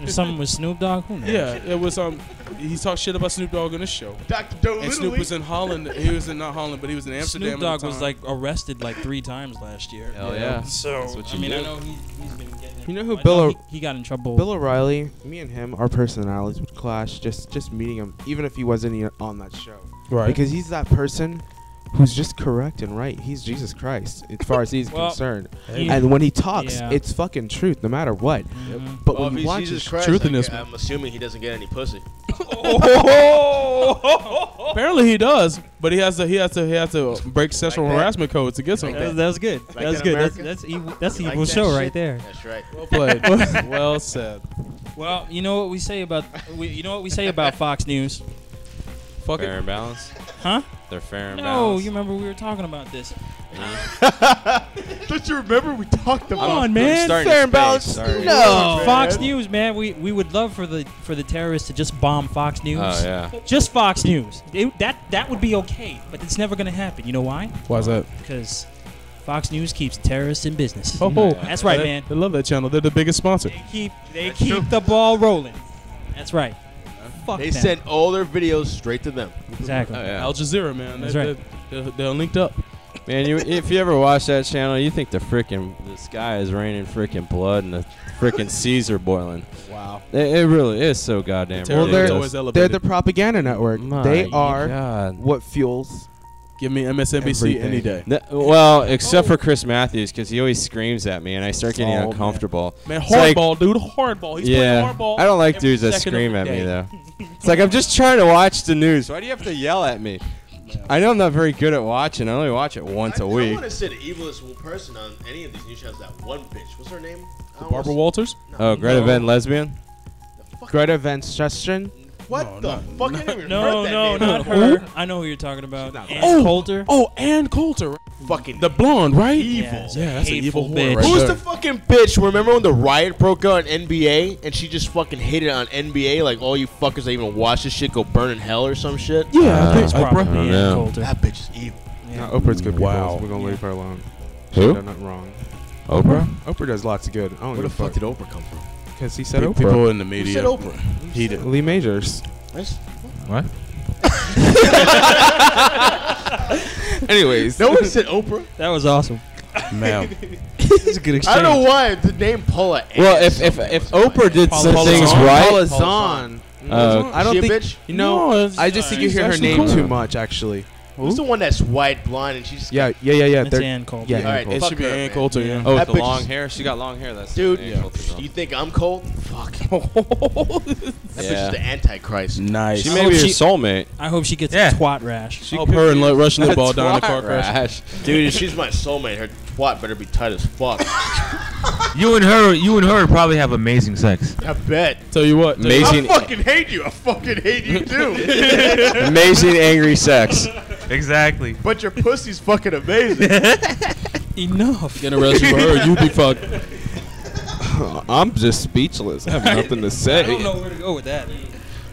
Speaker 7: I- something with Snoop Dogg. Who knows?
Speaker 8: Yeah, it was um. He talked shit about Snoop Dogg on his show,
Speaker 5: Dr.
Speaker 8: and
Speaker 5: Dolittle.
Speaker 8: Snoop was in Holland. He was in not Holland, but he was in Amsterdam.
Speaker 7: Snoop
Speaker 8: at
Speaker 7: Dogg
Speaker 8: the
Speaker 7: was
Speaker 8: time.
Speaker 7: like arrested like three times last year.
Speaker 6: Hell yeah.
Speaker 7: So
Speaker 6: That's what
Speaker 7: I
Speaker 6: you
Speaker 7: mean, I
Speaker 6: do.
Speaker 7: know he's, he's been getting.
Speaker 3: You know who
Speaker 7: I
Speaker 3: Bill O-
Speaker 7: He, he got in trouble.
Speaker 3: Bill O'Reilly, me and him, our personalities would clash. Just just meeting him, even if he wasn't even on that show,
Speaker 8: right.
Speaker 3: because he's that person who's just correct and right. He's Jesus Christ as far
Speaker 8: <laughs>
Speaker 3: as he's
Speaker 7: Well,
Speaker 3: concerned.
Speaker 7: he-
Speaker 3: And when he talks,
Speaker 7: Yeah.
Speaker 3: it's fucking truth, no matter what.
Speaker 8: Mm-hmm.
Speaker 7: Mhm.
Speaker 3: But
Speaker 5: Well,
Speaker 3: when
Speaker 5: if
Speaker 3: you
Speaker 5: he's
Speaker 3: watch
Speaker 5: Jesus
Speaker 3: his
Speaker 5: Christ,
Speaker 8: truth
Speaker 5: I
Speaker 8: in this
Speaker 5: ca-
Speaker 8: one.
Speaker 5: I'm assuming he doesn't get any pussy.
Speaker 8: <laughs> Apparently he does, but he has to he has to he has to break sexual
Speaker 5: Like that?
Speaker 8: harassment codes to get
Speaker 7: That was,
Speaker 8: something.
Speaker 7: that was good. that was
Speaker 5: that
Speaker 7: good.
Speaker 5: America?
Speaker 7: That's that's evil. That's
Speaker 5: You like
Speaker 7: evil
Speaker 5: that
Speaker 7: show
Speaker 5: shit?
Speaker 7: right there.
Speaker 5: That's right.
Speaker 8: Well played.
Speaker 3: <laughs>
Speaker 8: well said.
Speaker 7: Well, you know what we say about we, you know what we say about Fox News,
Speaker 8: Fuck
Speaker 6: Fair
Speaker 8: it.
Speaker 6: and balanced.
Speaker 7: huh?
Speaker 6: They're fair and
Speaker 7: No,
Speaker 6: balanced.
Speaker 7: you remember we were talking about this.
Speaker 5: <laughs> Don't you remember we talked
Speaker 7: Come on,
Speaker 6: I'm
Speaker 7: man.
Speaker 6: starting to
Speaker 3: Fair and
Speaker 6: space.
Speaker 3: balanced.
Speaker 6: Sorry.
Speaker 3: No.
Speaker 7: Fox News, man. We we would love for the for the terrorists to just bomb Fox News.
Speaker 6: Oh yeah.
Speaker 7: Just Fox News. It, that that would be okay, but it's never gonna happen. You know why?
Speaker 8: Why's that?
Speaker 7: Because Fox News keeps terrorists in business.
Speaker 8: Oh,
Speaker 7: That's right,
Speaker 8: they,
Speaker 7: man.
Speaker 8: They love that channel. They're the biggest sponsor.
Speaker 7: They keep they keep the ball rolling. That's right. Fuck
Speaker 5: They
Speaker 7: them.
Speaker 5: sent all their videos straight to them.
Speaker 7: exactly.
Speaker 6: Oh yeah.
Speaker 8: Al Jazeera, man.
Speaker 7: That's
Speaker 8: they,
Speaker 7: right.
Speaker 8: They, they're, they're linked up.
Speaker 6: Man, you, if you ever watch that channel, you think the frickin' the sky is raining frickin' blood and the frickin' seas are boiling.
Speaker 8: Wow.
Speaker 6: It, it really is so goddamn.
Speaker 8: Well, Terrorism
Speaker 3: Well,
Speaker 6: ridiculous.
Speaker 8: is
Speaker 3: they're,
Speaker 8: always
Speaker 3: they're
Speaker 8: elevated.
Speaker 3: the propaganda network.
Speaker 6: My
Speaker 3: they are
Speaker 6: God.
Speaker 3: what fuels.
Speaker 8: Give me MSNBC any
Speaker 3: Everything.
Speaker 8: day.
Speaker 6: N- well, except for Chris Matthews, because he always screams at me, and I start getting
Speaker 8: Oh, man.
Speaker 6: uncomfortable.
Speaker 8: Man,
Speaker 6: It's like-
Speaker 8: hardball, dude. Hardball. He's
Speaker 6: yeah,
Speaker 8: playing hardball.
Speaker 6: I don't like
Speaker 8: every
Speaker 6: dudes that
Speaker 8: second of
Speaker 6: scream
Speaker 8: the
Speaker 6: at me
Speaker 8: day. <laughs>
Speaker 6: though. it's like I'm just trying to watch the news. Why do you have to yell at me? I know I'm not very good at watching. I only watch it once
Speaker 5: I,
Speaker 6: a week.
Speaker 5: want to say the evilest person on any of these news channels. That one bitch. What's her name? I don't
Speaker 8: Barbara
Speaker 5: wanna-
Speaker 8: Walters.
Speaker 5: No,
Speaker 6: Oh, Greta
Speaker 5: no.
Speaker 6: Van lesbian?
Speaker 5: The fuck-
Speaker 3: Greta Van Susteren.
Speaker 5: What the fuck? I didn't even
Speaker 7: No,
Speaker 5: heard that
Speaker 7: no,
Speaker 5: name.
Speaker 7: not her. I know who you're talking about. Ann Coulter.
Speaker 8: Oh, Ann Coulter.
Speaker 5: Fucking
Speaker 8: The blonde, right? Evil.
Speaker 7: Yeah, it's a
Speaker 8: Yeah, that's an evil
Speaker 7: hateful
Speaker 8: whore
Speaker 7: bitch.
Speaker 8: right
Speaker 5: Who's
Speaker 8: there.
Speaker 5: the fucking bitch? Remember when the riot broke out on NBA and she just fucking hated on NBA? Like all you fuckers that even watch this shit go burn in hell or some shit.
Speaker 8: Yeah, I think
Speaker 7: It's
Speaker 8: Uh, I-
Speaker 7: probably
Speaker 6: don't
Speaker 7: Ann
Speaker 6: know.
Speaker 7: Coulter.
Speaker 5: <laughs> That bitch is evil.
Speaker 7: Yeah.
Speaker 3: Oprah's good.
Speaker 8: Wow.
Speaker 3: Wow. We're gonna leave her alone.
Speaker 6: Who?
Speaker 3: She done nothing wrong.
Speaker 6: Oprah?
Speaker 3: Oprah does lots of good. I don't
Speaker 5: Where the
Speaker 3: give a
Speaker 5: fuck
Speaker 3: fuck.
Speaker 5: did Oprah come from?
Speaker 3: Because he said Oprah.
Speaker 8: People in the
Speaker 5: Who
Speaker 8: media.
Speaker 5: said Oprah?
Speaker 8: He did.
Speaker 3: Lee Majors.
Speaker 5: That's-
Speaker 9: What?
Speaker 3: Anyways,
Speaker 5: <laughs> No one said Oprah.
Speaker 7: That was awesome.
Speaker 8: Ma'am.
Speaker 7: It's a
Speaker 5: <laughs>
Speaker 7: good
Speaker 5: I
Speaker 7: exchange.
Speaker 5: don't know why the name Paula. Ann
Speaker 6: Well, if if,
Speaker 5: something
Speaker 6: if
Speaker 5: was my
Speaker 6: Oprah
Speaker 5: name.
Speaker 6: did some
Speaker 7: Paula
Speaker 6: things
Speaker 7: Zahn.
Speaker 6: right,
Speaker 3: Paula Zahn.
Speaker 6: Uh,
Speaker 3: I don't
Speaker 5: She a
Speaker 3: think
Speaker 5: bitch?
Speaker 3: you know.
Speaker 8: No, it's-
Speaker 3: I just think you
Speaker 8: it's
Speaker 3: hear her
Speaker 8: actually
Speaker 3: name
Speaker 8: cool.
Speaker 3: too much. Actually,
Speaker 5: Who's the one that's white, blonde, and she's
Speaker 3: Yeah, yeah, yeah, yeah.
Speaker 7: That's
Speaker 3: they're-
Speaker 7: Ann Coulter.
Speaker 3: Yeah,
Speaker 5: All right,
Speaker 6: It
Speaker 5: fuck
Speaker 6: should be
Speaker 5: her,
Speaker 6: Ann
Speaker 5: man.
Speaker 6: Coulter,
Speaker 8: yeah.
Speaker 6: Oh,
Speaker 5: That
Speaker 6: with the
Speaker 5: bitch
Speaker 6: long
Speaker 5: is-
Speaker 6: hair. She got long hair. That's
Speaker 5: Dude,
Speaker 6: Ann Coulter's
Speaker 5: you
Speaker 6: on.
Speaker 5: think I'm cold? <laughs> Fuck. That bitch
Speaker 6: Yeah.
Speaker 5: is the Antichrist.
Speaker 8: Nice.
Speaker 6: She may be your
Speaker 7: she-
Speaker 6: soulmate.
Speaker 7: I hope she gets
Speaker 9: Yeah.
Speaker 7: a twat rash.
Speaker 6: She
Speaker 8: Oh, her and Lu- Rush
Speaker 6: <laughs>
Speaker 8: Limbaugh down in the car crash.
Speaker 6: crash.
Speaker 5: Dude, if she's my soulmate, her twat better be tight as fuck.
Speaker 9: You and her, you and her probably have amazing sex.
Speaker 5: I bet.
Speaker 8: Tell you what,
Speaker 5: I
Speaker 6: Amazing,
Speaker 5: fucking hate you. I fucking hate you too. <laughs>
Speaker 6: amazing angry sex.
Speaker 9: Exactly.
Speaker 5: but your pussy's fucking amazing.
Speaker 7: Enough.
Speaker 8: get arrested for her, you be fucked.
Speaker 3: I'm just speechless. I have nothing to say.
Speaker 7: I don't know where to go with that.
Speaker 6: <laughs>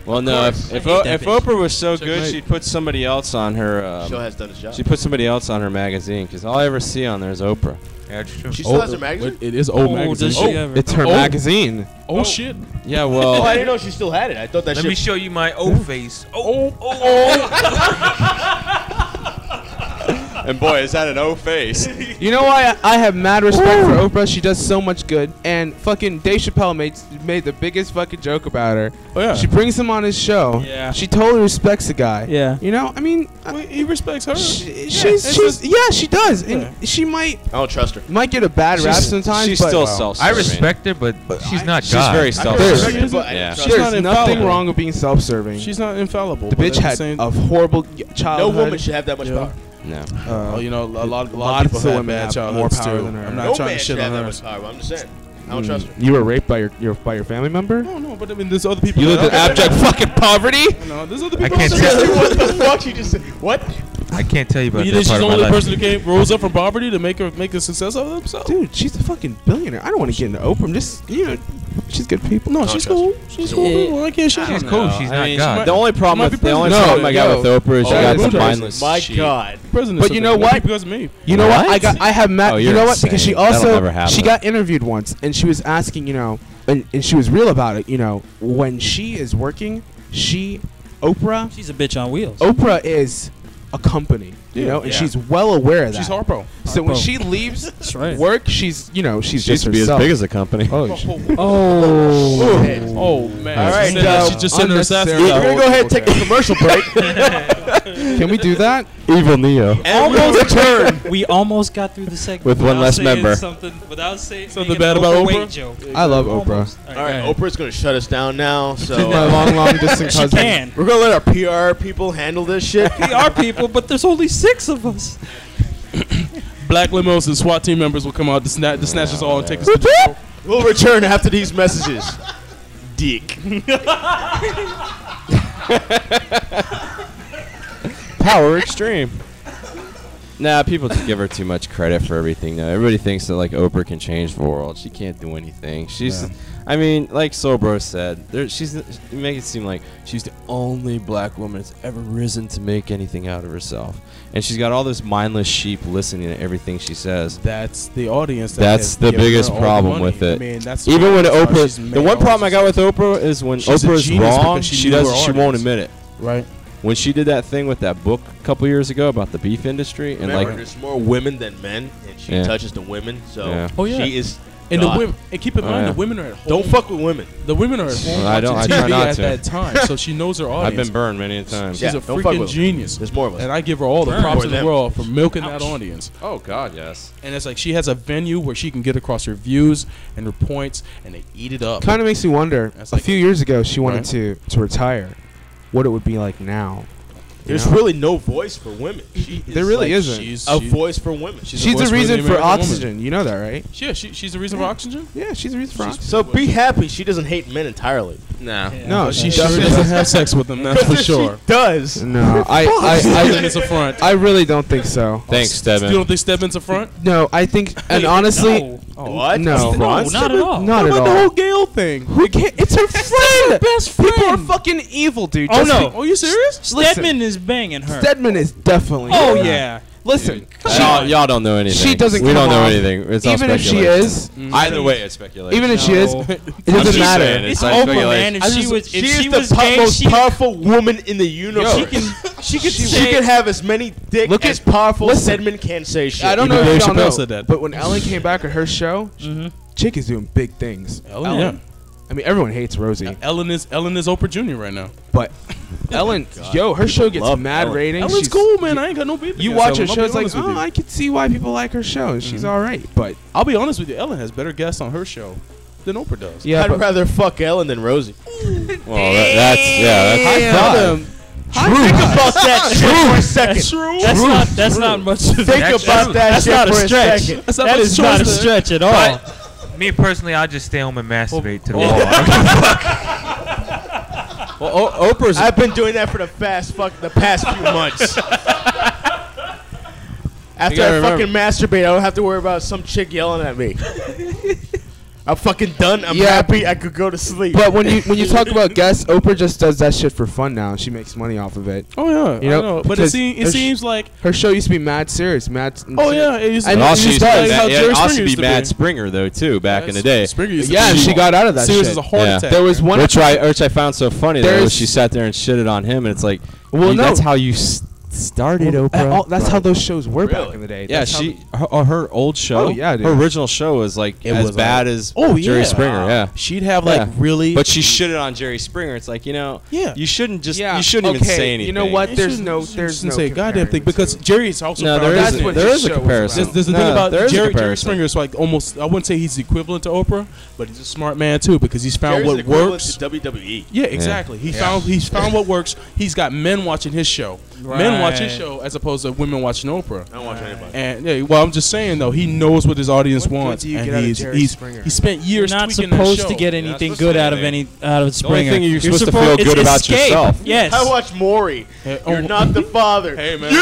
Speaker 6: Well, no, if if, o- if
Speaker 7: that bitch.
Speaker 6: Oprah was so good,
Speaker 8: Checkmate.
Speaker 6: she'd put somebody else on her. Um,
Speaker 5: Show has done his job.
Speaker 6: she put somebody else on her magazine because all I ever see on there is Oprah.
Speaker 9: Yeah, that's true.
Speaker 5: She still has her magazine?
Speaker 8: It is old
Speaker 7: Oh,
Speaker 8: magazine.
Speaker 7: does she
Speaker 8: oh,
Speaker 7: ever?
Speaker 3: It's her magazine.
Speaker 8: oh, shit.
Speaker 6: Yeah,
Speaker 5: Oh, I
Speaker 6: well,
Speaker 5: didn't know she still had it. I thought that
Speaker 9: Let
Speaker 5: shit.
Speaker 9: me show you my O face. Oh, oh,
Speaker 6: <laughs> and boy, is that an O face.
Speaker 3: You know why I, I have mad respect for Oprah? She does so much good. And fucking Dave Chappelle made made the biggest fucking joke about her.
Speaker 8: Oh, yeah.
Speaker 3: She brings him on his show.
Speaker 7: Yeah.
Speaker 3: She totally respects the guy.
Speaker 7: Yeah.
Speaker 3: You know, I mean, I-
Speaker 8: Well, he respects her.
Speaker 3: she,
Speaker 8: it's
Speaker 3: she's she's yeah, she does, and
Speaker 8: Yeah.
Speaker 3: she might
Speaker 5: I don't trust her.
Speaker 3: might get a bad rap
Speaker 6: She's-
Speaker 3: sometimes.
Speaker 6: she's
Speaker 3: but
Speaker 6: still
Speaker 3: well,
Speaker 6: self.
Speaker 9: I respect her, but she's not
Speaker 6: She's
Speaker 9: God.
Speaker 6: very
Speaker 5: I can
Speaker 6: self.
Speaker 3: There's-
Speaker 5: respect her, but I
Speaker 6: Yeah.
Speaker 5: don't
Speaker 8: She's
Speaker 5: trust her.
Speaker 8: not
Speaker 3: There's nothing
Speaker 8: infallible.
Speaker 3: wrong with being self-serving.
Speaker 8: She's not infallible.
Speaker 3: the
Speaker 8: but
Speaker 3: bitch
Speaker 8: at
Speaker 3: had
Speaker 8: same-
Speaker 3: a horrible y-
Speaker 5: No
Speaker 3: childhood.
Speaker 5: woman should have that much
Speaker 8: Yeah.
Speaker 5: power.
Speaker 6: No.
Speaker 8: Oh, you know, a lot, a lot, of
Speaker 3: Lots
Speaker 8: people
Speaker 3: of
Speaker 8: have
Speaker 3: women
Speaker 8: bad
Speaker 3: have
Speaker 8: childhoods
Speaker 3: more power
Speaker 8: too.
Speaker 3: than her.
Speaker 8: I'm
Speaker 5: No
Speaker 8: not
Speaker 5: man
Speaker 8: trying to
Speaker 5: should
Speaker 8: shit
Speaker 5: have
Speaker 8: on
Speaker 5: that
Speaker 8: her.
Speaker 5: much power. but I'm just saying. I don't trust her.
Speaker 3: You were raped by your, your by your family member.
Speaker 8: No, no, but I mean, there's other people.
Speaker 3: You lived in
Speaker 8: that-
Speaker 3: abject fucking poverty.
Speaker 8: No, there's other
Speaker 9: I
Speaker 8: people.
Speaker 9: can't
Speaker 8: out there.
Speaker 5: <laughs>
Speaker 9: tell.
Speaker 5: what the fuck? She just said. What?
Speaker 9: I can't tell you about
Speaker 8: You
Speaker 9: that
Speaker 8: think she's
Speaker 9: part
Speaker 8: the
Speaker 9: of my
Speaker 8: only
Speaker 9: life.
Speaker 8: person who came rose up from poverty to make her make a success of themselves?
Speaker 3: Dude, she's a fucking billionaire. I don't want to get into Oprah. I'm just you know, she's good people.
Speaker 8: No, she's cool. She's cool. I can't shit on
Speaker 9: She's
Speaker 8: her.
Speaker 9: cool. She's
Speaker 6: I
Speaker 9: not
Speaker 6: mean,
Speaker 9: God.
Speaker 6: The only problem,
Speaker 8: might
Speaker 6: with,
Speaker 8: be
Speaker 6: the only
Speaker 3: president.
Speaker 6: problem
Speaker 3: No,
Speaker 6: I got
Speaker 3: no.
Speaker 6: with Oprah is she
Speaker 3: Oh,
Speaker 6: got
Speaker 3: that's
Speaker 6: the
Speaker 3: right.
Speaker 6: mindless.
Speaker 5: My
Speaker 6: sheep.
Speaker 5: God.
Speaker 8: President
Speaker 3: But
Speaker 8: or
Speaker 3: you know
Speaker 8: something.
Speaker 3: what?
Speaker 8: Not Because of me.
Speaker 3: You know what? I
Speaker 6: What?
Speaker 3: got I have Matt.
Speaker 6: Oh,
Speaker 3: you
Speaker 6: you're
Speaker 3: know what? Because she
Speaker 6: insane. That'll
Speaker 3: also
Speaker 6: never happen.
Speaker 3: she got interviewed once and she was asking, you know, and, and she was real about it, you know, when she is working, she Oprah
Speaker 7: She's a bitch on wheels.
Speaker 8: Oh.
Speaker 3: Oprah is a company, you
Speaker 8: Yeah.
Speaker 3: know, and
Speaker 8: Yeah.
Speaker 3: she's well aware of that.
Speaker 8: She's Harpo.
Speaker 3: so when
Speaker 7: Harpo.
Speaker 8: <laughs>
Speaker 3: she leaves
Speaker 7: That's right.
Speaker 3: work, she's you know, she's
Speaker 6: She
Speaker 3: just
Speaker 6: used to be as
Speaker 3: herself.
Speaker 6: big as a company.
Speaker 3: Oh, shit.
Speaker 5: Oh.
Speaker 8: Oh man.
Speaker 6: All
Speaker 8: She's
Speaker 6: right,
Speaker 8: sending-
Speaker 6: so
Speaker 8: she's just sending her assassin.
Speaker 3: unnecessary-
Speaker 5: We're gonna go ahead and take a commercial
Speaker 3: <laughs>
Speaker 5: break.
Speaker 3: Can we do that?
Speaker 6: Evil Neo
Speaker 7: Almost turn. We almost got through the segment
Speaker 6: with one
Speaker 7: without
Speaker 6: less
Speaker 7: saying
Speaker 6: member.
Speaker 7: Something without saying
Speaker 8: Something bad about Oprah?
Speaker 7: Joke.
Speaker 3: I love Oprah.
Speaker 7: Almost.
Speaker 5: All right, Oprah's gonna shut us down now. So
Speaker 3: She's my long, <laughs> long distance
Speaker 7: She
Speaker 3: cousin.
Speaker 7: can.
Speaker 5: we're gonna let our PR people handle this shit.
Speaker 7: We are people, but there's only six of us.
Speaker 8: Black limos and SWAT team members will come out to snatch, to snatch us all and take us. to-
Speaker 5: we'll return after these messages. Dick.
Speaker 6: Power extreme. <laughs> Nah, people just give her too much credit for everything. Though everybody thinks that like Oprah can change the world. She can't do anything. She's, I mean, like Sobro said, there, she's she make it seem like she's the only black woman that's ever risen to make anything out of herself, and she's got all this mindless sheep listening to everything she says.
Speaker 8: That's the audience. That
Speaker 6: That's
Speaker 8: has
Speaker 6: the
Speaker 8: given her
Speaker 6: biggest
Speaker 8: all
Speaker 6: problem
Speaker 8: money.
Speaker 6: with it.
Speaker 8: I mean, that's
Speaker 6: Even when
Speaker 8: that's why she's
Speaker 6: Oprah,
Speaker 8: made
Speaker 6: the one
Speaker 8: all
Speaker 6: problem I
Speaker 8: this-
Speaker 6: got with Oprah is when
Speaker 8: She's a
Speaker 6: Oprah's
Speaker 8: genius
Speaker 6: wrong,
Speaker 8: because she
Speaker 6: she
Speaker 8: knew her
Speaker 6: does she won't
Speaker 8: audience.
Speaker 6: admit it.
Speaker 8: right.
Speaker 6: When she did that thing with that book a couple years ago about the beef industry and
Speaker 5: Remember,
Speaker 6: like
Speaker 5: there's more women than men, and she
Speaker 6: Yeah.
Speaker 5: touches the women. So
Speaker 6: Yeah.
Speaker 8: Oh, yeah.
Speaker 5: she is.
Speaker 8: And
Speaker 5: God.
Speaker 8: the women, and keep in
Speaker 6: Oh,
Speaker 8: mind,
Speaker 6: yeah.
Speaker 8: the women are at home.
Speaker 5: Don't fuck with women.
Speaker 8: The women are at home.
Speaker 6: I don't-
Speaker 8: watching
Speaker 6: I try
Speaker 8: TV
Speaker 6: not
Speaker 8: at
Speaker 6: to.
Speaker 8: that time, so she knows her audience.
Speaker 6: <laughs> I've been burned many a times.
Speaker 8: She's
Speaker 5: Yeah,
Speaker 8: a
Speaker 5: don't fuck
Speaker 8: freaking
Speaker 5: with her.
Speaker 8: genius,
Speaker 5: There's more of us.
Speaker 8: and I give her all the
Speaker 7: Burn.
Speaker 8: props in the
Speaker 5: Them.
Speaker 8: world for milking that audience.
Speaker 6: Oh God, yes.
Speaker 8: And it's like she has a venue where she can get across her views and her points, and they eat it up.
Speaker 3: Kind of makes me wonder.
Speaker 8: That's
Speaker 3: A
Speaker 8: like-
Speaker 3: few years ago, she wanted
Speaker 8: Right.
Speaker 3: to to retire. What it would be like now?
Speaker 5: There's
Speaker 3: Yeah.
Speaker 5: really no voice for women. She is
Speaker 3: There really
Speaker 5: like
Speaker 3: isn't.
Speaker 8: She's,
Speaker 5: a
Speaker 8: she's-
Speaker 5: voice for women.
Speaker 8: she's,
Speaker 3: She's
Speaker 8: voice
Speaker 3: the reason
Speaker 8: the
Speaker 3: for
Speaker 8: American woman.
Speaker 3: oxygen. You know that, right?
Speaker 8: Yeah, she, she's the reason for oxygen.
Speaker 3: Yeah, she's the reason for oxygen.
Speaker 5: So be happy. She doesn't hate men entirely.
Speaker 6: Nah.
Speaker 3: No,
Speaker 8: She
Speaker 3: she
Speaker 8: sure
Speaker 3: doesn't.
Speaker 8: doesn't have sex with
Speaker 3: <laughs>
Speaker 8: them, that's for sure.
Speaker 5: She does.
Speaker 3: No, I,
Speaker 8: <laughs> I
Speaker 3: I,
Speaker 8: think it's a front.
Speaker 3: I, I really don't think so.
Speaker 6: Thanks,
Speaker 8: You
Speaker 6: Stebbins.
Speaker 8: don't think Stebbins a front?
Speaker 3: No, I think, and honestly,
Speaker 7: no.
Speaker 5: what?
Speaker 3: No.
Speaker 5: She
Speaker 7: No,
Speaker 5: does?
Speaker 7: not at all.
Speaker 3: not
Speaker 8: what
Speaker 3: at
Speaker 8: about
Speaker 3: all.
Speaker 8: the whole Gale thing?
Speaker 3: Who can't? It's her friend.
Speaker 7: best
Speaker 3: People are
Speaker 7: friend.
Speaker 3: fucking evil, dude.
Speaker 7: Oh,
Speaker 3: Just
Speaker 7: no.
Speaker 8: Oh, you serious?
Speaker 7: Stedman is banganging
Speaker 3: be-
Speaker 7: her.
Speaker 3: Stedman is definitely.
Speaker 7: oh
Speaker 3: evil.
Speaker 7: yeah.
Speaker 3: Listen,
Speaker 6: y'all, y'all don't know anything.
Speaker 3: she doesn't.
Speaker 6: We
Speaker 3: come
Speaker 6: don't know
Speaker 3: off-
Speaker 6: anything. It's all
Speaker 3: even if she
Speaker 6: speculation. Mm.
Speaker 3: is,
Speaker 6: Either way, it's speculation.
Speaker 3: even if she is,
Speaker 7: No.
Speaker 3: it doesn't
Speaker 6: just saying,
Speaker 3: matter.
Speaker 7: It's
Speaker 6: It's like
Speaker 7: Oprah,
Speaker 6: speculation.
Speaker 7: man. If
Speaker 5: I
Speaker 7: she
Speaker 5: just-
Speaker 7: was, if
Speaker 5: is
Speaker 7: she
Speaker 5: the
Speaker 7: was
Speaker 5: po-
Speaker 7: gay,
Speaker 5: most
Speaker 7: she,
Speaker 5: powerful woman in the universe.
Speaker 3: Yo.
Speaker 5: she can,
Speaker 7: she could
Speaker 5: she,
Speaker 7: say,
Speaker 5: can have as many dicks
Speaker 3: Look
Speaker 5: as
Speaker 3: at-
Speaker 5: powerful
Speaker 3: listen.
Speaker 5: Sedman can say shit.
Speaker 3: I don't
Speaker 8: Even
Speaker 3: know
Speaker 8: Dave
Speaker 3: if y'all
Speaker 8: Chappelle
Speaker 3: know,
Speaker 8: said that. Mm-hmm.
Speaker 3: but when Ellen came back at her show, chick is doing big things.
Speaker 8: Ellen,
Speaker 3: I mean, everyone hates
Speaker 8: <laughs>
Speaker 3: Rosie,
Speaker 8: yeah. Ellen is Ellen is Oprah Jr. right now. Oh
Speaker 3: but Ellen, yo, her show gets
Speaker 5: love
Speaker 3: mad
Speaker 5: Ellen.
Speaker 3: ratings.
Speaker 8: Ellen's
Speaker 3: She's-
Speaker 8: cool, man. I ain't got no beef.
Speaker 3: You
Speaker 8: against
Speaker 3: watch her
Speaker 8: Ellen. I'll
Speaker 3: show,
Speaker 8: be
Speaker 3: it's like,
Speaker 8: honest with
Speaker 3: oh,
Speaker 8: you. Mm-hmm.
Speaker 3: I could see why people like her show. She's all right, but
Speaker 8: I'll be honest with you. Ellen has better guests on her show than Oprah does.
Speaker 3: yeah,
Speaker 5: I'd
Speaker 3: but-
Speaker 5: rather fuck Ellen than Rosie.
Speaker 6: Well, that, that's yeah. That's
Speaker 8: Tell them,
Speaker 5: Think about that shit for a second.
Speaker 7: That's not. That's not much. Of
Speaker 5: Think
Speaker 9: That's
Speaker 5: about
Speaker 9: true.
Speaker 5: that
Speaker 7: That's
Speaker 5: shit
Speaker 7: not a
Speaker 5: for
Speaker 7: stretch.
Speaker 5: second.
Speaker 8: that's not
Speaker 7: that
Speaker 8: much
Speaker 7: is not a
Speaker 8: choice to-
Speaker 7: stretch at all.
Speaker 9: Me personally, I'll just stay home and masturbate to the wall.
Speaker 6: Well, o- Oprah's
Speaker 5: I've been doing that for the past fuck the past few months. After I
Speaker 6: gotta
Speaker 5: fucking masturbate, I don't have to worry about some chick yelling at me. I'm fucking done. I'm
Speaker 3: Yeah.
Speaker 5: happy. I could go to sleep.
Speaker 3: But when you when you
Speaker 8: <laughs>
Speaker 3: talk about guests, Oprah just does that shit for fun now. She makes money off of it.
Speaker 8: oh yeah,
Speaker 3: You
Speaker 8: I
Speaker 3: know,
Speaker 8: know. But it,
Speaker 3: because
Speaker 8: seem, it
Speaker 3: there's-
Speaker 8: seems like
Speaker 3: Her show used to be mad serious, mad.
Speaker 8: oh yeah, it used to,
Speaker 3: And
Speaker 6: and
Speaker 8: it
Speaker 3: all
Speaker 6: also
Speaker 8: used
Speaker 6: used
Speaker 8: to
Speaker 6: to
Speaker 8: be
Speaker 6: be,
Speaker 8: like how
Speaker 6: Mad-
Speaker 8: Jerry
Speaker 6: and also
Speaker 8: Springer
Speaker 6: be
Speaker 8: used to
Speaker 6: Mad
Speaker 8: be.
Speaker 6: Springer though too back in the
Speaker 8: That's-
Speaker 6: day.
Speaker 8: Springer used to
Speaker 3: yeah.
Speaker 8: be
Speaker 3: She got out of that
Speaker 8: serious
Speaker 3: shit.
Speaker 8: as a heart
Speaker 6: Yeah.
Speaker 8: attack.
Speaker 3: there was one.
Speaker 6: Which I which I found so funny though
Speaker 3: There's-
Speaker 6: was she sat there and shitted on him, and it's like,
Speaker 3: Well,
Speaker 6: you-
Speaker 3: no.
Speaker 6: that's how you s- started,
Speaker 3: Well,
Speaker 6: Oprah.
Speaker 3: uh, all- that's how those shows were back in the day.
Speaker 6: Yeah,
Speaker 3: That's how-
Speaker 6: she her, uh, her old show.
Speaker 3: Oh, yeah, dude.
Speaker 6: her original show was like as
Speaker 8: was
Speaker 6: bad as
Speaker 8: Oh,
Speaker 6: Jerry
Speaker 8: yeah.
Speaker 6: Springer. Yeah,
Speaker 8: She'd have
Speaker 6: Yeah.
Speaker 8: like really,
Speaker 6: but she shitted on Jerry Springer. It's like you know,
Speaker 8: Yeah.
Speaker 6: you shouldn't just
Speaker 3: Yeah,
Speaker 6: you shouldn't even
Speaker 3: okay,
Speaker 6: say anything.
Speaker 3: you know what?
Speaker 8: It
Speaker 3: There's
Speaker 8: shouldn't-
Speaker 3: no-
Speaker 8: she
Speaker 3: there's
Speaker 8: shouldn't
Speaker 3: no
Speaker 8: say a goddamn thing
Speaker 3: comparing
Speaker 8: because
Speaker 3: the two.
Speaker 8: Jerry's also
Speaker 6: No,
Speaker 8: found
Speaker 6: there
Speaker 8: out-
Speaker 3: That's
Speaker 6: is a,
Speaker 3: what
Speaker 6: there
Speaker 3: his
Speaker 6: is a
Speaker 3: show was
Speaker 6: comparison.
Speaker 8: There's,
Speaker 3: about.
Speaker 8: there's the
Speaker 6: No,
Speaker 8: thing about
Speaker 6: there is a
Speaker 8: Jerry, Jerry
Speaker 6: comparison.
Speaker 8: Springer is like almost. I wouldn't say he's equivalent to Oprah, but he's a smart man too because he's found
Speaker 5: Jerry's
Speaker 8: what
Speaker 5: equivalent
Speaker 8: works.
Speaker 5: to WWE.
Speaker 8: Yeah, exactly. He found he's found what works. He's got men watching his show. Men watch his
Speaker 7: Right.
Speaker 8: show as opposed to women watching Oprah.
Speaker 5: I don't watch anybody.
Speaker 8: And yeah, well, I'm just saying though, he knows what his audience
Speaker 3: What good
Speaker 8: wants,
Speaker 3: do you
Speaker 8: and
Speaker 3: get out of
Speaker 8: he's,
Speaker 3: Jerry
Speaker 8: he's
Speaker 3: Springer?
Speaker 8: he spent
Speaker 7: You're
Speaker 8: years
Speaker 7: not
Speaker 8: tweaking that
Speaker 7: supposed to
Speaker 8: show.
Speaker 7: get anything good out of any out of
Speaker 6: only
Speaker 7: Springer.
Speaker 6: thing you're supposed to
Speaker 7: suppo-
Speaker 6: feel
Speaker 7: it's
Speaker 6: good about
Speaker 7: escape.
Speaker 6: yourself.
Speaker 7: Yes.
Speaker 5: I watch Maury.
Speaker 8: Hey, oh,
Speaker 5: You're not the father.
Speaker 8: Hey man.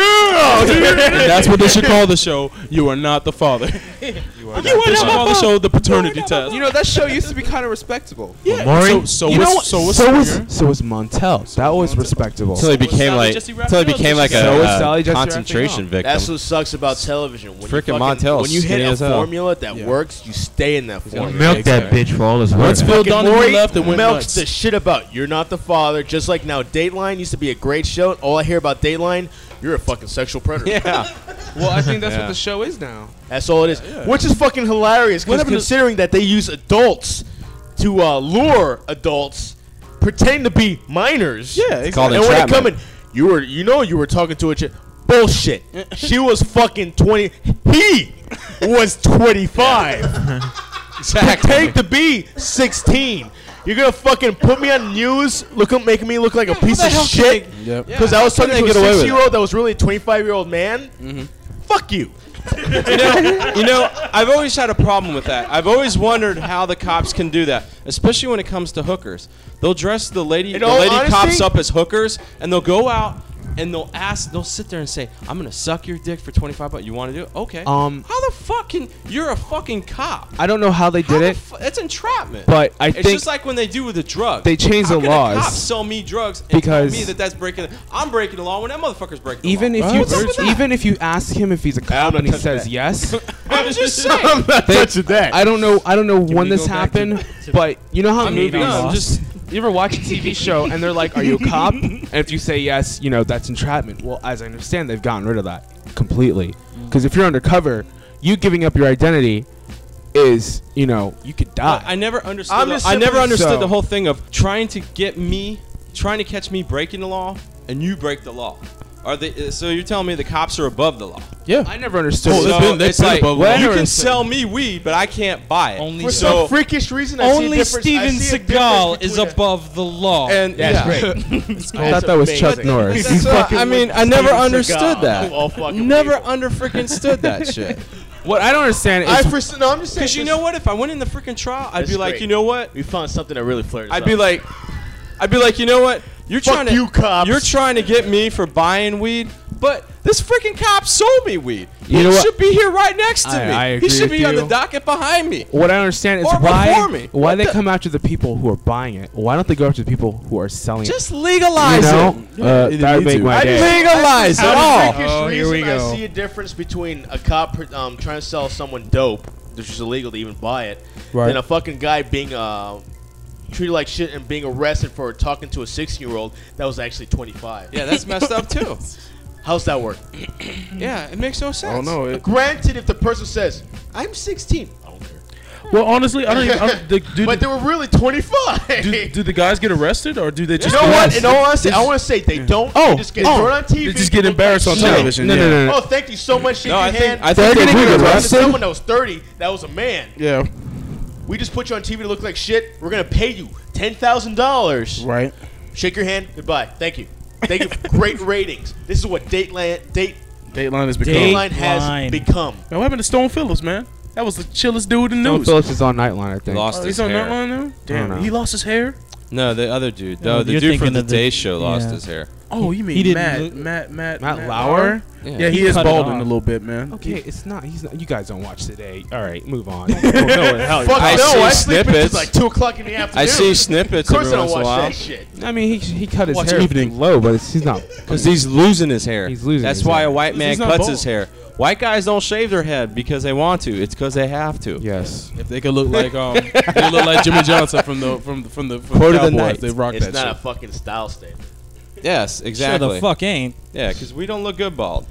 Speaker 8: That's what they should call the show. You are not the father. <laughs> you are not. They should call the show the paternity test.
Speaker 3: You know that show used to be kind of respectable.
Speaker 8: yeah. So,
Speaker 9: Maury?
Speaker 8: so
Speaker 3: you
Speaker 13: <laughs>
Speaker 8: was,
Speaker 3: know what?
Speaker 8: so was
Speaker 3: so
Speaker 8: Springer.
Speaker 3: was so was Montel. That was respectable.
Speaker 6: Until he
Speaker 8: was
Speaker 6: became
Speaker 8: Sally
Speaker 6: like,
Speaker 8: Jesse
Speaker 6: until he
Speaker 8: Raphael,
Speaker 6: became like
Speaker 8: so
Speaker 6: a,
Speaker 3: was
Speaker 6: uh,
Speaker 3: Sally Jesse
Speaker 6: concentration victim.
Speaker 5: That's what sucks about television. When you
Speaker 6: Frickin'
Speaker 5: fucking-
Speaker 6: Montel's
Speaker 5: When you hit
Speaker 6: skinny
Speaker 5: a
Speaker 6: as hell.
Speaker 5: formula that
Speaker 8: Yeah.
Speaker 5: works, you stay in that formula.
Speaker 9: Milk that bitch for all his worth.
Speaker 8: Once Phil
Speaker 5: Fucking
Speaker 8: Donahue
Speaker 5: Maury
Speaker 8: left, it went
Speaker 5: milks
Speaker 8: nuts.
Speaker 5: the shit about you're not the father. Just like now, Dateline used to be a great show. All I hear about Dateline, you're a fucking sexual predator.
Speaker 6: yeah,
Speaker 3: well, I think that's
Speaker 6: Yeah.
Speaker 3: what the show is now.
Speaker 5: That's all it is. Which is fucking hilarious. 'cause
Speaker 8: What happened to-
Speaker 5: considering that they use adults to uh, lure adults, pretend to be minors.
Speaker 8: Yeah, it's
Speaker 6: called
Speaker 5: and when they come
Speaker 6: entrapment.
Speaker 5: in, you were you know you were talking to a chick. Bullshit. she was fucking twenty. He was twenty five. Pretend to be sixteen. You're gonna fucking put me on news, look up, making me look like a piece of shit.
Speaker 8: Yep.
Speaker 5: Because I was
Speaker 6: How
Speaker 5: talking to
Speaker 6: can they
Speaker 5: a
Speaker 6: get away with Mm-hmm.
Speaker 5: six year old that was really a twenty five year old man. Fuck you.
Speaker 6: you know, you know, I've always had a problem with that. I've always wondered how the cops can do that, especially when it comes to hookers. They'll dress the lady,
Speaker 5: In
Speaker 6: the
Speaker 5: all
Speaker 6: lady
Speaker 5: honesty-
Speaker 6: cops up as hookers, and they'll go out and they'll ask, they'll sit there and say, "I'm gonna suck your dick for 25 bucks. You want to do it? Okay.
Speaker 3: Um,
Speaker 6: how the fucking? You're a fucking cop.
Speaker 3: I don't know how they
Speaker 6: How
Speaker 3: did
Speaker 6: the
Speaker 3: it,
Speaker 6: fu- That's entrapment.
Speaker 3: but I
Speaker 6: it's
Speaker 3: think
Speaker 6: just like when they do with the drugs.
Speaker 3: they changed
Speaker 6: How
Speaker 3: the
Speaker 6: can
Speaker 3: laws.
Speaker 6: cops sell me drugs and
Speaker 3: Because-
Speaker 6: tell me that that's breaking. The, I'm breaking the law when that motherfucker's breaking. The
Speaker 3: even
Speaker 6: law.
Speaker 3: if
Speaker 8: What's up with
Speaker 3: you
Speaker 8: that?
Speaker 3: even if you ask him if he's a cop
Speaker 5: not
Speaker 3: and he
Speaker 5: touching
Speaker 3: says
Speaker 5: that.
Speaker 3: yes,
Speaker 6: I'm just
Speaker 3: <laughs>
Speaker 6: saying.
Speaker 3: they-
Speaker 5: that.
Speaker 3: I don't know. I don't know when
Speaker 7: we
Speaker 3: this
Speaker 7: go back to-
Speaker 3: happened, but you know how
Speaker 6: mean,
Speaker 3: movies.
Speaker 6: no, I'm
Speaker 3: just you ever watch a TV show and they're like, "Are you a <laughs> cop?" And if you say yes, you know that's entrapment. Well, as I understand, they've gotten rid of that completely because if you're undercover, you giving up your identity is, you know, you could die.
Speaker 6: I never understood.
Speaker 5: I'm
Speaker 6: the-
Speaker 5: just
Speaker 6: I never
Speaker 5: simply-
Speaker 6: understood
Speaker 3: So-
Speaker 6: the whole thing of trying to get me, trying to catch me breaking the law, and you break the law. Are they? uh, So you're telling me the cops are above the law?
Speaker 8: Yeah.
Speaker 3: I never understood.
Speaker 8: Oh,
Speaker 3: it.
Speaker 8: they've
Speaker 6: so
Speaker 8: been- they've
Speaker 6: it's
Speaker 8: been
Speaker 6: like
Speaker 8: above the law.
Speaker 6: you
Speaker 3: Well,
Speaker 6: can
Speaker 3: it's-
Speaker 6: sell me weed, but I can't buy it.
Speaker 7: Only
Speaker 5: For
Speaker 6: so.
Speaker 5: some freakish reason, I see a
Speaker 7: Only
Speaker 5: difference- I
Speaker 7: Steven
Speaker 5: see a
Speaker 7: Seagal
Speaker 5: difference
Speaker 7: is
Speaker 5: between a-
Speaker 7: above the law.
Speaker 6: and
Speaker 5: That's
Speaker 6: yeah.
Speaker 5: great.
Speaker 3: I thought that was
Speaker 5: amazing.
Speaker 3: Chuck Norris.
Speaker 6: That's what- I mean, I never
Speaker 5: Steven
Speaker 6: understood
Speaker 5: Seagal.
Speaker 6: that.
Speaker 5: All fucking
Speaker 6: Never
Speaker 5: people.
Speaker 6: under freaking stood <laughs> that shit.
Speaker 3: What I don't understand is
Speaker 5: I for, no, I'm just saying.
Speaker 6: Because you know what? If I went in the freaking trial, I'd
Speaker 5: That's
Speaker 6: be like,
Speaker 5: great.
Speaker 6: you know what?
Speaker 5: we found something that really flirted.
Speaker 6: I'd be like, I'd be like, you know what? You're
Speaker 5: Fuck
Speaker 6: trying to
Speaker 5: you, cops.
Speaker 6: are trying to get me for buying weed, but this freaking cop sold me weed.
Speaker 3: You
Speaker 6: he
Speaker 3: know what?
Speaker 6: should be here right next to
Speaker 3: I-
Speaker 6: me.
Speaker 3: I
Speaker 6: he
Speaker 3: agree
Speaker 6: should
Speaker 3: with
Speaker 6: be on the
Speaker 3: you.
Speaker 6: docket behind me.
Speaker 3: What I don't understand is
Speaker 6: Or
Speaker 3: why
Speaker 6: before me.
Speaker 3: why
Speaker 6: What
Speaker 3: they
Speaker 6: the-
Speaker 3: come after the people who are buying it. Why don't they go after the people who are selling it?
Speaker 6: Just
Speaker 3: You
Speaker 6: legalize
Speaker 3: know, uh,
Speaker 8: They
Speaker 3: that would
Speaker 8: need
Speaker 3: make
Speaker 8: to.
Speaker 3: my
Speaker 8: I
Speaker 3: day.
Speaker 6: Legalize it
Speaker 5: Out of
Speaker 6: all.
Speaker 5: freakish
Speaker 7: Oh, here
Speaker 5: reason,
Speaker 7: we go.
Speaker 5: I see a difference between a cop pr- um, trying to sell someone dope, which is illegal to even buy it,
Speaker 8: Right.
Speaker 5: than a fucking guy being uh, treated like shit and being arrested for talking to a 16 year old that was actually 25.
Speaker 6: Yeah, that's messed up too.
Speaker 5: How's that work?
Speaker 6: Yeah, it makes no sense.
Speaker 4: Oh,
Speaker 8: I don't know. It,
Speaker 5: Granted, if the person says, I'm 16, I don't care.
Speaker 8: Well, honestly, I don't even. I don't,
Speaker 5: <laughs>
Speaker 8: the, do,
Speaker 5: But they were really 25.
Speaker 8: do, do the guys get arrested or do they
Speaker 5: you
Speaker 8: just?
Speaker 5: know
Speaker 8: get
Speaker 5: what?
Speaker 8: arrested?
Speaker 5: In all honesty, I want to say they don't.
Speaker 8: Oh,
Speaker 5: they just get
Speaker 8: oh,
Speaker 5: thrown on TV.
Speaker 8: they just get
Speaker 5: look
Speaker 8: embarrassed
Speaker 5: like
Speaker 8: on
Speaker 5: shit.
Speaker 8: television.
Speaker 3: No, no,
Speaker 8: yeah.
Speaker 3: no, no.
Speaker 5: Oh, thank you so much. Shake
Speaker 6: No,
Speaker 5: your
Speaker 6: I think-
Speaker 5: hand.
Speaker 6: I think
Speaker 5: They're
Speaker 6: they
Speaker 5: getting
Speaker 6: do get
Speaker 5: arrested.
Speaker 6: arrested.
Speaker 5: Someone that was 30, that was a man.
Speaker 8: Yeah.
Speaker 5: We just put you on TV to look like shit. We're gonna pay you ten thousand dollars.
Speaker 8: Right.
Speaker 5: Shake your hand. Goodbye. Thank you. Thank you. for Great ratings. This is what Dateland Date
Speaker 8: Dateline has become.
Speaker 5: Dateline has
Speaker 7: Dateline.
Speaker 5: become.
Speaker 8: Man, what happened to Stone Phillips, man? That was the chillest dude in the
Speaker 3: Stone
Speaker 8: news.
Speaker 3: Phillips is on Nightline, I think.
Speaker 6: Lost
Speaker 8: Oh,
Speaker 6: his
Speaker 8: he's on
Speaker 6: hair.
Speaker 8: Nightline now. Damn,
Speaker 3: know.
Speaker 8: he lost his hair.
Speaker 6: No, the other dude.
Speaker 7: No,
Speaker 6: No, the
Speaker 7: you're
Speaker 6: dude from
Speaker 7: thinking
Speaker 6: the
Speaker 7: of the-
Speaker 6: Day Show lost
Speaker 7: yeah.
Speaker 6: his hair.
Speaker 8: Oh, you mean
Speaker 7: he didn't
Speaker 8: Matt,
Speaker 7: look-
Speaker 8: Matt, Matt,
Speaker 3: Matt Lauer?
Speaker 6: Yeah.
Speaker 8: Yeah, he,
Speaker 7: He
Speaker 8: is
Speaker 7: cut it
Speaker 8: balding
Speaker 7: off.
Speaker 8: a little bit, man.
Speaker 3: Okay, it's not. He's not. You guys don't watch today. All right,
Speaker 8: <laughs>
Speaker 3: move on. I don't know what the hell
Speaker 5: Fuck
Speaker 6: I
Speaker 5: no!
Speaker 6: see
Speaker 5: I sleep until
Speaker 6: snippets.
Speaker 5: like two o'clock in the afternoon.
Speaker 6: I see
Speaker 5: Of
Speaker 6: snippets
Speaker 5: course,
Speaker 6: every
Speaker 5: I don't
Speaker 6: once in a
Speaker 5: watch
Speaker 6: while.
Speaker 5: that shit.
Speaker 3: you're- I mean, he he cut his
Speaker 8: Watch
Speaker 3: hair
Speaker 8: evening.
Speaker 3: low, but it's, he's not.
Speaker 6: Because he's losing his hair.
Speaker 3: He's losing
Speaker 6: That's
Speaker 3: his
Speaker 6: why
Speaker 3: hair.
Speaker 6: a white man
Speaker 8: He's not
Speaker 6: cuts
Speaker 8: bald.
Speaker 6: his hair. White guys don't shave their head because they want to. It's because they have to.
Speaker 3: Yes.
Speaker 8: If they could look like um, they look like Jimmy Johnson from the from the from the from
Speaker 6: Quote
Speaker 8: the
Speaker 6: of the
Speaker 8: Cowboys.
Speaker 6: night.
Speaker 8: They rock
Speaker 5: It's
Speaker 8: that
Speaker 5: not a
Speaker 8: shit.
Speaker 5: fucking style statement.
Speaker 6: Yes, exactly.
Speaker 7: Sure the fuck ain't.
Speaker 6: Yeah, because we don't look good bald.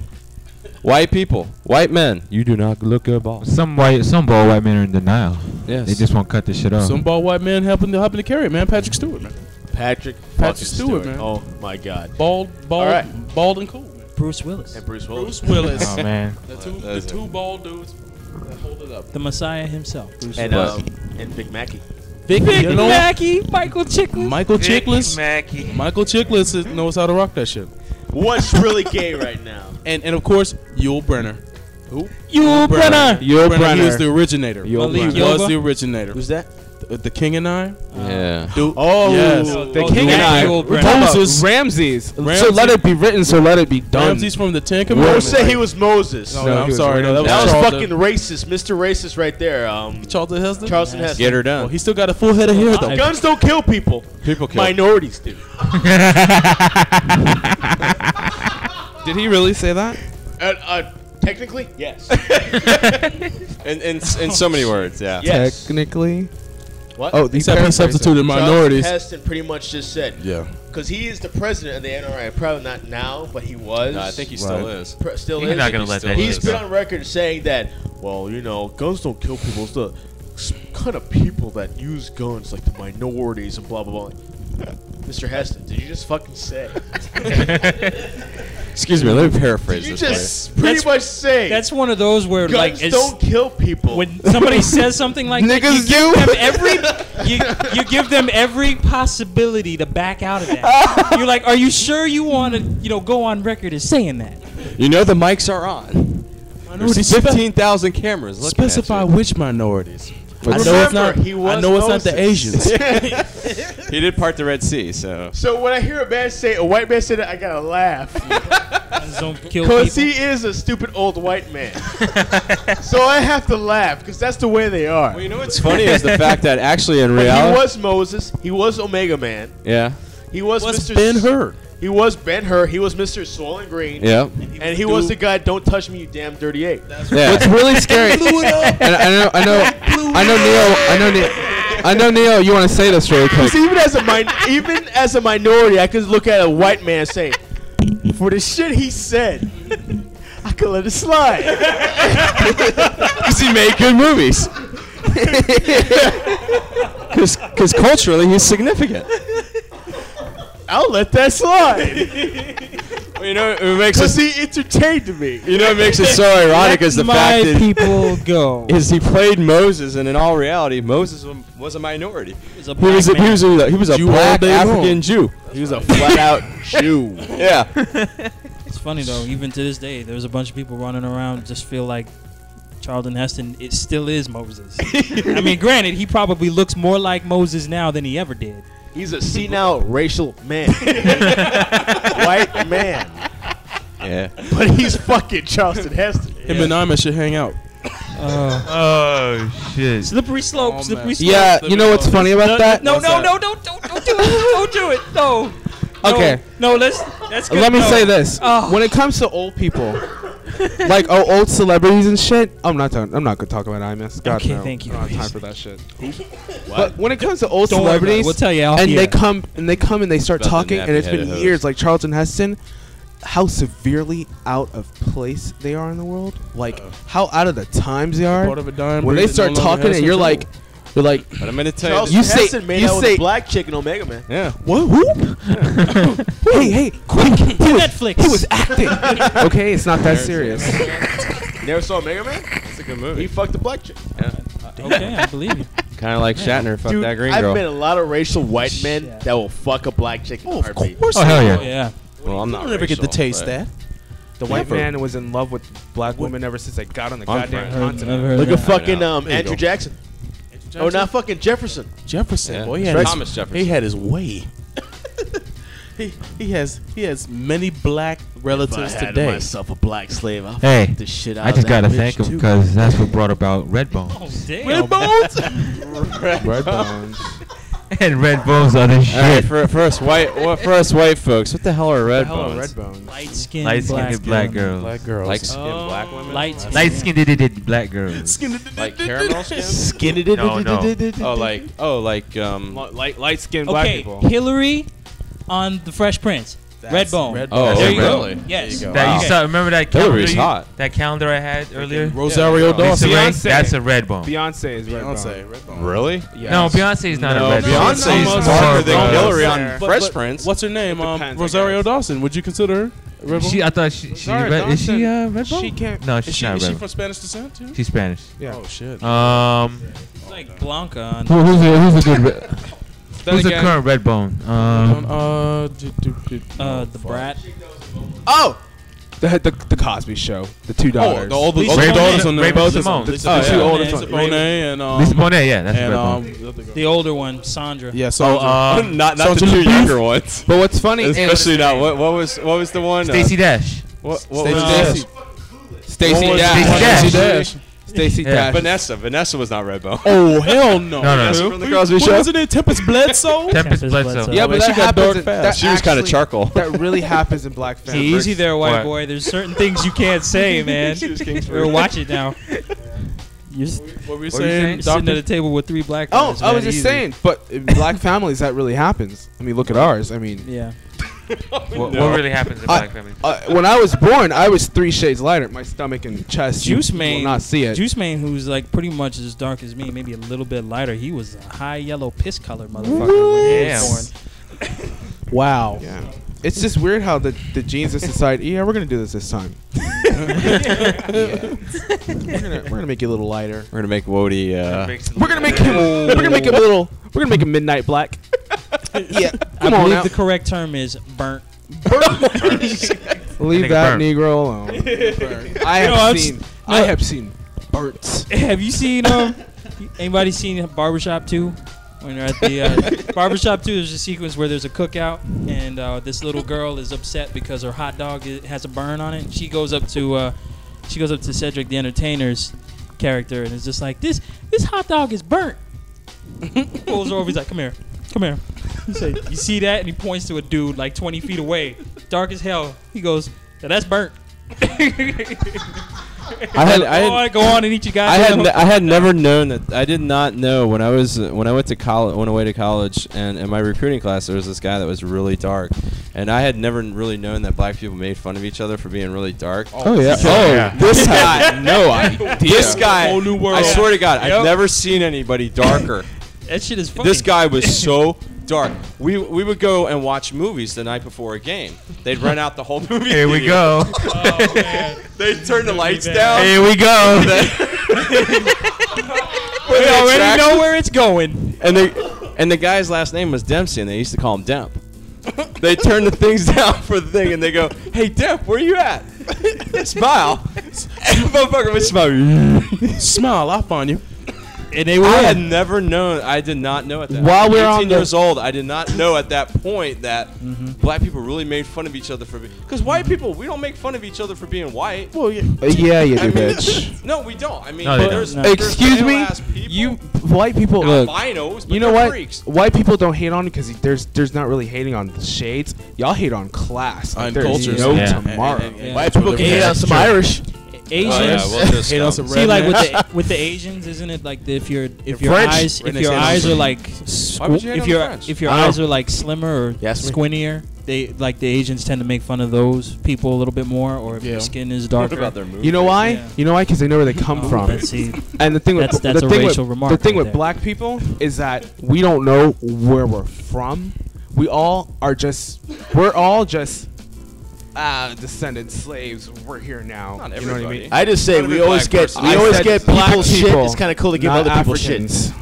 Speaker 6: White people, white men, you do not look good bald.
Speaker 9: Some white, some bald white men are in denial.
Speaker 6: Yes.
Speaker 9: They just won't cut this shit off.
Speaker 8: Some bald white man helping to helping to carry it, man. Patrick Stewart, man.
Speaker 5: Patrick
Speaker 8: Patrick
Speaker 5: fucking
Speaker 8: Stewart, man.
Speaker 5: Oh my god.
Speaker 8: Bald, bald,
Speaker 5: Alright.
Speaker 8: bald and cool. Man.
Speaker 7: Bruce Willis,
Speaker 5: And Bruce Willis.
Speaker 8: Bruce Willis, <laughs>
Speaker 9: oh man.
Speaker 8: the two the
Speaker 6: Those are-
Speaker 8: two bald dudes. that Hold it up.
Speaker 7: the Messiah himself.
Speaker 5: and
Speaker 6: Willis.
Speaker 5: um, and Big Mackey.
Speaker 8: Big,
Speaker 7: uh,
Speaker 8: you know,
Speaker 7: Mackie, Michael Chicken.
Speaker 8: Michael Chiklis.
Speaker 11: Mackey.
Speaker 8: Michael Chiklis is- knows how to rock that shit.
Speaker 5: What's really gay right <laughs> now?
Speaker 8: And and of course, Yul Brenner.
Speaker 7: Yul
Speaker 3: Yul
Speaker 7: Brenner.
Speaker 8: He
Speaker 3: Brynner.
Speaker 8: is the originator.
Speaker 3: Yul
Speaker 8: He
Speaker 7: Brynner.
Speaker 8: was the originator.
Speaker 5: Who's that?
Speaker 8: The, the King and I.
Speaker 6: Yeah.
Speaker 8: Dude, oh yes.
Speaker 3: The king
Speaker 8: and I.
Speaker 7: Yul
Speaker 3: We're
Speaker 7: Brynner.
Speaker 3: talking about
Speaker 8: Moses.
Speaker 3: Ramses. So
Speaker 8: Ramses.
Speaker 3: let it be written. So let it be done.
Speaker 8: Ramsey's from the Ten
Speaker 5: Don't
Speaker 8: Commandments.
Speaker 5: say he was Moses.
Speaker 8: No,
Speaker 3: No, he
Speaker 8: I'm
Speaker 3: was
Speaker 8: sorry. No, that was,
Speaker 5: That was
Speaker 8: Charles
Speaker 5: fucking racist, Mr. Racist, right there. Um,
Speaker 8: Charlton Heston.
Speaker 5: Charleston Heston.
Speaker 6: Get her
Speaker 8: Well,
Speaker 6: done.
Speaker 8: he still got a full head of hair though.
Speaker 5: Guns don't kill people.
Speaker 6: People kill.
Speaker 5: Minorities do.
Speaker 3: Did he really say that?
Speaker 5: Uh, uh, technically, <laughs> yes.
Speaker 6: in, in, s- in so many words, yeah.
Speaker 5: yes.
Speaker 3: Technically.
Speaker 5: What?
Speaker 3: Oh, the
Speaker 8: Except he substituted
Speaker 5: Charlton
Speaker 8: minorities.
Speaker 5: Heston pretty much just said,
Speaker 8: Yeah.
Speaker 5: because he is the president of the NRA. Probably not now, but he was.
Speaker 6: No, I think he
Speaker 8: Right.
Speaker 6: still is.
Speaker 5: Pre- still
Speaker 11: He's
Speaker 5: is.
Speaker 11: not gonna let that
Speaker 5: He's
Speaker 11: shit
Speaker 5: been
Speaker 11: go.
Speaker 5: on record saying that. Well, you know, guns don't kill people. It's the s- kind of people that use guns, like the minorities and blah blah <laughs> blah. Mr. Heston, did you just fucking say?
Speaker 6: Excuse me, let me paraphrase
Speaker 5: Did you
Speaker 6: this.
Speaker 5: just pretty
Speaker 7: That's-
Speaker 5: much say
Speaker 7: That's one of those where
Speaker 5: guns
Speaker 7: like it's,
Speaker 5: don't kill people?
Speaker 7: when somebody says something like that, you
Speaker 3: Niggas
Speaker 7: give
Speaker 3: do?
Speaker 7: them every you, you give them every possibility to back out of that. You're like, are you sure you want to you know go on record as saying that?
Speaker 6: way. You know the mics are on.
Speaker 8: Minorities.
Speaker 6: There's
Speaker 8: Spe-
Speaker 6: 15,000 cameras looking at
Speaker 8: specify
Speaker 6: you.
Speaker 8: which minorities. I
Speaker 5: Remember,
Speaker 8: know it's not.
Speaker 5: he was
Speaker 8: I know it's not the
Speaker 5: Moses.
Speaker 7: <laughs>
Speaker 8: Asians.
Speaker 6: He did part the Red Sea, so.
Speaker 5: so when I hear a man say a white man said that, I gotta laugh
Speaker 7: Guns don't
Speaker 8: <laughs>
Speaker 7: kill
Speaker 5: because
Speaker 7: people.
Speaker 5: he is a stupid old white man. so I have to laugh because that's the way they are.
Speaker 6: Well, you know what's funny is the fact that actually in
Speaker 5: But
Speaker 6: reality.
Speaker 5: he was Moses. He was Omega Man.
Speaker 6: yeah.
Speaker 5: He was
Speaker 8: What's
Speaker 5: Mr.
Speaker 8: Ben Hur?
Speaker 5: He was Ben Hur. He was Mr. Swollen Green.
Speaker 6: Yeah.
Speaker 5: And he was the guy, don't touch me, you damn dirty ape.
Speaker 6: Yeah.
Speaker 3: What's
Speaker 6: <laughs>
Speaker 3: really scary, and I know, I know, I know, Neil, I know, Neil, I know, Neil. You want to say this really quick?
Speaker 5: Because even as a <laughs> min- even as a minority, I could look at a white man and say, for the shit he said, I could let it slide.
Speaker 6: Because he made good <laughs> movies. Because culturally, he's significant.
Speaker 5: I'll let that slide.
Speaker 6: You know, it makes
Speaker 5: Because
Speaker 6: us.
Speaker 5: he entertained me.
Speaker 6: You know, it makes it so ironic is the
Speaker 7: My
Speaker 6: fact that
Speaker 7: people go.
Speaker 6: is he played Moses, and in all reality, Moses wa- was a minority.
Speaker 7: He's a
Speaker 6: He was a,
Speaker 7: black
Speaker 6: he
Speaker 7: man.
Speaker 6: was a, he was a
Speaker 8: Jew all
Speaker 6: black
Speaker 8: day long.
Speaker 6: African Jew.
Speaker 5: He was a flat out Jew.
Speaker 6: <laughs> Yeah,
Speaker 7: It's funny though, even to this day, there's a bunch of people running around just feel like Charlton Heston it still is <laughs> Moses. I mean, granted, he probably looks more like Moses now than he ever did.
Speaker 5: He's a senile racial man. white man.
Speaker 6: yeah.
Speaker 5: But he's fucking Charleston Heston.
Speaker 8: Him and I should hang out.
Speaker 11: Oh shit.
Speaker 7: Slippery slope,
Speaker 8: Oh,
Speaker 7: slippery
Speaker 8: man.
Speaker 7: slope.
Speaker 3: Yeah, you know what's funny about that?
Speaker 7: No,
Speaker 6: What's
Speaker 7: no,
Speaker 6: that?
Speaker 7: no, don't, don't, don't, do it. Don't do it. No. No.
Speaker 3: Okay.
Speaker 7: No, let's. That's good.
Speaker 3: Let me
Speaker 7: No.
Speaker 3: say this:
Speaker 7: Oh.
Speaker 3: when it comes to old people, like oh, old celebrities and shit, I'm not talking. I'm not gonna talk about IMS. God,
Speaker 7: Okay,
Speaker 3: no.
Speaker 7: thank you.
Speaker 3: I don't have time for that shit. But when it comes to old
Speaker 7: Don't worry about it.
Speaker 3: celebrities,
Speaker 7: We'll tell you. off
Speaker 3: and
Speaker 7: the
Speaker 3: they
Speaker 7: air.
Speaker 3: come and they come and they start
Speaker 6: About the
Speaker 3: talking, and it's
Speaker 6: nappy-headed
Speaker 3: been
Speaker 6: hoes.
Speaker 3: years. Like Charlton Heston, how severely out of place they are in the world, like
Speaker 6: Uh.
Speaker 3: how out of the times they are.
Speaker 4: part of a dime,
Speaker 3: when
Speaker 4: but
Speaker 3: they
Speaker 4: it
Speaker 3: start
Speaker 4: no longer
Speaker 3: talking
Speaker 4: has
Speaker 3: and you're
Speaker 4: control.
Speaker 3: like, you're
Speaker 7: <laughs>
Speaker 3: like,
Speaker 6: But I'm gonna tell
Speaker 5: Charles
Speaker 6: you.
Speaker 3: You
Speaker 5: Manson
Speaker 3: say-
Speaker 5: made
Speaker 3: you
Speaker 5: out with
Speaker 3: say-
Speaker 5: a black chick in Omega Man.
Speaker 6: yeah.
Speaker 3: what?
Speaker 7: <laughs>
Speaker 3: Who? hey, hey, quick! He was,
Speaker 7: Netflix.
Speaker 3: he was acting. <laughs> okay, it's not that serious.
Speaker 5: You never saw Omega Man? That's a good movie. He fucked a black chick.
Speaker 7: okay, I believe you.
Speaker 6: Kind of like Shatner. Fuck
Speaker 5: Dude,
Speaker 6: that green
Speaker 5: I've
Speaker 6: girl. <laughs>
Speaker 5: met a lot of racial white men
Speaker 7: Shit.
Speaker 5: that will fuck a black chick. in a heartbeat.
Speaker 9: Oh hell
Speaker 7: Oh
Speaker 9: yeah!
Speaker 7: yeah.
Speaker 6: well, I'm not.
Speaker 4: I'll never get to
Speaker 6: racial,
Speaker 4: taste
Speaker 6: but-
Speaker 4: that.
Speaker 3: The white
Speaker 6: Never.
Speaker 3: man was in love with black women ever since they got on the
Speaker 6: I'm
Speaker 3: goddamn
Speaker 6: fine.
Speaker 7: Heard,
Speaker 3: continent.
Speaker 7: I've heard
Speaker 5: Look
Speaker 7: that.
Speaker 5: at fucking
Speaker 6: now.
Speaker 5: um,
Speaker 6: There you
Speaker 5: Andrew
Speaker 6: go.
Speaker 5: Jackson. Oh, not fucking Jefferson.
Speaker 4: Jefferson,
Speaker 6: Yeah.
Speaker 4: boy, he
Speaker 6: That's
Speaker 4: had
Speaker 6: right.
Speaker 4: his-
Speaker 6: Thomas Jefferson.
Speaker 4: He had his way. he he has he has many black relatives today.
Speaker 5: a black slave, I
Speaker 9: Hey,
Speaker 5: fuck the shit out
Speaker 9: I
Speaker 5: of
Speaker 9: just
Speaker 5: that
Speaker 9: gotta
Speaker 5: bitch,
Speaker 9: thank him
Speaker 5: too.
Speaker 9: because that's what brought
Speaker 8: <laughs>
Speaker 9: about Redbone.
Speaker 7: Oh, Damn.
Speaker 3: <laughs>
Speaker 4: Red bones.
Speaker 9: and Red Bone's other shit.
Speaker 6: All right, for, first white, well, first white folks. What the hell are red bones?
Speaker 3: red bones.
Speaker 7: Light skinned
Speaker 9: Light skinned black girls.
Speaker 4: Black girls.
Speaker 6: Like skin, black women.
Speaker 7: Light skinned.
Speaker 9: Light skinned <laughs> black girls.
Speaker 6: Like caramel skin.
Speaker 5: Skin it
Speaker 8: <laughs>
Speaker 9: No, <laughs> no.
Speaker 6: oh, like oh, like um.
Speaker 3: Light, light skinned black
Speaker 7: Okay,
Speaker 3: people.
Speaker 7: Hillary on The Fresh Prince. Redbone.
Speaker 4: Red
Speaker 6: Oh,
Speaker 4: bones.
Speaker 7: there
Speaker 9: There
Speaker 7: you
Speaker 9: you
Speaker 7: go.
Speaker 6: really?
Speaker 7: Yes.
Speaker 4: There you
Speaker 9: That
Speaker 7: Okay.
Speaker 9: you saw. Remember that calendar?
Speaker 6: Hillary's
Speaker 9: you-
Speaker 6: hot.
Speaker 9: That calendar I had earlier.
Speaker 4: Rosario
Speaker 9: Lisa
Speaker 4: Dawson.
Speaker 9: Ray,
Speaker 3: Beyonce.
Speaker 9: that's a red bone.
Speaker 3: Beyonce is red
Speaker 4: Beyonce. Red bones.
Speaker 6: Really?
Speaker 3: bone. Yes.
Speaker 9: No, Beyonce's not
Speaker 6: No,
Speaker 9: a red bone.
Speaker 6: Beyonce's
Speaker 9: It's
Speaker 6: darker
Speaker 9: more
Speaker 6: than
Speaker 9: bronze.
Speaker 6: Hillary on
Speaker 3: But-
Speaker 6: Fresh
Speaker 3: but-
Speaker 6: Prince.
Speaker 4: What's her name? um,
Speaker 3: depends, I
Speaker 4: Rosario
Speaker 3: guess.
Speaker 4: Dawson. Would you consider her? Red
Speaker 9: She,
Speaker 4: bone?
Speaker 9: I thought she, she's
Speaker 3: Sorry,
Speaker 9: red. Is she uh,
Speaker 3: Dawson,
Speaker 9: red bone?
Speaker 3: she can't-
Speaker 9: No,
Speaker 4: is
Speaker 9: she's
Speaker 4: she,
Speaker 9: not
Speaker 4: is she
Speaker 9: red.
Speaker 4: from Spanish descent too?
Speaker 9: She's Spanish.
Speaker 3: Yeah.
Speaker 4: Oh shit.
Speaker 9: Um,
Speaker 7: Like Blanca on
Speaker 9: who, who's a, who's a good red,
Speaker 3: Then
Speaker 9: who's a
Speaker 3: again-
Speaker 9: current red bone? Um,
Speaker 4: uh, do, do, do-
Speaker 7: uh, The Brat.
Speaker 5: Oh,
Speaker 3: The, the, the Cosby Show. The two
Speaker 4: Oh,
Speaker 3: daughters.
Speaker 4: the old, the
Speaker 7: Lisa
Speaker 4: old
Speaker 7: Bonet.
Speaker 4: daughters on the
Speaker 9: Ray
Speaker 4: both
Speaker 9: Simone.
Speaker 4: The,
Speaker 9: Lisa
Speaker 4: the two
Speaker 6: Bonet.
Speaker 4: oldest ones.
Speaker 7: Lisa Bonet.
Speaker 4: Bonet and um,
Speaker 9: Lisa Bonet, yeah, that's
Speaker 4: and
Speaker 9: red bone.
Speaker 4: um,
Speaker 7: The older one, Sandra.
Speaker 4: yeah, so
Speaker 6: Oh, um, <laughs> not not the
Speaker 4: Sounds
Speaker 6: two
Speaker 4: like beef.
Speaker 6: younger ones.
Speaker 3: But what's funny is
Speaker 6: Especially not. What what was what was the one? Uh,
Speaker 9: Stacey Dash.
Speaker 6: What, what
Speaker 4: Stacey
Speaker 6: was
Speaker 4: Dash.
Speaker 6: Dash.
Speaker 3: Stacy
Speaker 6: What was-
Speaker 9: Dash.
Speaker 3: Dash.
Speaker 9: Stacey
Speaker 4: Dash.
Speaker 3: Stacy
Speaker 9: Yeah.
Speaker 3: Dash.
Speaker 6: Vanessa. Vanessa was not red bone.
Speaker 4: Oh hell no!
Speaker 9: No, no,
Speaker 6: Vanessa
Speaker 9: no.
Speaker 6: from the Crosby
Speaker 4: What
Speaker 6: Show.
Speaker 4: was it? in Tempest Bledsoe.
Speaker 9: Tempest
Speaker 7: Tempest
Speaker 9: Bledsoe.
Speaker 7: Bledsoe.
Speaker 3: Yeah,
Speaker 4: Wait,
Speaker 3: but that
Speaker 4: she got
Speaker 3: happens.
Speaker 4: dark
Speaker 3: in-
Speaker 4: fast.
Speaker 3: that
Speaker 6: She was kind of
Speaker 3: actually-
Speaker 6: charcoal.
Speaker 3: That really happens in black
Speaker 7: Hey,
Speaker 3: family.
Speaker 7: easy there, white
Speaker 9: What?
Speaker 7: boy. There's certain things you can't <laughs> say, man. or watch it now. <laughs> You're, s-
Speaker 4: What were you
Speaker 9: What were you saying?
Speaker 4: saying?
Speaker 7: you're sitting at a table with three black
Speaker 3: Oh,
Speaker 7: guys.
Speaker 3: I was
Speaker 7: man,
Speaker 3: just
Speaker 7: easy.
Speaker 3: saying. But <laughs> in black families, that really happens. I mean, look at ours. I mean,
Speaker 7: Yeah.
Speaker 9: What, what really happens in
Speaker 3: I-
Speaker 9: black family?
Speaker 3: uh, when I was born, I was three shades lighter. My stomach and chest. you
Speaker 7: Juice
Speaker 3: will
Speaker 7: Man.
Speaker 3: not see it.
Speaker 7: Juice Man, who's like pretty much as dark as me, maybe a little bit lighter. He was a high yellow piss colored motherfucker when he
Speaker 9: Damn.
Speaker 7: was born.
Speaker 4: Wow.
Speaker 3: Yeah. It's just weird how the, the genes of society. Yeah, we're gonna do this this <laughs> time. Yeah. We're gonna we're gonna make you a little lighter.
Speaker 6: We're gonna make Wody. Uh,
Speaker 3: We're gonna make him. We're gonna make him a little. We're gonna make him midnight black. <laughs> yeah, come
Speaker 7: I
Speaker 3: on
Speaker 7: believe
Speaker 3: now.
Speaker 7: the correct term is burnt.
Speaker 3: Leave
Speaker 9: Nigga
Speaker 3: that
Speaker 9: burn.
Speaker 3: Negro <laughs> alone. I have
Speaker 7: No, I'm s-
Speaker 3: seen. I
Speaker 7: no.
Speaker 3: have seen burnt.
Speaker 7: <laughs> Have you seen um? anybody seen Barbershop Two? When they're at the
Speaker 6: <laughs>
Speaker 7: uh, Barbershop Two, there's a sequence where there's a cookout, and uh, this little girl is upset because her hot dog i- has a burn on it. She goes up to uh, she goes up to Cedric the Entertainer's character and is just like, "This this hot dog is burnt." <laughs> Pulls her over. He's like, "Come here, come here." He's like, you see that? And he points to a dude like 20 feet away, dark as hell. He goes, "Yeah, "That's burnt."
Speaker 6: I had I
Speaker 7: I
Speaker 6: had
Speaker 4: Oh,
Speaker 7: want to go on and eat you guys.
Speaker 6: I had, ne- I had never known that. I did not know when I was uh, when I went to college, went away to college, and in my recruiting class there was this guy that was really dark, and I had never really known that black people made fun of each other for being really dark.
Speaker 4: Oh,
Speaker 6: yeah. Oh, this guy.
Speaker 4: <laughs>
Speaker 6: no idea. This guy.
Speaker 4: Whole new world.
Speaker 6: I swear to God,
Speaker 7: Yep.
Speaker 6: I've never seen
Speaker 4: <laughs>
Speaker 6: anybody darker.
Speaker 7: That shit is funny.
Speaker 6: this guy was so dark. We we would go and watch movies the night before a game. They'd rent out the whole <laughs> movie.
Speaker 9: Here we
Speaker 6: theater.
Speaker 9: go.
Speaker 6: They'd turn the lights down.
Speaker 9: Here we go.
Speaker 6: We
Speaker 7: already know where it's going.
Speaker 6: And the and the guy's last name was Dempsey, and they used to call him Demp. They turn the things <laughs> down for the thing, and they go, "Hey Demp, where you at? <laughs> smile." <laughs> And the motherfucker would smile. <laughs>
Speaker 4: Smile up on you.
Speaker 7: And they
Speaker 6: I had never known. I did not know at that.
Speaker 3: While
Speaker 6: I was
Speaker 3: we're on
Speaker 6: 18
Speaker 3: the- Mm-hmm.
Speaker 6: years old, I did not know at that point that black people really made fun of each other for being. Because white people, we don't make fun of each other for being white.
Speaker 4: Well, yeah.
Speaker 3: Uh, yeah, you
Speaker 6: I
Speaker 3: do,
Speaker 6: mean,
Speaker 3: <laughs> bitch.
Speaker 6: No, we don't. I mean,
Speaker 9: No, they
Speaker 6: there's,
Speaker 7: don't.
Speaker 6: there's
Speaker 3: Excuse me.
Speaker 6: pale-ass people,
Speaker 3: You white people. Look,
Speaker 6: albinos, but
Speaker 3: you know
Speaker 6: they're
Speaker 3: what?
Speaker 6: Freaks.
Speaker 3: White people don't hate on because there's there's not really hating on the shades. Y'all hate on class. Like,
Speaker 4: And
Speaker 3: there's
Speaker 4: cultures.
Speaker 3: no
Speaker 9: Yeah.
Speaker 3: tomorrow.
Speaker 7: Yeah.
Speaker 5: white people can eat out some Irish.
Speaker 7: Asians.
Speaker 6: Oh, yeah, we'll just
Speaker 8: Hate on some
Speaker 7: See, like with
Speaker 8: rednecks.
Speaker 7: the with the Asians, isn't it like the, if your if
Speaker 8: They're
Speaker 7: your
Speaker 8: French.
Speaker 7: eyes if
Speaker 8: Rednecks
Speaker 7: your
Speaker 8: hate on
Speaker 7: eyes are
Speaker 8: French.
Speaker 7: like
Speaker 6: Why would you
Speaker 7: squ-
Speaker 6: hate
Speaker 7: if
Speaker 6: on the
Speaker 7: your
Speaker 6: French?
Speaker 7: if your
Speaker 5: I don't
Speaker 7: eyes are like slimmer or
Speaker 5: Yes, me.
Speaker 7: squinnier, they like the Asians tend to make fun of those people a little bit more, or if
Speaker 8: Yeah.
Speaker 7: your skin is darker.
Speaker 6: their movie?
Speaker 3: You know why?
Speaker 7: Yeah.
Speaker 3: You know why? Because they know where they come <laughs>
Speaker 7: Oh,
Speaker 3: from.
Speaker 7: but see,
Speaker 3: And the thing
Speaker 7: That's-
Speaker 3: with
Speaker 7: that's
Speaker 3: the
Speaker 7: a
Speaker 3: thing
Speaker 7: racial
Speaker 3: with,
Speaker 7: remark
Speaker 3: The thing
Speaker 7: right
Speaker 3: with
Speaker 7: there.
Speaker 3: black people is that we don't know where we're from. We all are just we're all just uh, descendant slaves. We're here now.
Speaker 6: Not
Speaker 3: you know what I mean?
Speaker 6: everybody.
Speaker 5: I just say
Speaker 6: Not
Speaker 5: we
Speaker 6: every
Speaker 5: always
Speaker 6: black
Speaker 5: get
Speaker 6: person.
Speaker 5: we
Speaker 6: I
Speaker 5: always
Speaker 6: said
Speaker 5: get
Speaker 3: black
Speaker 5: people's shit.
Speaker 3: people,
Speaker 5: It's kind of cool to give
Speaker 3: Not
Speaker 5: other people shit.
Speaker 3: Africans.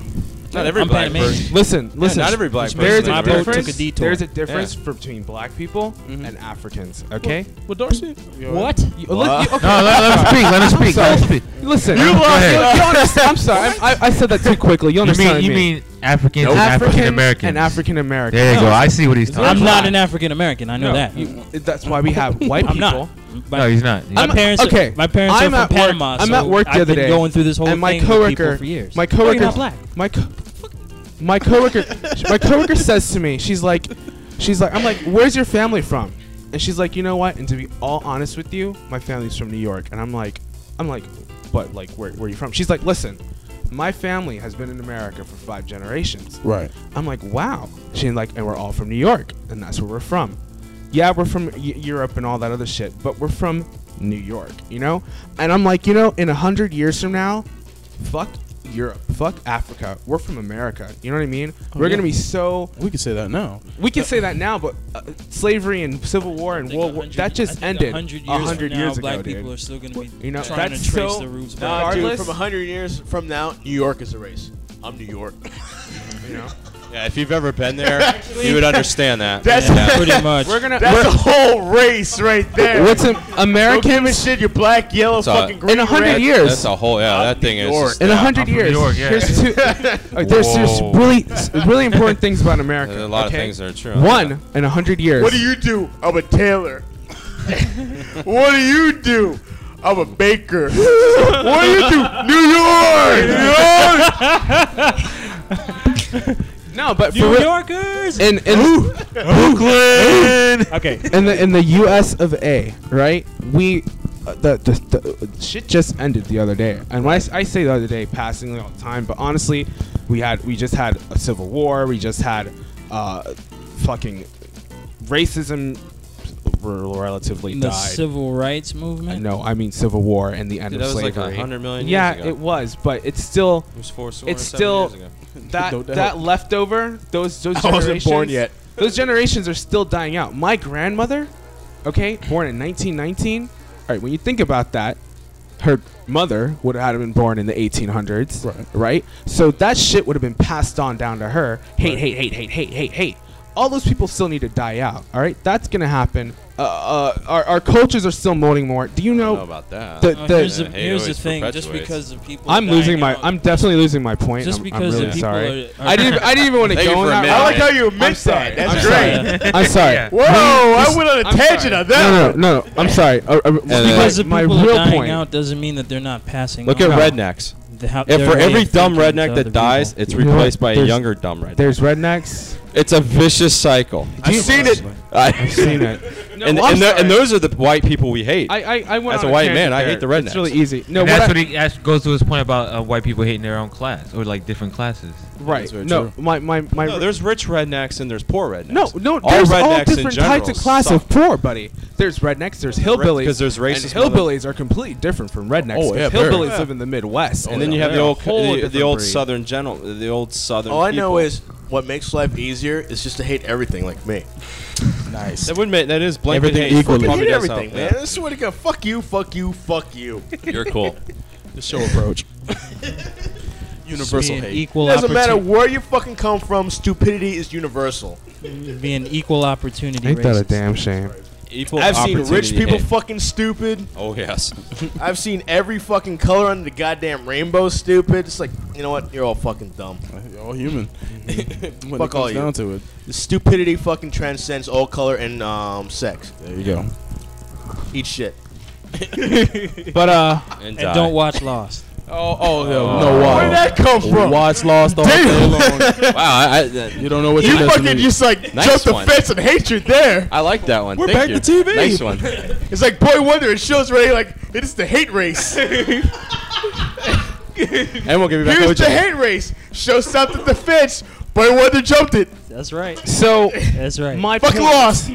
Speaker 6: Not every
Speaker 7: I'm
Speaker 6: black
Speaker 7: Panamanian.
Speaker 6: person.
Speaker 3: Listen, listen.
Speaker 6: not every black
Speaker 3: There's
Speaker 6: person
Speaker 3: a
Speaker 6: is black.
Speaker 3: difference.
Speaker 7: Took a detour.
Speaker 3: there's a difference between black people and Africans. Okay.
Speaker 8: Well, Dorsey.
Speaker 7: what?
Speaker 3: You- let- you- okay,
Speaker 11: No, let, let him speak. Let him speak. Let him speak.
Speaker 3: Listen.
Speaker 11: You
Speaker 3: you
Speaker 11: lost it.
Speaker 3: you understand- I'm sorry. I, I, I said that too quickly. You
Speaker 11: You
Speaker 3: understand?
Speaker 11: mean you
Speaker 3: what I
Speaker 11: mean Africans and
Speaker 3: Africans
Speaker 11: African Americans?
Speaker 3: and African Americans.
Speaker 11: There you go. I see what he's talking.
Speaker 7: I'm
Speaker 11: about.
Speaker 7: not an African American. I know
Speaker 9: No,
Speaker 7: that.
Speaker 3: That's why we have white
Speaker 7: <laughs> I'm
Speaker 3: people.
Speaker 7: not. My,
Speaker 11: No, he's not. He's
Speaker 7: my
Speaker 11: not.
Speaker 7: parents.
Speaker 3: okay,
Speaker 7: Are, my parents
Speaker 3: I'm
Speaker 7: are
Speaker 3: at
Speaker 7: from
Speaker 3: work-
Speaker 7: Panama.
Speaker 3: I'm
Speaker 7: so
Speaker 3: at work the
Speaker 7: I've
Speaker 3: other
Speaker 7: been
Speaker 3: day,
Speaker 7: going through this whole
Speaker 3: and my
Speaker 7: thing with people
Speaker 3: coworker-
Speaker 7: for years.
Speaker 3: My
Speaker 7: Oh, you're
Speaker 3: coworker,
Speaker 7: not black.
Speaker 3: my co- my coworker, my coworker says to me, she's like, she's like, I'm like, where's your family from? And she's like, you know what? And to be all honest with you, my family's from New York. And I'm like, I'm like, but like, where, where are you from? She's like, listen, my family has been in America for five generations.
Speaker 8: Right.
Speaker 3: I'm like, wow. She's like, and we're all from New York, and that's where we're from. Yeah, we're from y- Europe and all that other shit, but we're from New York, you know? And I'm like, you know, in a hundred years from now, fuck Europe, fuck Africa. We're from America. You know what I mean? we're
Speaker 8: yeah.
Speaker 3: gonna be so.
Speaker 8: We could say that now.
Speaker 3: We can say that now, but uh, slavery and civil war and world war that just ended
Speaker 7: A hundred years,
Speaker 3: a hundred years
Speaker 7: now,
Speaker 3: ago,
Speaker 7: black people are
Speaker 3: dude.
Speaker 7: still going to be
Speaker 3: You know,
Speaker 7: trying
Speaker 3: that's
Speaker 7: to trace
Speaker 3: so-
Speaker 7: the roots back.
Speaker 5: Nah, dude,
Speaker 3: Regardless-
Speaker 5: from 100 years from now, New York is a race. I'm New York.
Speaker 3: You know?
Speaker 6: Yeah, if you've ever been there, you would understand that.
Speaker 5: That's-
Speaker 6: Yeah. <laughs>
Speaker 7: pretty much.
Speaker 3: We're gonna.
Speaker 5: That's a whole race right there.
Speaker 3: what's an American?
Speaker 5: American shit? You're black, yellow,
Speaker 6: That's all-
Speaker 5: fucking green.
Speaker 3: In a hundred
Speaker 5: red.
Speaker 3: years.
Speaker 6: That's a whole yeah.
Speaker 5: I'm
Speaker 6: That thing
Speaker 5: New
Speaker 6: is
Speaker 5: York.
Speaker 6: just,
Speaker 3: In a
Speaker 6: yeah,
Speaker 3: hundred
Speaker 11: from New
Speaker 3: years,
Speaker 11: York, yeah.
Speaker 3: here's two. like, there's there's
Speaker 11: Whoa.
Speaker 3: really s- really important things about America.
Speaker 6: There's a lot of
Speaker 3: okay?
Speaker 6: things that are true.
Speaker 3: One in a hundred years.
Speaker 5: What do you do? I'm a <laughs> tailor. what do you do? I'm a baker. what do you do? New York! New York!
Speaker 3: <laughs> No, but for
Speaker 7: New
Speaker 3: real,
Speaker 7: Yorkers.
Speaker 3: in in
Speaker 11: Brooklyn.
Speaker 7: Okay.
Speaker 3: in the in the U.S. of A. Right? We uh, the, the the shit just ended the other day, and when I, s- I say the other day, passingly all the time, but honestly, we had we just had a civil war. We just had uh, fucking racism rel- relatively
Speaker 7: The
Speaker 3: died.
Speaker 7: civil rights movement.
Speaker 3: no, I mean civil war and the end
Speaker 6: Dude,
Speaker 3: of
Speaker 6: that was like
Speaker 3: slavery.
Speaker 6: a hundred million
Speaker 3: yeah,
Speaker 6: years ago.
Speaker 3: it was, but it's still
Speaker 6: It was four,
Speaker 3: it's still
Speaker 5: <laughs>
Speaker 3: that
Speaker 8: No doubt.
Speaker 3: that leftover those those
Speaker 5: I wasn't
Speaker 3: generations
Speaker 5: born yet.
Speaker 3: <laughs> those generations are still dying out. My grandmother, okay, born in 1919. All right, when you think about that, her mother would have had been born in the 1800s,
Speaker 8: Right.
Speaker 3: So that shit would have been passed on down to her. Hate, hate, hate, hate, hate, hate, hate. All those people still need to die out. All right, that's gonna happen. Uh, uh, our, our cultures are still molding more. Do you
Speaker 6: I
Speaker 3: know?
Speaker 6: don't know about that.
Speaker 3: the-
Speaker 7: Uh,
Speaker 3: the-
Speaker 7: here's the,
Speaker 6: Yeah, hate
Speaker 7: here's the
Speaker 6: always
Speaker 7: thing. Just
Speaker 6: perpetuates.
Speaker 7: because the people.
Speaker 3: I'm
Speaker 7: dying
Speaker 3: losing my.
Speaker 7: out-
Speaker 3: I'm definitely losing my point.
Speaker 7: Just
Speaker 3: I'm- I'm,
Speaker 7: because the
Speaker 3: really
Speaker 7: people
Speaker 3: sorry.
Speaker 7: are- are-
Speaker 3: I didn't. I didn't even want to
Speaker 6: Thank you
Speaker 3: go on
Speaker 6: for a
Speaker 3: that.
Speaker 6: minute.
Speaker 5: I like
Speaker 6: man.
Speaker 5: how you
Speaker 3: I'm
Speaker 5: mixed
Speaker 3: sorry.
Speaker 5: that. That's
Speaker 3: I'm
Speaker 5: great.
Speaker 7: <laughs>
Speaker 3: Sorry. I'm sorry.
Speaker 11: Yeah.
Speaker 5: Whoa, I went on a
Speaker 3: I'm
Speaker 5: tangent
Speaker 3: sorry.
Speaker 5: on
Speaker 3: No,
Speaker 5: that.
Speaker 3: no, no, no. I'm sorry. Uh, uh, my,
Speaker 7: Because the
Speaker 3: my
Speaker 7: people are
Speaker 3: real
Speaker 7: dying
Speaker 3: point.
Speaker 7: out doesn't mean that they're not passing.
Speaker 6: Look at
Speaker 7: on
Speaker 6: rednecks.
Speaker 7: the- how-
Speaker 6: If
Speaker 7: their
Speaker 6: for
Speaker 7: way
Speaker 6: every
Speaker 7: of
Speaker 6: dumb
Speaker 7: thinking to
Speaker 6: redneck
Speaker 7: other
Speaker 6: that dies,
Speaker 7: people.
Speaker 6: it's
Speaker 3: You know what?
Speaker 6: replaced by a
Speaker 3: There's-
Speaker 6: younger dumb redneck.
Speaker 3: There's rednecks.
Speaker 6: It's a vicious cycle.
Speaker 3: Do you seen it?
Speaker 6: I've
Speaker 3: Seen it.
Speaker 6: <laughs> and,
Speaker 3: I'm
Speaker 6: and, the-
Speaker 3: sorry.
Speaker 6: and those are the white people we hate.
Speaker 3: I, I, I went
Speaker 6: As
Speaker 3: on
Speaker 6: a white
Speaker 3: tangent
Speaker 6: man, I
Speaker 3: there.
Speaker 6: hate the rednecks.
Speaker 3: It's really easy. No,
Speaker 9: And that's
Speaker 3: what
Speaker 9: what
Speaker 3: I,
Speaker 9: he that's, goes to his point about uh, white people hating their own class or like different classes.
Speaker 3: right.
Speaker 8: That's very
Speaker 3: No,
Speaker 8: true.
Speaker 3: my, my, my.
Speaker 6: no, there's rich rednecks and there's poor rednecks.
Speaker 3: no, no.
Speaker 6: All
Speaker 3: There's all
Speaker 6: rednecks in
Speaker 3: different types
Speaker 6: general
Speaker 3: of class
Speaker 6: suck.
Speaker 3: of poor, buddy. There's rednecks. There's hillbillies.
Speaker 6: because there's
Speaker 3: And
Speaker 6: racist
Speaker 3: hillbillies are completely different from rednecks.
Speaker 8: Oh,
Speaker 3: 'cause
Speaker 8: yeah, very.
Speaker 3: hillbillies live in the Midwest.
Speaker 6: and then you
Speaker 3: They're
Speaker 6: have the
Speaker 3: a
Speaker 6: old co-
Speaker 3: whole
Speaker 6: the, the
Speaker 3: different
Speaker 6: old
Speaker 3: breed.
Speaker 6: southern general, the old southern.
Speaker 5: All I know
Speaker 6: people.
Speaker 5: is what makes life easier is just to hate everything like me.
Speaker 8: Nice.
Speaker 6: <laughs> that would make that is blanket
Speaker 8: Everything
Speaker 6: hate.
Speaker 8: equally.
Speaker 5: I
Speaker 6: Probably
Speaker 5: hate
Speaker 6: does
Speaker 5: everything, man.
Speaker 6: help,
Speaker 5: I swear to God, fuck you, fuck you, fuck you.
Speaker 6: yeah. <laughs> You're cool.
Speaker 8: The show approach. Universal
Speaker 7: Being
Speaker 8: hate.
Speaker 7: equal
Speaker 5: doesn't matter
Speaker 7: opportu-
Speaker 5: where you fucking come from, stupidity is universal.
Speaker 7: Being equal opportunity.
Speaker 3: Ain't that a
Speaker 7: racist.
Speaker 3: damn shame?
Speaker 6: Equal
Speaker 5: I've seen rich
Speaker 6: opportunity
Speaker 5: people
Speaker 6: hate.
Speaker 5: fucking stupid.
Speaker 6: oh yes.
Speaker 5: I've seen every fucking color under the goddamn rainbow stupid. It's like, you know what? You're all fucking dumb. Mm-hmm.
Speaker 8: All human. when
Speaker 5: Fuck
Speaker 8: it comes
Speaker 5: all you.
Speaker 8: down to it.
Speaker 5: The stupidity fucking transcends all color and um, sex.
Speaker 8: There you go.
Speaker 5: Eat shit.
Speaker 3: But uh,
Speaker 6: And,
Speaker 7: And don't watch Lost.
Speaker 8: Oh, oh, no, no Where did that come from? Watch lost all day long.
Speaker 6: Wow, I, I, that-
Speaker 8: You don't know what you,
Speaker 14: You
Speaker 8: missed
Speaker 14: fucking
Speaker 8: when you-
Speaker 14: just like
Speaker 6: Nice
Speaker 14: jumped
Speaker 6: one.
Speaker 14: the fence and hatred there.
Speaker 6: I like that one.
Speaker 8: We're back
Speaker 6: Thank you.
Speaker 8: to TV.
Speaker 6: Nice one.
Speaker 14: It's like Boy Wonder. It shows right like it is the hate race.
Speaker 6: And we'll give you back
Speaker 14: Here's
Speaker 6: Ocho.
Speaker 14: the hate race. Show something the fence. Boy Wonder jumped it.
Speaker 10: That's right.
Speaker 3: So
Speaker 10: That's right.
Speaker 3: my
Speaker 14: Fuck
Speaker 3: point-
Speaker 14: lost.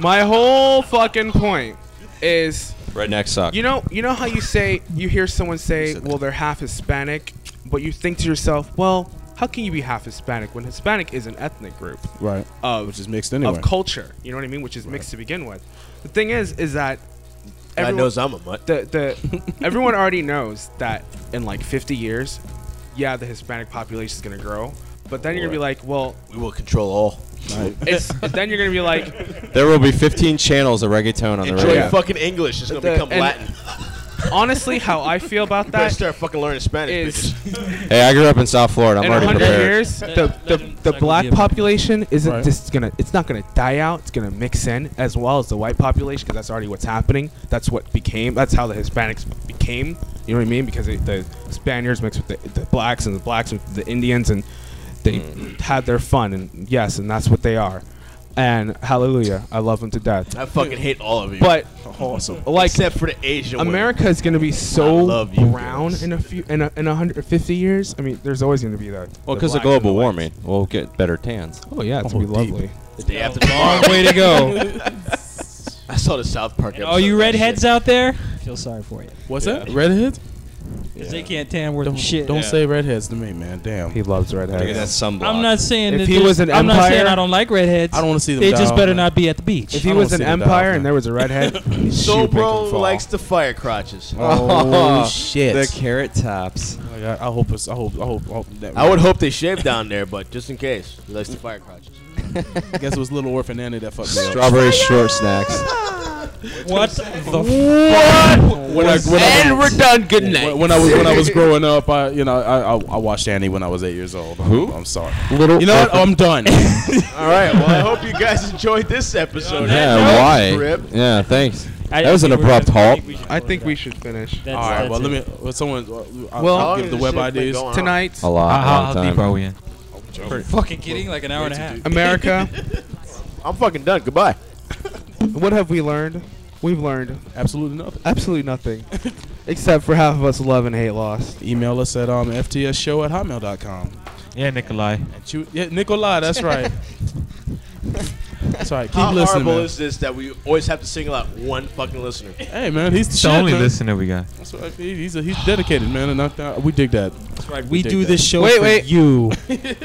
Speaker 3: My whole fucking point is
Speaker 6: Redneck sock.
Speaker 3: You know, you know how you say you hear someone say,
Speaker 6: said that.
Speaker 3: "Well, they're half Hispanic," but you think to yourself, "Well, how can you be half Hispanic when Hispanic is an ethnic group
Speaker 8: right,
Speaker 3: of
Speaker 8: which is mixed anyway.
Speaker 3: of culture? You know what I mean? Which is mixed to begin with." The thing is, is that
Speaker 5: God
Speaker 3: everyone-
Speaker 5: knows I'm a mutt.
Speaker 3: the, <laughs> the everyone already knows that in like 50 years, yeah, the Hispanic population is gonna grow, but then you're gonna be like, "Well,
Speaker 5: We will control all.
Speaker 3: it's." then you're gonna be like,
Speaker 6: There will be 15 channels of reggaeton on the
Speaker 5: Enjoy
Speaker 6: radio.
Speaker 5: fucking English. It's gonna
Speaker 3: The-
Speaker 5: become
Speaker 3: and-
Speaker 5: Latin.
Speaker 3: honestly, how I feel about
Speaker 5: You better
Speaker 3: that
Speaker 5: start fucking learning Spanish.
Speaker 3: is.
Speaker 5: bitches.
Speaker 6: Hey, I grew up in South Florida. I'm
Speaker 3: in
Speaker 6: already
Speaker 3: 100
Speaker 6: prepared.
Speaker 3: years, the, the, the
Speaker 7: Legend-
Speaker 3: black population isn't
Speaker 8: Right.
Speaker 3: just gonna. It's not gonna die out. It's gonna mix in as well as the white population because that's already what's happening. That's what became. That's how the Hispanics became. You know what I mean? Because it, the Spaniards mixed with the, the blacks and the blacks with the Indians and they had their fun and yes, and that's what they are. And hallelujah, I love them to death.
Speaker 5: I fucking hate all of you.
Speaker 3: But
Speaker 8: awesome.
Speaker 3: like
Speaker 5: except for the Asian women.
Speaker 3: America is gonna be
Speaker 5: I
Speaker 3: so
Speaker 5: love you
Speaker 3: brown
Speaker 5: guys.
Speaker 3: in a few in a, in 150 years. I mean, there's always gonna be that. the
Speaker 6: Well, because of
Speaker 3: blacks and
Speaker 6: global
Speaker 3: the whites.
Speaker 6: warming, we'll get better tans.
Speaker 3: Oh yeah, it's gonna be lovely.
Speaker 5: The day
Speaker 8: <laughs>
Speaker 5: after tomorrow.
Speaker 10: Way to go.
Speaker 3: <laughs>
Speaker 5: I saw the South Park.
Speaker 10: All
Speaker 5: episode
Speaker 10: you
Speaker 5: of that
Speaker 10: redheads
Speaker 5: shit.
Speaker 10: out there, I feel sorry for you.
Speaker 8: What's that? Redheads?
Speaker 10: Because they can't tan worth a
Speaker 8: Don't,
Speaker 10: shit.
Speaker 8: don't say redheads to me, man. Damn.
Speaker 3: He loves redheads.
Speaker 6: Look at that sunblock.
Speaker 10: I'm not saying
Speaker 3: If
Speaker 10: that
Speaker 3: he
Speaker 10: there's-
Speaker 3: was an
Speaker 10: I'm not saying
Speaker 3: empire-
Speaker 10: I don't like redheads.
Speaker 8: I don't want to see them.
Speaker 10: They
Speaker 8: die
Speaker 10: just
Speaker 8: off,
Speaker 10: better
Speaker 8: man.
Speaker 10: not be at the beach.
Speaker 3: If he
Speaker 8: I
Speaker 3: was
Speaker 8: don't
Speaker 3: an
Speaker 8: see the
Speaker 3: empire
Speaker 8: dog,
Speaker 3: and
Speaker 8: no.
Speaker 3: there was a <laughs> redhead,
Speaker 5: So bro likes the fire crotches.
Speaker 8: Oh shit!
Speaker 6: The carrot tops.
Speaker 8: Oh, yeah, I hope it's. I hope. I hope. I hope that
Speaker 5: I would hope they shave down there, but just in case, he likes the fire crotches.
Speaker 8: Guess it was little orphan Annie that fucked me up.
Speaker 6: Strawberry short snacks.
Speaker 10: What the
Speaker 8: When I, when, I,
Speaker 5: And we're done. Good night.
Speaker 8: when, when I was when I was growing up, Oh, I you know I I, I watched Annie when I was eight years old. Who? I'm sorry.
Speaker 6: Little.
Speaker 8: You know what?
Speaker 6: Um,
Speaker 8: I'm done.
Speaker 5: All right. Well, I hope you guys enjoyed this episode.
Speaker 6: Yeah. Why?
Speaker 5: Rip.
Speaker 6: Yeah. Thanks.
Speaker 10: I-
Speaker 6: That was
Speaker 10: I
Speaker 6: an
Speaker 10: think we're
Speaker 6: abrupt
Speaker 10: gonna-
Speaker 6: halt.
Speaker 10: think
Speaker 3: I think we should finish
Speaker 10: That's,
Speaker 8: All right.
Speaker 10: that's
Speaker 8: Well,
Speaker 10: it.
Speaker 8: let me. Well, someone. uh, I'll,
Speaker 3: Well-
Speaker 8: I'll
Speaker 5: How
Speaker 8: give the web
Speaker 5: long has this shit been
Speaker 8: ideas.
Speaker 5: going on?
Speaker 3: tonight,
Speaker 6: A lot.
Speaker 9: How,
Speaker 6: long
Speaker 9: how
Speaker 6: time.
Speaker 9: deep are we in?
Speaker 10: <laughs> Fucking kidding, like an hour and a half.
Speaker 3: America.
Speaker 5: I'm fucking done. Goodbye.
Speaker 3: what have we learned? We've learned
Speaker 8: Absolutely nothing.
Speaker 3: absolutely nothing, except for half of us love and hate loss.
Speaker 8: Email us at um ftsshow at hotmail.com.
Speaker 9: Yeah, Nikolai.
Speaker 8: And shoot, yeah, Nikolai. That's right. that's right. Keep
Speaker 5: How
Speaker 8: listening.
Speaker 5: horrible
Speaker 8: man.
Speaker 5: is this that we always have to single out one fucking listener?
Speaker 8: Hey man, he's the
Speaker 9: It's
Speaker 8: shit,
Speaker 9: the only
Speaker 8: man.
Speaker 9: listener we got.
Speaker 8: That's what I- he- He's a, he's dedicated, man, and I, I, we dig that.
Speaker 7: We
Speaker 8: dig
Speaker 7: do
Speaker 8: that.
Speaker 7: this show
Speaker 3: Wait,
Speaker 7: for
Speaker 3: wait.
Speaker 7: you.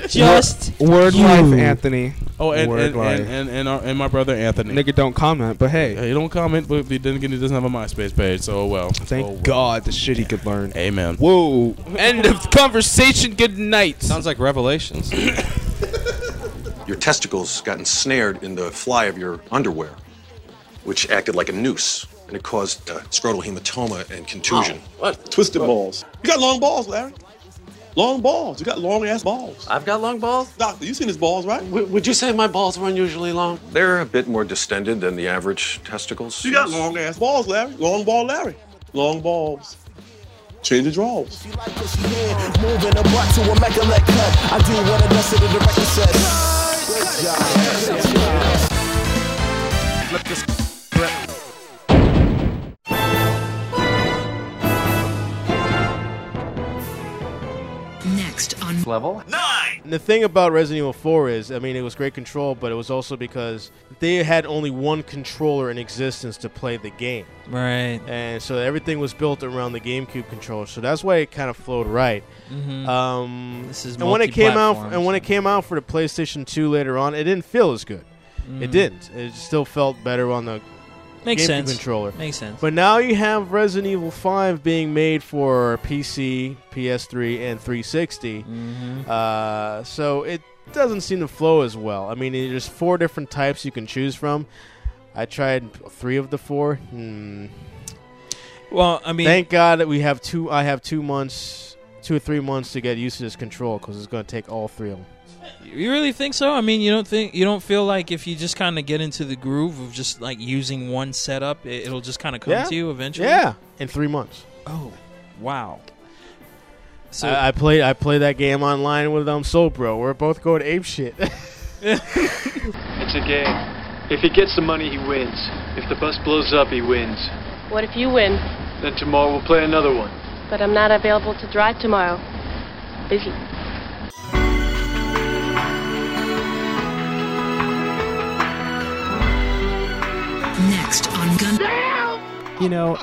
Speaker 7: Just
Speaker 3: Word
Speaker 7: you.
Speaker 3: life, Anthony.
Speaker 8: Oh, and
Speaker 3: Word
Speaker 8: and and,
Speaker 3: life.
Speaker 8: and, and, our, and my brother Anthony.
Speaker 3: Nigga, don't comment. But hey,
Speaker 8: He don't comment, but he doesn't, he doesn't have a MySpace page, so oh well.
Speaker 3: thank
Speaker 8: oh, well.
Speaker 3: God the shit he could learn.
Speaker 8: Amen.
Speaker 3: Whoa. End of conversation. Good night.
Speaker 6: Sounds like Revelations.
Speaker 13: Your testicles got ensnared in the fly of your underwear, which acted like a noose, and it caused uh, scrotal hematoma and contusion.
Speaker 1: What? Twisted balls. You got long balls, Larry. Long balls. You got long ass balls.
Speaker 2: I've got long balls.
Speaker 1: Doctor, you seen his balls, right?
Speaker 2: would you say my balls were unusually long?
Speaker 13: They're a bit more distended than the average testicles.
Speaker 1: You got long ass balls, Larry. Long ball, Larry. Long balls. Change the draws.
Speaker 15: Next on
Speaker 2: Level.
Speaker 5: And the thing about Resident Evil 4 is, I mean, it was great control, but it was also because they had only one controller in existence to play the game.
Speaker 10: Right.
Speaker 5: And so everything was built around the GameCube controller. So that's why it kind of flowed right. Um,
Speaker 10: Mm-hmm. This is
Speaker 5: and when it came out
Speaker 10: multi-platform,
Speaker 5: and when
Speaker 10: so-
Speaker 5: it came out for the PlayStation 2 later on, it didn't feel as good.
Speaker 9: Mm,
Speaker 5: It didn't. It still felt better on the
Speaker 10: Mm-hmm. Makes
Speaker 5: GameCube
Speaker 10: sense.
Speaker 5: controller.
Speaker 10: Makes sense.
Speaker 5: But now you have Resident Evil 5 being made for PC, PS3, and 360. Uh, so it doesn't seem to flow as well. I mean, there's four different types you can choose from. I tried three of the four. Hmm.
Speaker 10: well, I mean,
Speaker 5: Thank God that we have two. I have two months, two or three months to get used to this control because it's going to take all three of them.
Speaker 10: you really think so? I mean, you don't think you don't feel like if you just kind of get into the groove of just like using one setup, it, it'll just kind of come
Speaker 5: Yeah.
Speaker 10: to you eventually.
Speaker 5: Yeah, in three months.
Speaker 8: Oh, wow.
Speaker 5: So
Speaker 14: I-
Speaker 5: I,
Speaker 14: I
Speaker 5: played I played that game online with um Soul Bro. We're both going ape shit. <laughs>
Speaker 15: It's a game. If he gets the money, he wins. If the bus blows up, he wins.
Speaker 16: What if you win?
Speaker 15: Then tomorrow we'll play another one.
Speaker 16: But I'm not available to drive tomorrow. Busy.
Speaker 17: Next on Gun.
Speaker 6: You know,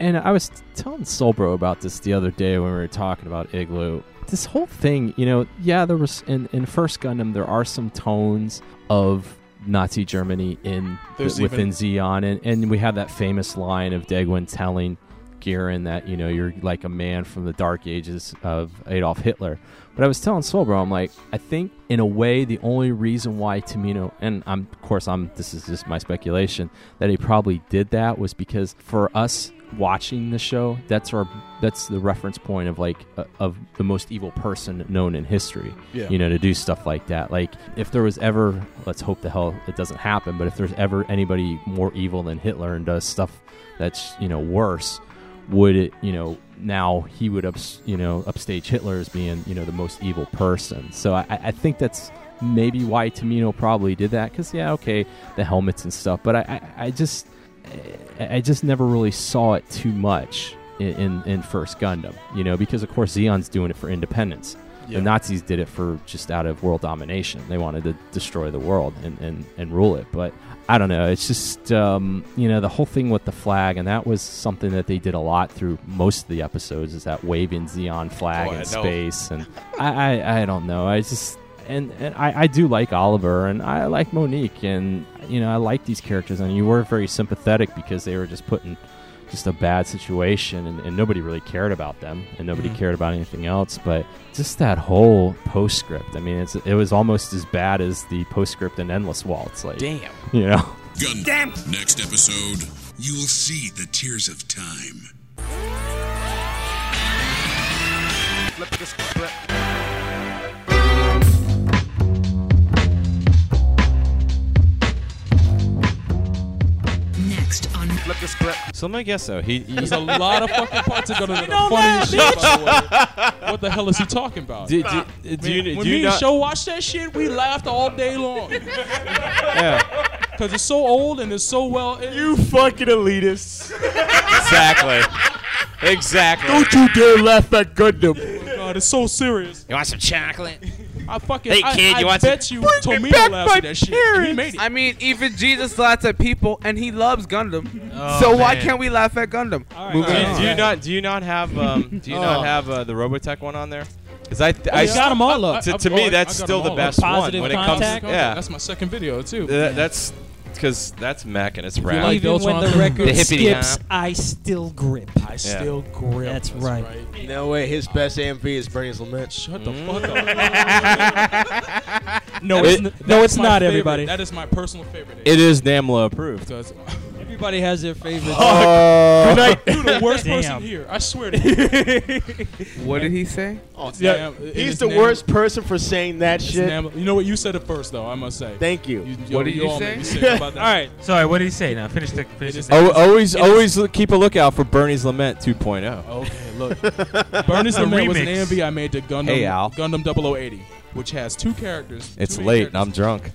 Speaker 6: and I was telling Solbro about this the other day when we were talking about Igloo. This whole thing, you know, yeah, there was in, in First Gundam there are some tones of Nazi Germany in
Speaker 8: There's
Speaker 6: within
Speaker 8: even-
Speaker 6: Xeon, and, and we have that famous line of Degwin telling Garen that you know you're like a man from the dark ages of Adolf Hitler. But I was telling Solbro, I'm like, I think in a way the only reason why Tamino, and I'm of course I'm this is just my speculation that he probably did that was because for us watching the show, that's our that's the reference point of like uh, of the most evil person known in history.
Speaker 8: Yeah.
Speaker 6: You know, to do stuff like that. Like if there was ever, let's hope the hell it doesn't happen, but if there's ever anybody more evil than Hitler and does stuff that's you know worse, would it you know now he would ups, you know upstage Hitler as being you know the most evil person. So I, I think that's maybe why Tamino probably did that because yeah okay the helmets and stuff, but I I, I just I I just never really saw it too much in, in, in First Gundam, you know, because of course Zeon's doing it for independence.
Speaker 8: Yeah.
Speaker 6: The Nazis did it for just out of world domination. They wanted to destroy the world and, and, and rule it. But I don't know. It's just, um, you know, the whole thing with the flag, and that was something that they did a lot through most of the episodes is that waving Zeon flag
Speaker 8: Oh, I
Speaker 6: in
Speaker 8: know.
Speaker 6: space. And I, I, I don't know. I just, and, and I, I do like Oliver and I like Monique and you know I like these characters and you were very sympathetic because they were just put in just a bad situation and, and nobody really cared about them and nobody
Speaker 8: Mhm.
Speaker 6: cared about anything else but just that whole postscript I mean it's, it was almost as bad as the postscript in Endless Waltz like
Speaker 18: Damn.
Speaker 6: you know
Speaker 18: Gundam. Next episode, you'll see the tears of time.
Speaker 17: Next on. Flip the script.
Speaker 6: So let me guess though.
Speaker 8: <laughs>
Speaker 6: He,
Speaker 8: There's a lot of fucking parts of
Speaker 5: <laughs>
Speaker 8: Gun that are
Speaker 17: Don't
Speaker 8: funny
Speaker 17: laugh,
Speaker 8: as shit.
Speaker 17: bitch.
Speaker 8: by the way. What the hell is he talking about?
Speaker 6: Do- do- do you-
Speaker 8: Man, when
Speaker 6: do you
Speaker 8: me
Speaker 6: not-
Speaker 8: and Show watched that shit, we laughed all day long.
Speaker 6: yeah.
Speaker 10: <laughs>
Speaker 8: Cause it's so old and it's so well. You fucking elitists.
Speaker 5: exactly. Exactly.
Speaker 8: Don't you dare laugh at Gundam. God, it's so serious.
Speaker 18: You want some
Speaker 7: <laughs>
Speaker 18: chocolate?
Speaker 8: I fucking.
Speaker 18: Hey,
Speaker 8: I,
Speaker 18: kid,
Speaker 8: I
Speaker 18: you want some-
Speaker 8: bet you
Speaker 18: Bring
Speaker 8: Tomino
Speaker 18: me back
Speaker 8: laughs
Speaker 18: my
Speaker 8: at that shit. He made it.
Speaker 19: I mean, even Jesus laughs at people, and he loves Gundam.
Speaker 6: Oh,
Speaker 19: so why
Speaker 6: man.
Speaker 19: can't we laugh at Gundam?
Speaker 6: Do,
Speaker 19: Moving
Speaker 6: you-
Speaker 19: on.
Speaker 6: do you not do you not have um, do you
Speaker 19: Oh.
Speaker 6: not have uh, the Robotech one on there? Because I, th- I
Speaker 8: Oh, Yeah. Got 'em all up.
Speaker 6: To, to
Speaker 8: I- I-
Speaker 6: me,
Speaker 8: I
Speaker 6: that's
Speaker 8: got 'em
Speaker 6: still the
Speaker 8: all up.
Speaker 6: best one
Speaker 8: Positive
Speaker 6: when it comes.
Speaker 8: contact.
Speaker 6: Yeah,
Speaker 8: That's my second video, too.
Speaker 6: Th- that's because that's Mac and it's rad.
Speaker 7: Even when the record skips,
Speaker 6: Yeah.
Speaker 7: I still grip. I
Speaker 5: still
Speaker 7: grip. That's, right.
Speaker 5: No way. His best AMV is Bernie's Lament. Shut
Speaker 8: the fuck
Speaker 6: Mm-hmm.
Speaker 5: up.
Speaker 7: No,
Speaker 6: it's
Speaker 8: That's
Speaker 6: n- no, it's
Speaker 8: my
Speaker 6: not
Speaker 8: favorite.
Speaker 6: everybody.
Speaker 8: That is my personal favorite.
Speaker 6: It is NAMLA approved.
Speaker 7: Everybody has their favorite.
Speaker 6: Oh. Good night.
Speaker 8: You're the worst
Speaker 7: Damn.
Speaker 8: person here. I swear to you.
Speaker 19: What did he say?
Speaker 5: Oh,
Speaker 8: It's
Speaker 5: yeah.
Speaker 8: Nam- it
Speaker 5: He's
Speaker 8: is
Speaker 5: the
Speaker 8: Nam-
Speaker 5: worst person for saying that
Speaker 8: it's
Speaker 5: shit.
Speaker 8: Nam- You know what? You said it first, though. I must say.
Speaker 5: Thank you.
Speaker 8: yo, all made me sick about that.
Speaker 9: All right. Sorry, what did he say now? Finish the. Finish the
Speaker 6: Oh,
Speaker 9: sentence.
Speaker 6: always,
Speaker 9: It
Speaker 6: always look- keep a lookout for Bernie's Lament oh. 2.0.
Speaker 8: Okay, look. Bernie's
Speaker 6: A
Speaker 8: the Man was an
Speaker 6: remix.
Speaker 8: AMV I made to Gundam
Speaker 6: Hey, Al.
Speaker 8: Gundam 0080, which has two characters.
Speaker 6: It's
Speaker 8: two main
Speaker 6: late and I'm drunk.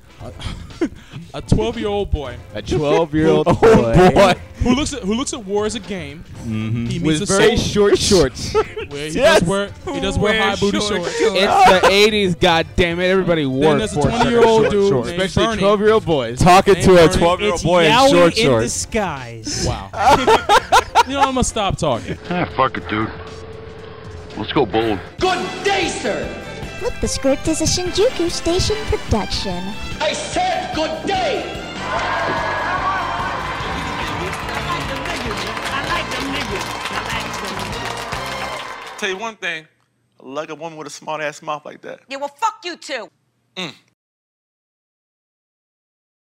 Speaker 8: a 12 year old boy.
Speaker 5: A 12-year-old
Speaker 6: <laughs>
Speaker 8: Who-
Speaker 6: Oh,
Speaker 5: boy. boy.
Speaker 8: Who looks at who looks at war as a game.
Speaker 5: Mhm.
Speaker 8: He
Speaker 5: With
Speaker 8: meets a
Speaker 5: very
Speaker 8: soul-
Speaker 5: short shorts.
Speaker 8: Where he
Speaker 5: Yes.
Speaker 8: does wear he does wear,
Speaker 5: Wear
Speaker 8: high booty
Speaker 5: short
Speaker 18: <laughs>
Speaker 8: shorts.
Speaker 5: shorts.
Speaker 19: It's the '80s, God damn it! Everybody wore.
Speaker 8: there's a 20-year-old dude named
Speaker 5: especially
Speaker 8: Bernie.
Speaker 5: 12 year old boys.
Speaker 8: Talking to a
Speaker 5: Named Bernie.
Speaker 8: 12-year-old
Speaker 5: It's
Speaker 8: boy in
Speaker 5: Yowie
Speaker 8: short shorts.
Speaker 7: disguise.
Speaker 8: Wow. you know I'm gonna stop talking.
Speaker 20: Ah, fuck it, dude. Let's go bold.
Speaker 21: Good day, sir! Flip the Script is a Shinjuku Station production. I said good day!
Speaker 1: Tell you one thing, I like a woman with a smart ass mouth like that.
Speaker 22: Yeah, well, fuck you too.
Speaker 1: Mm.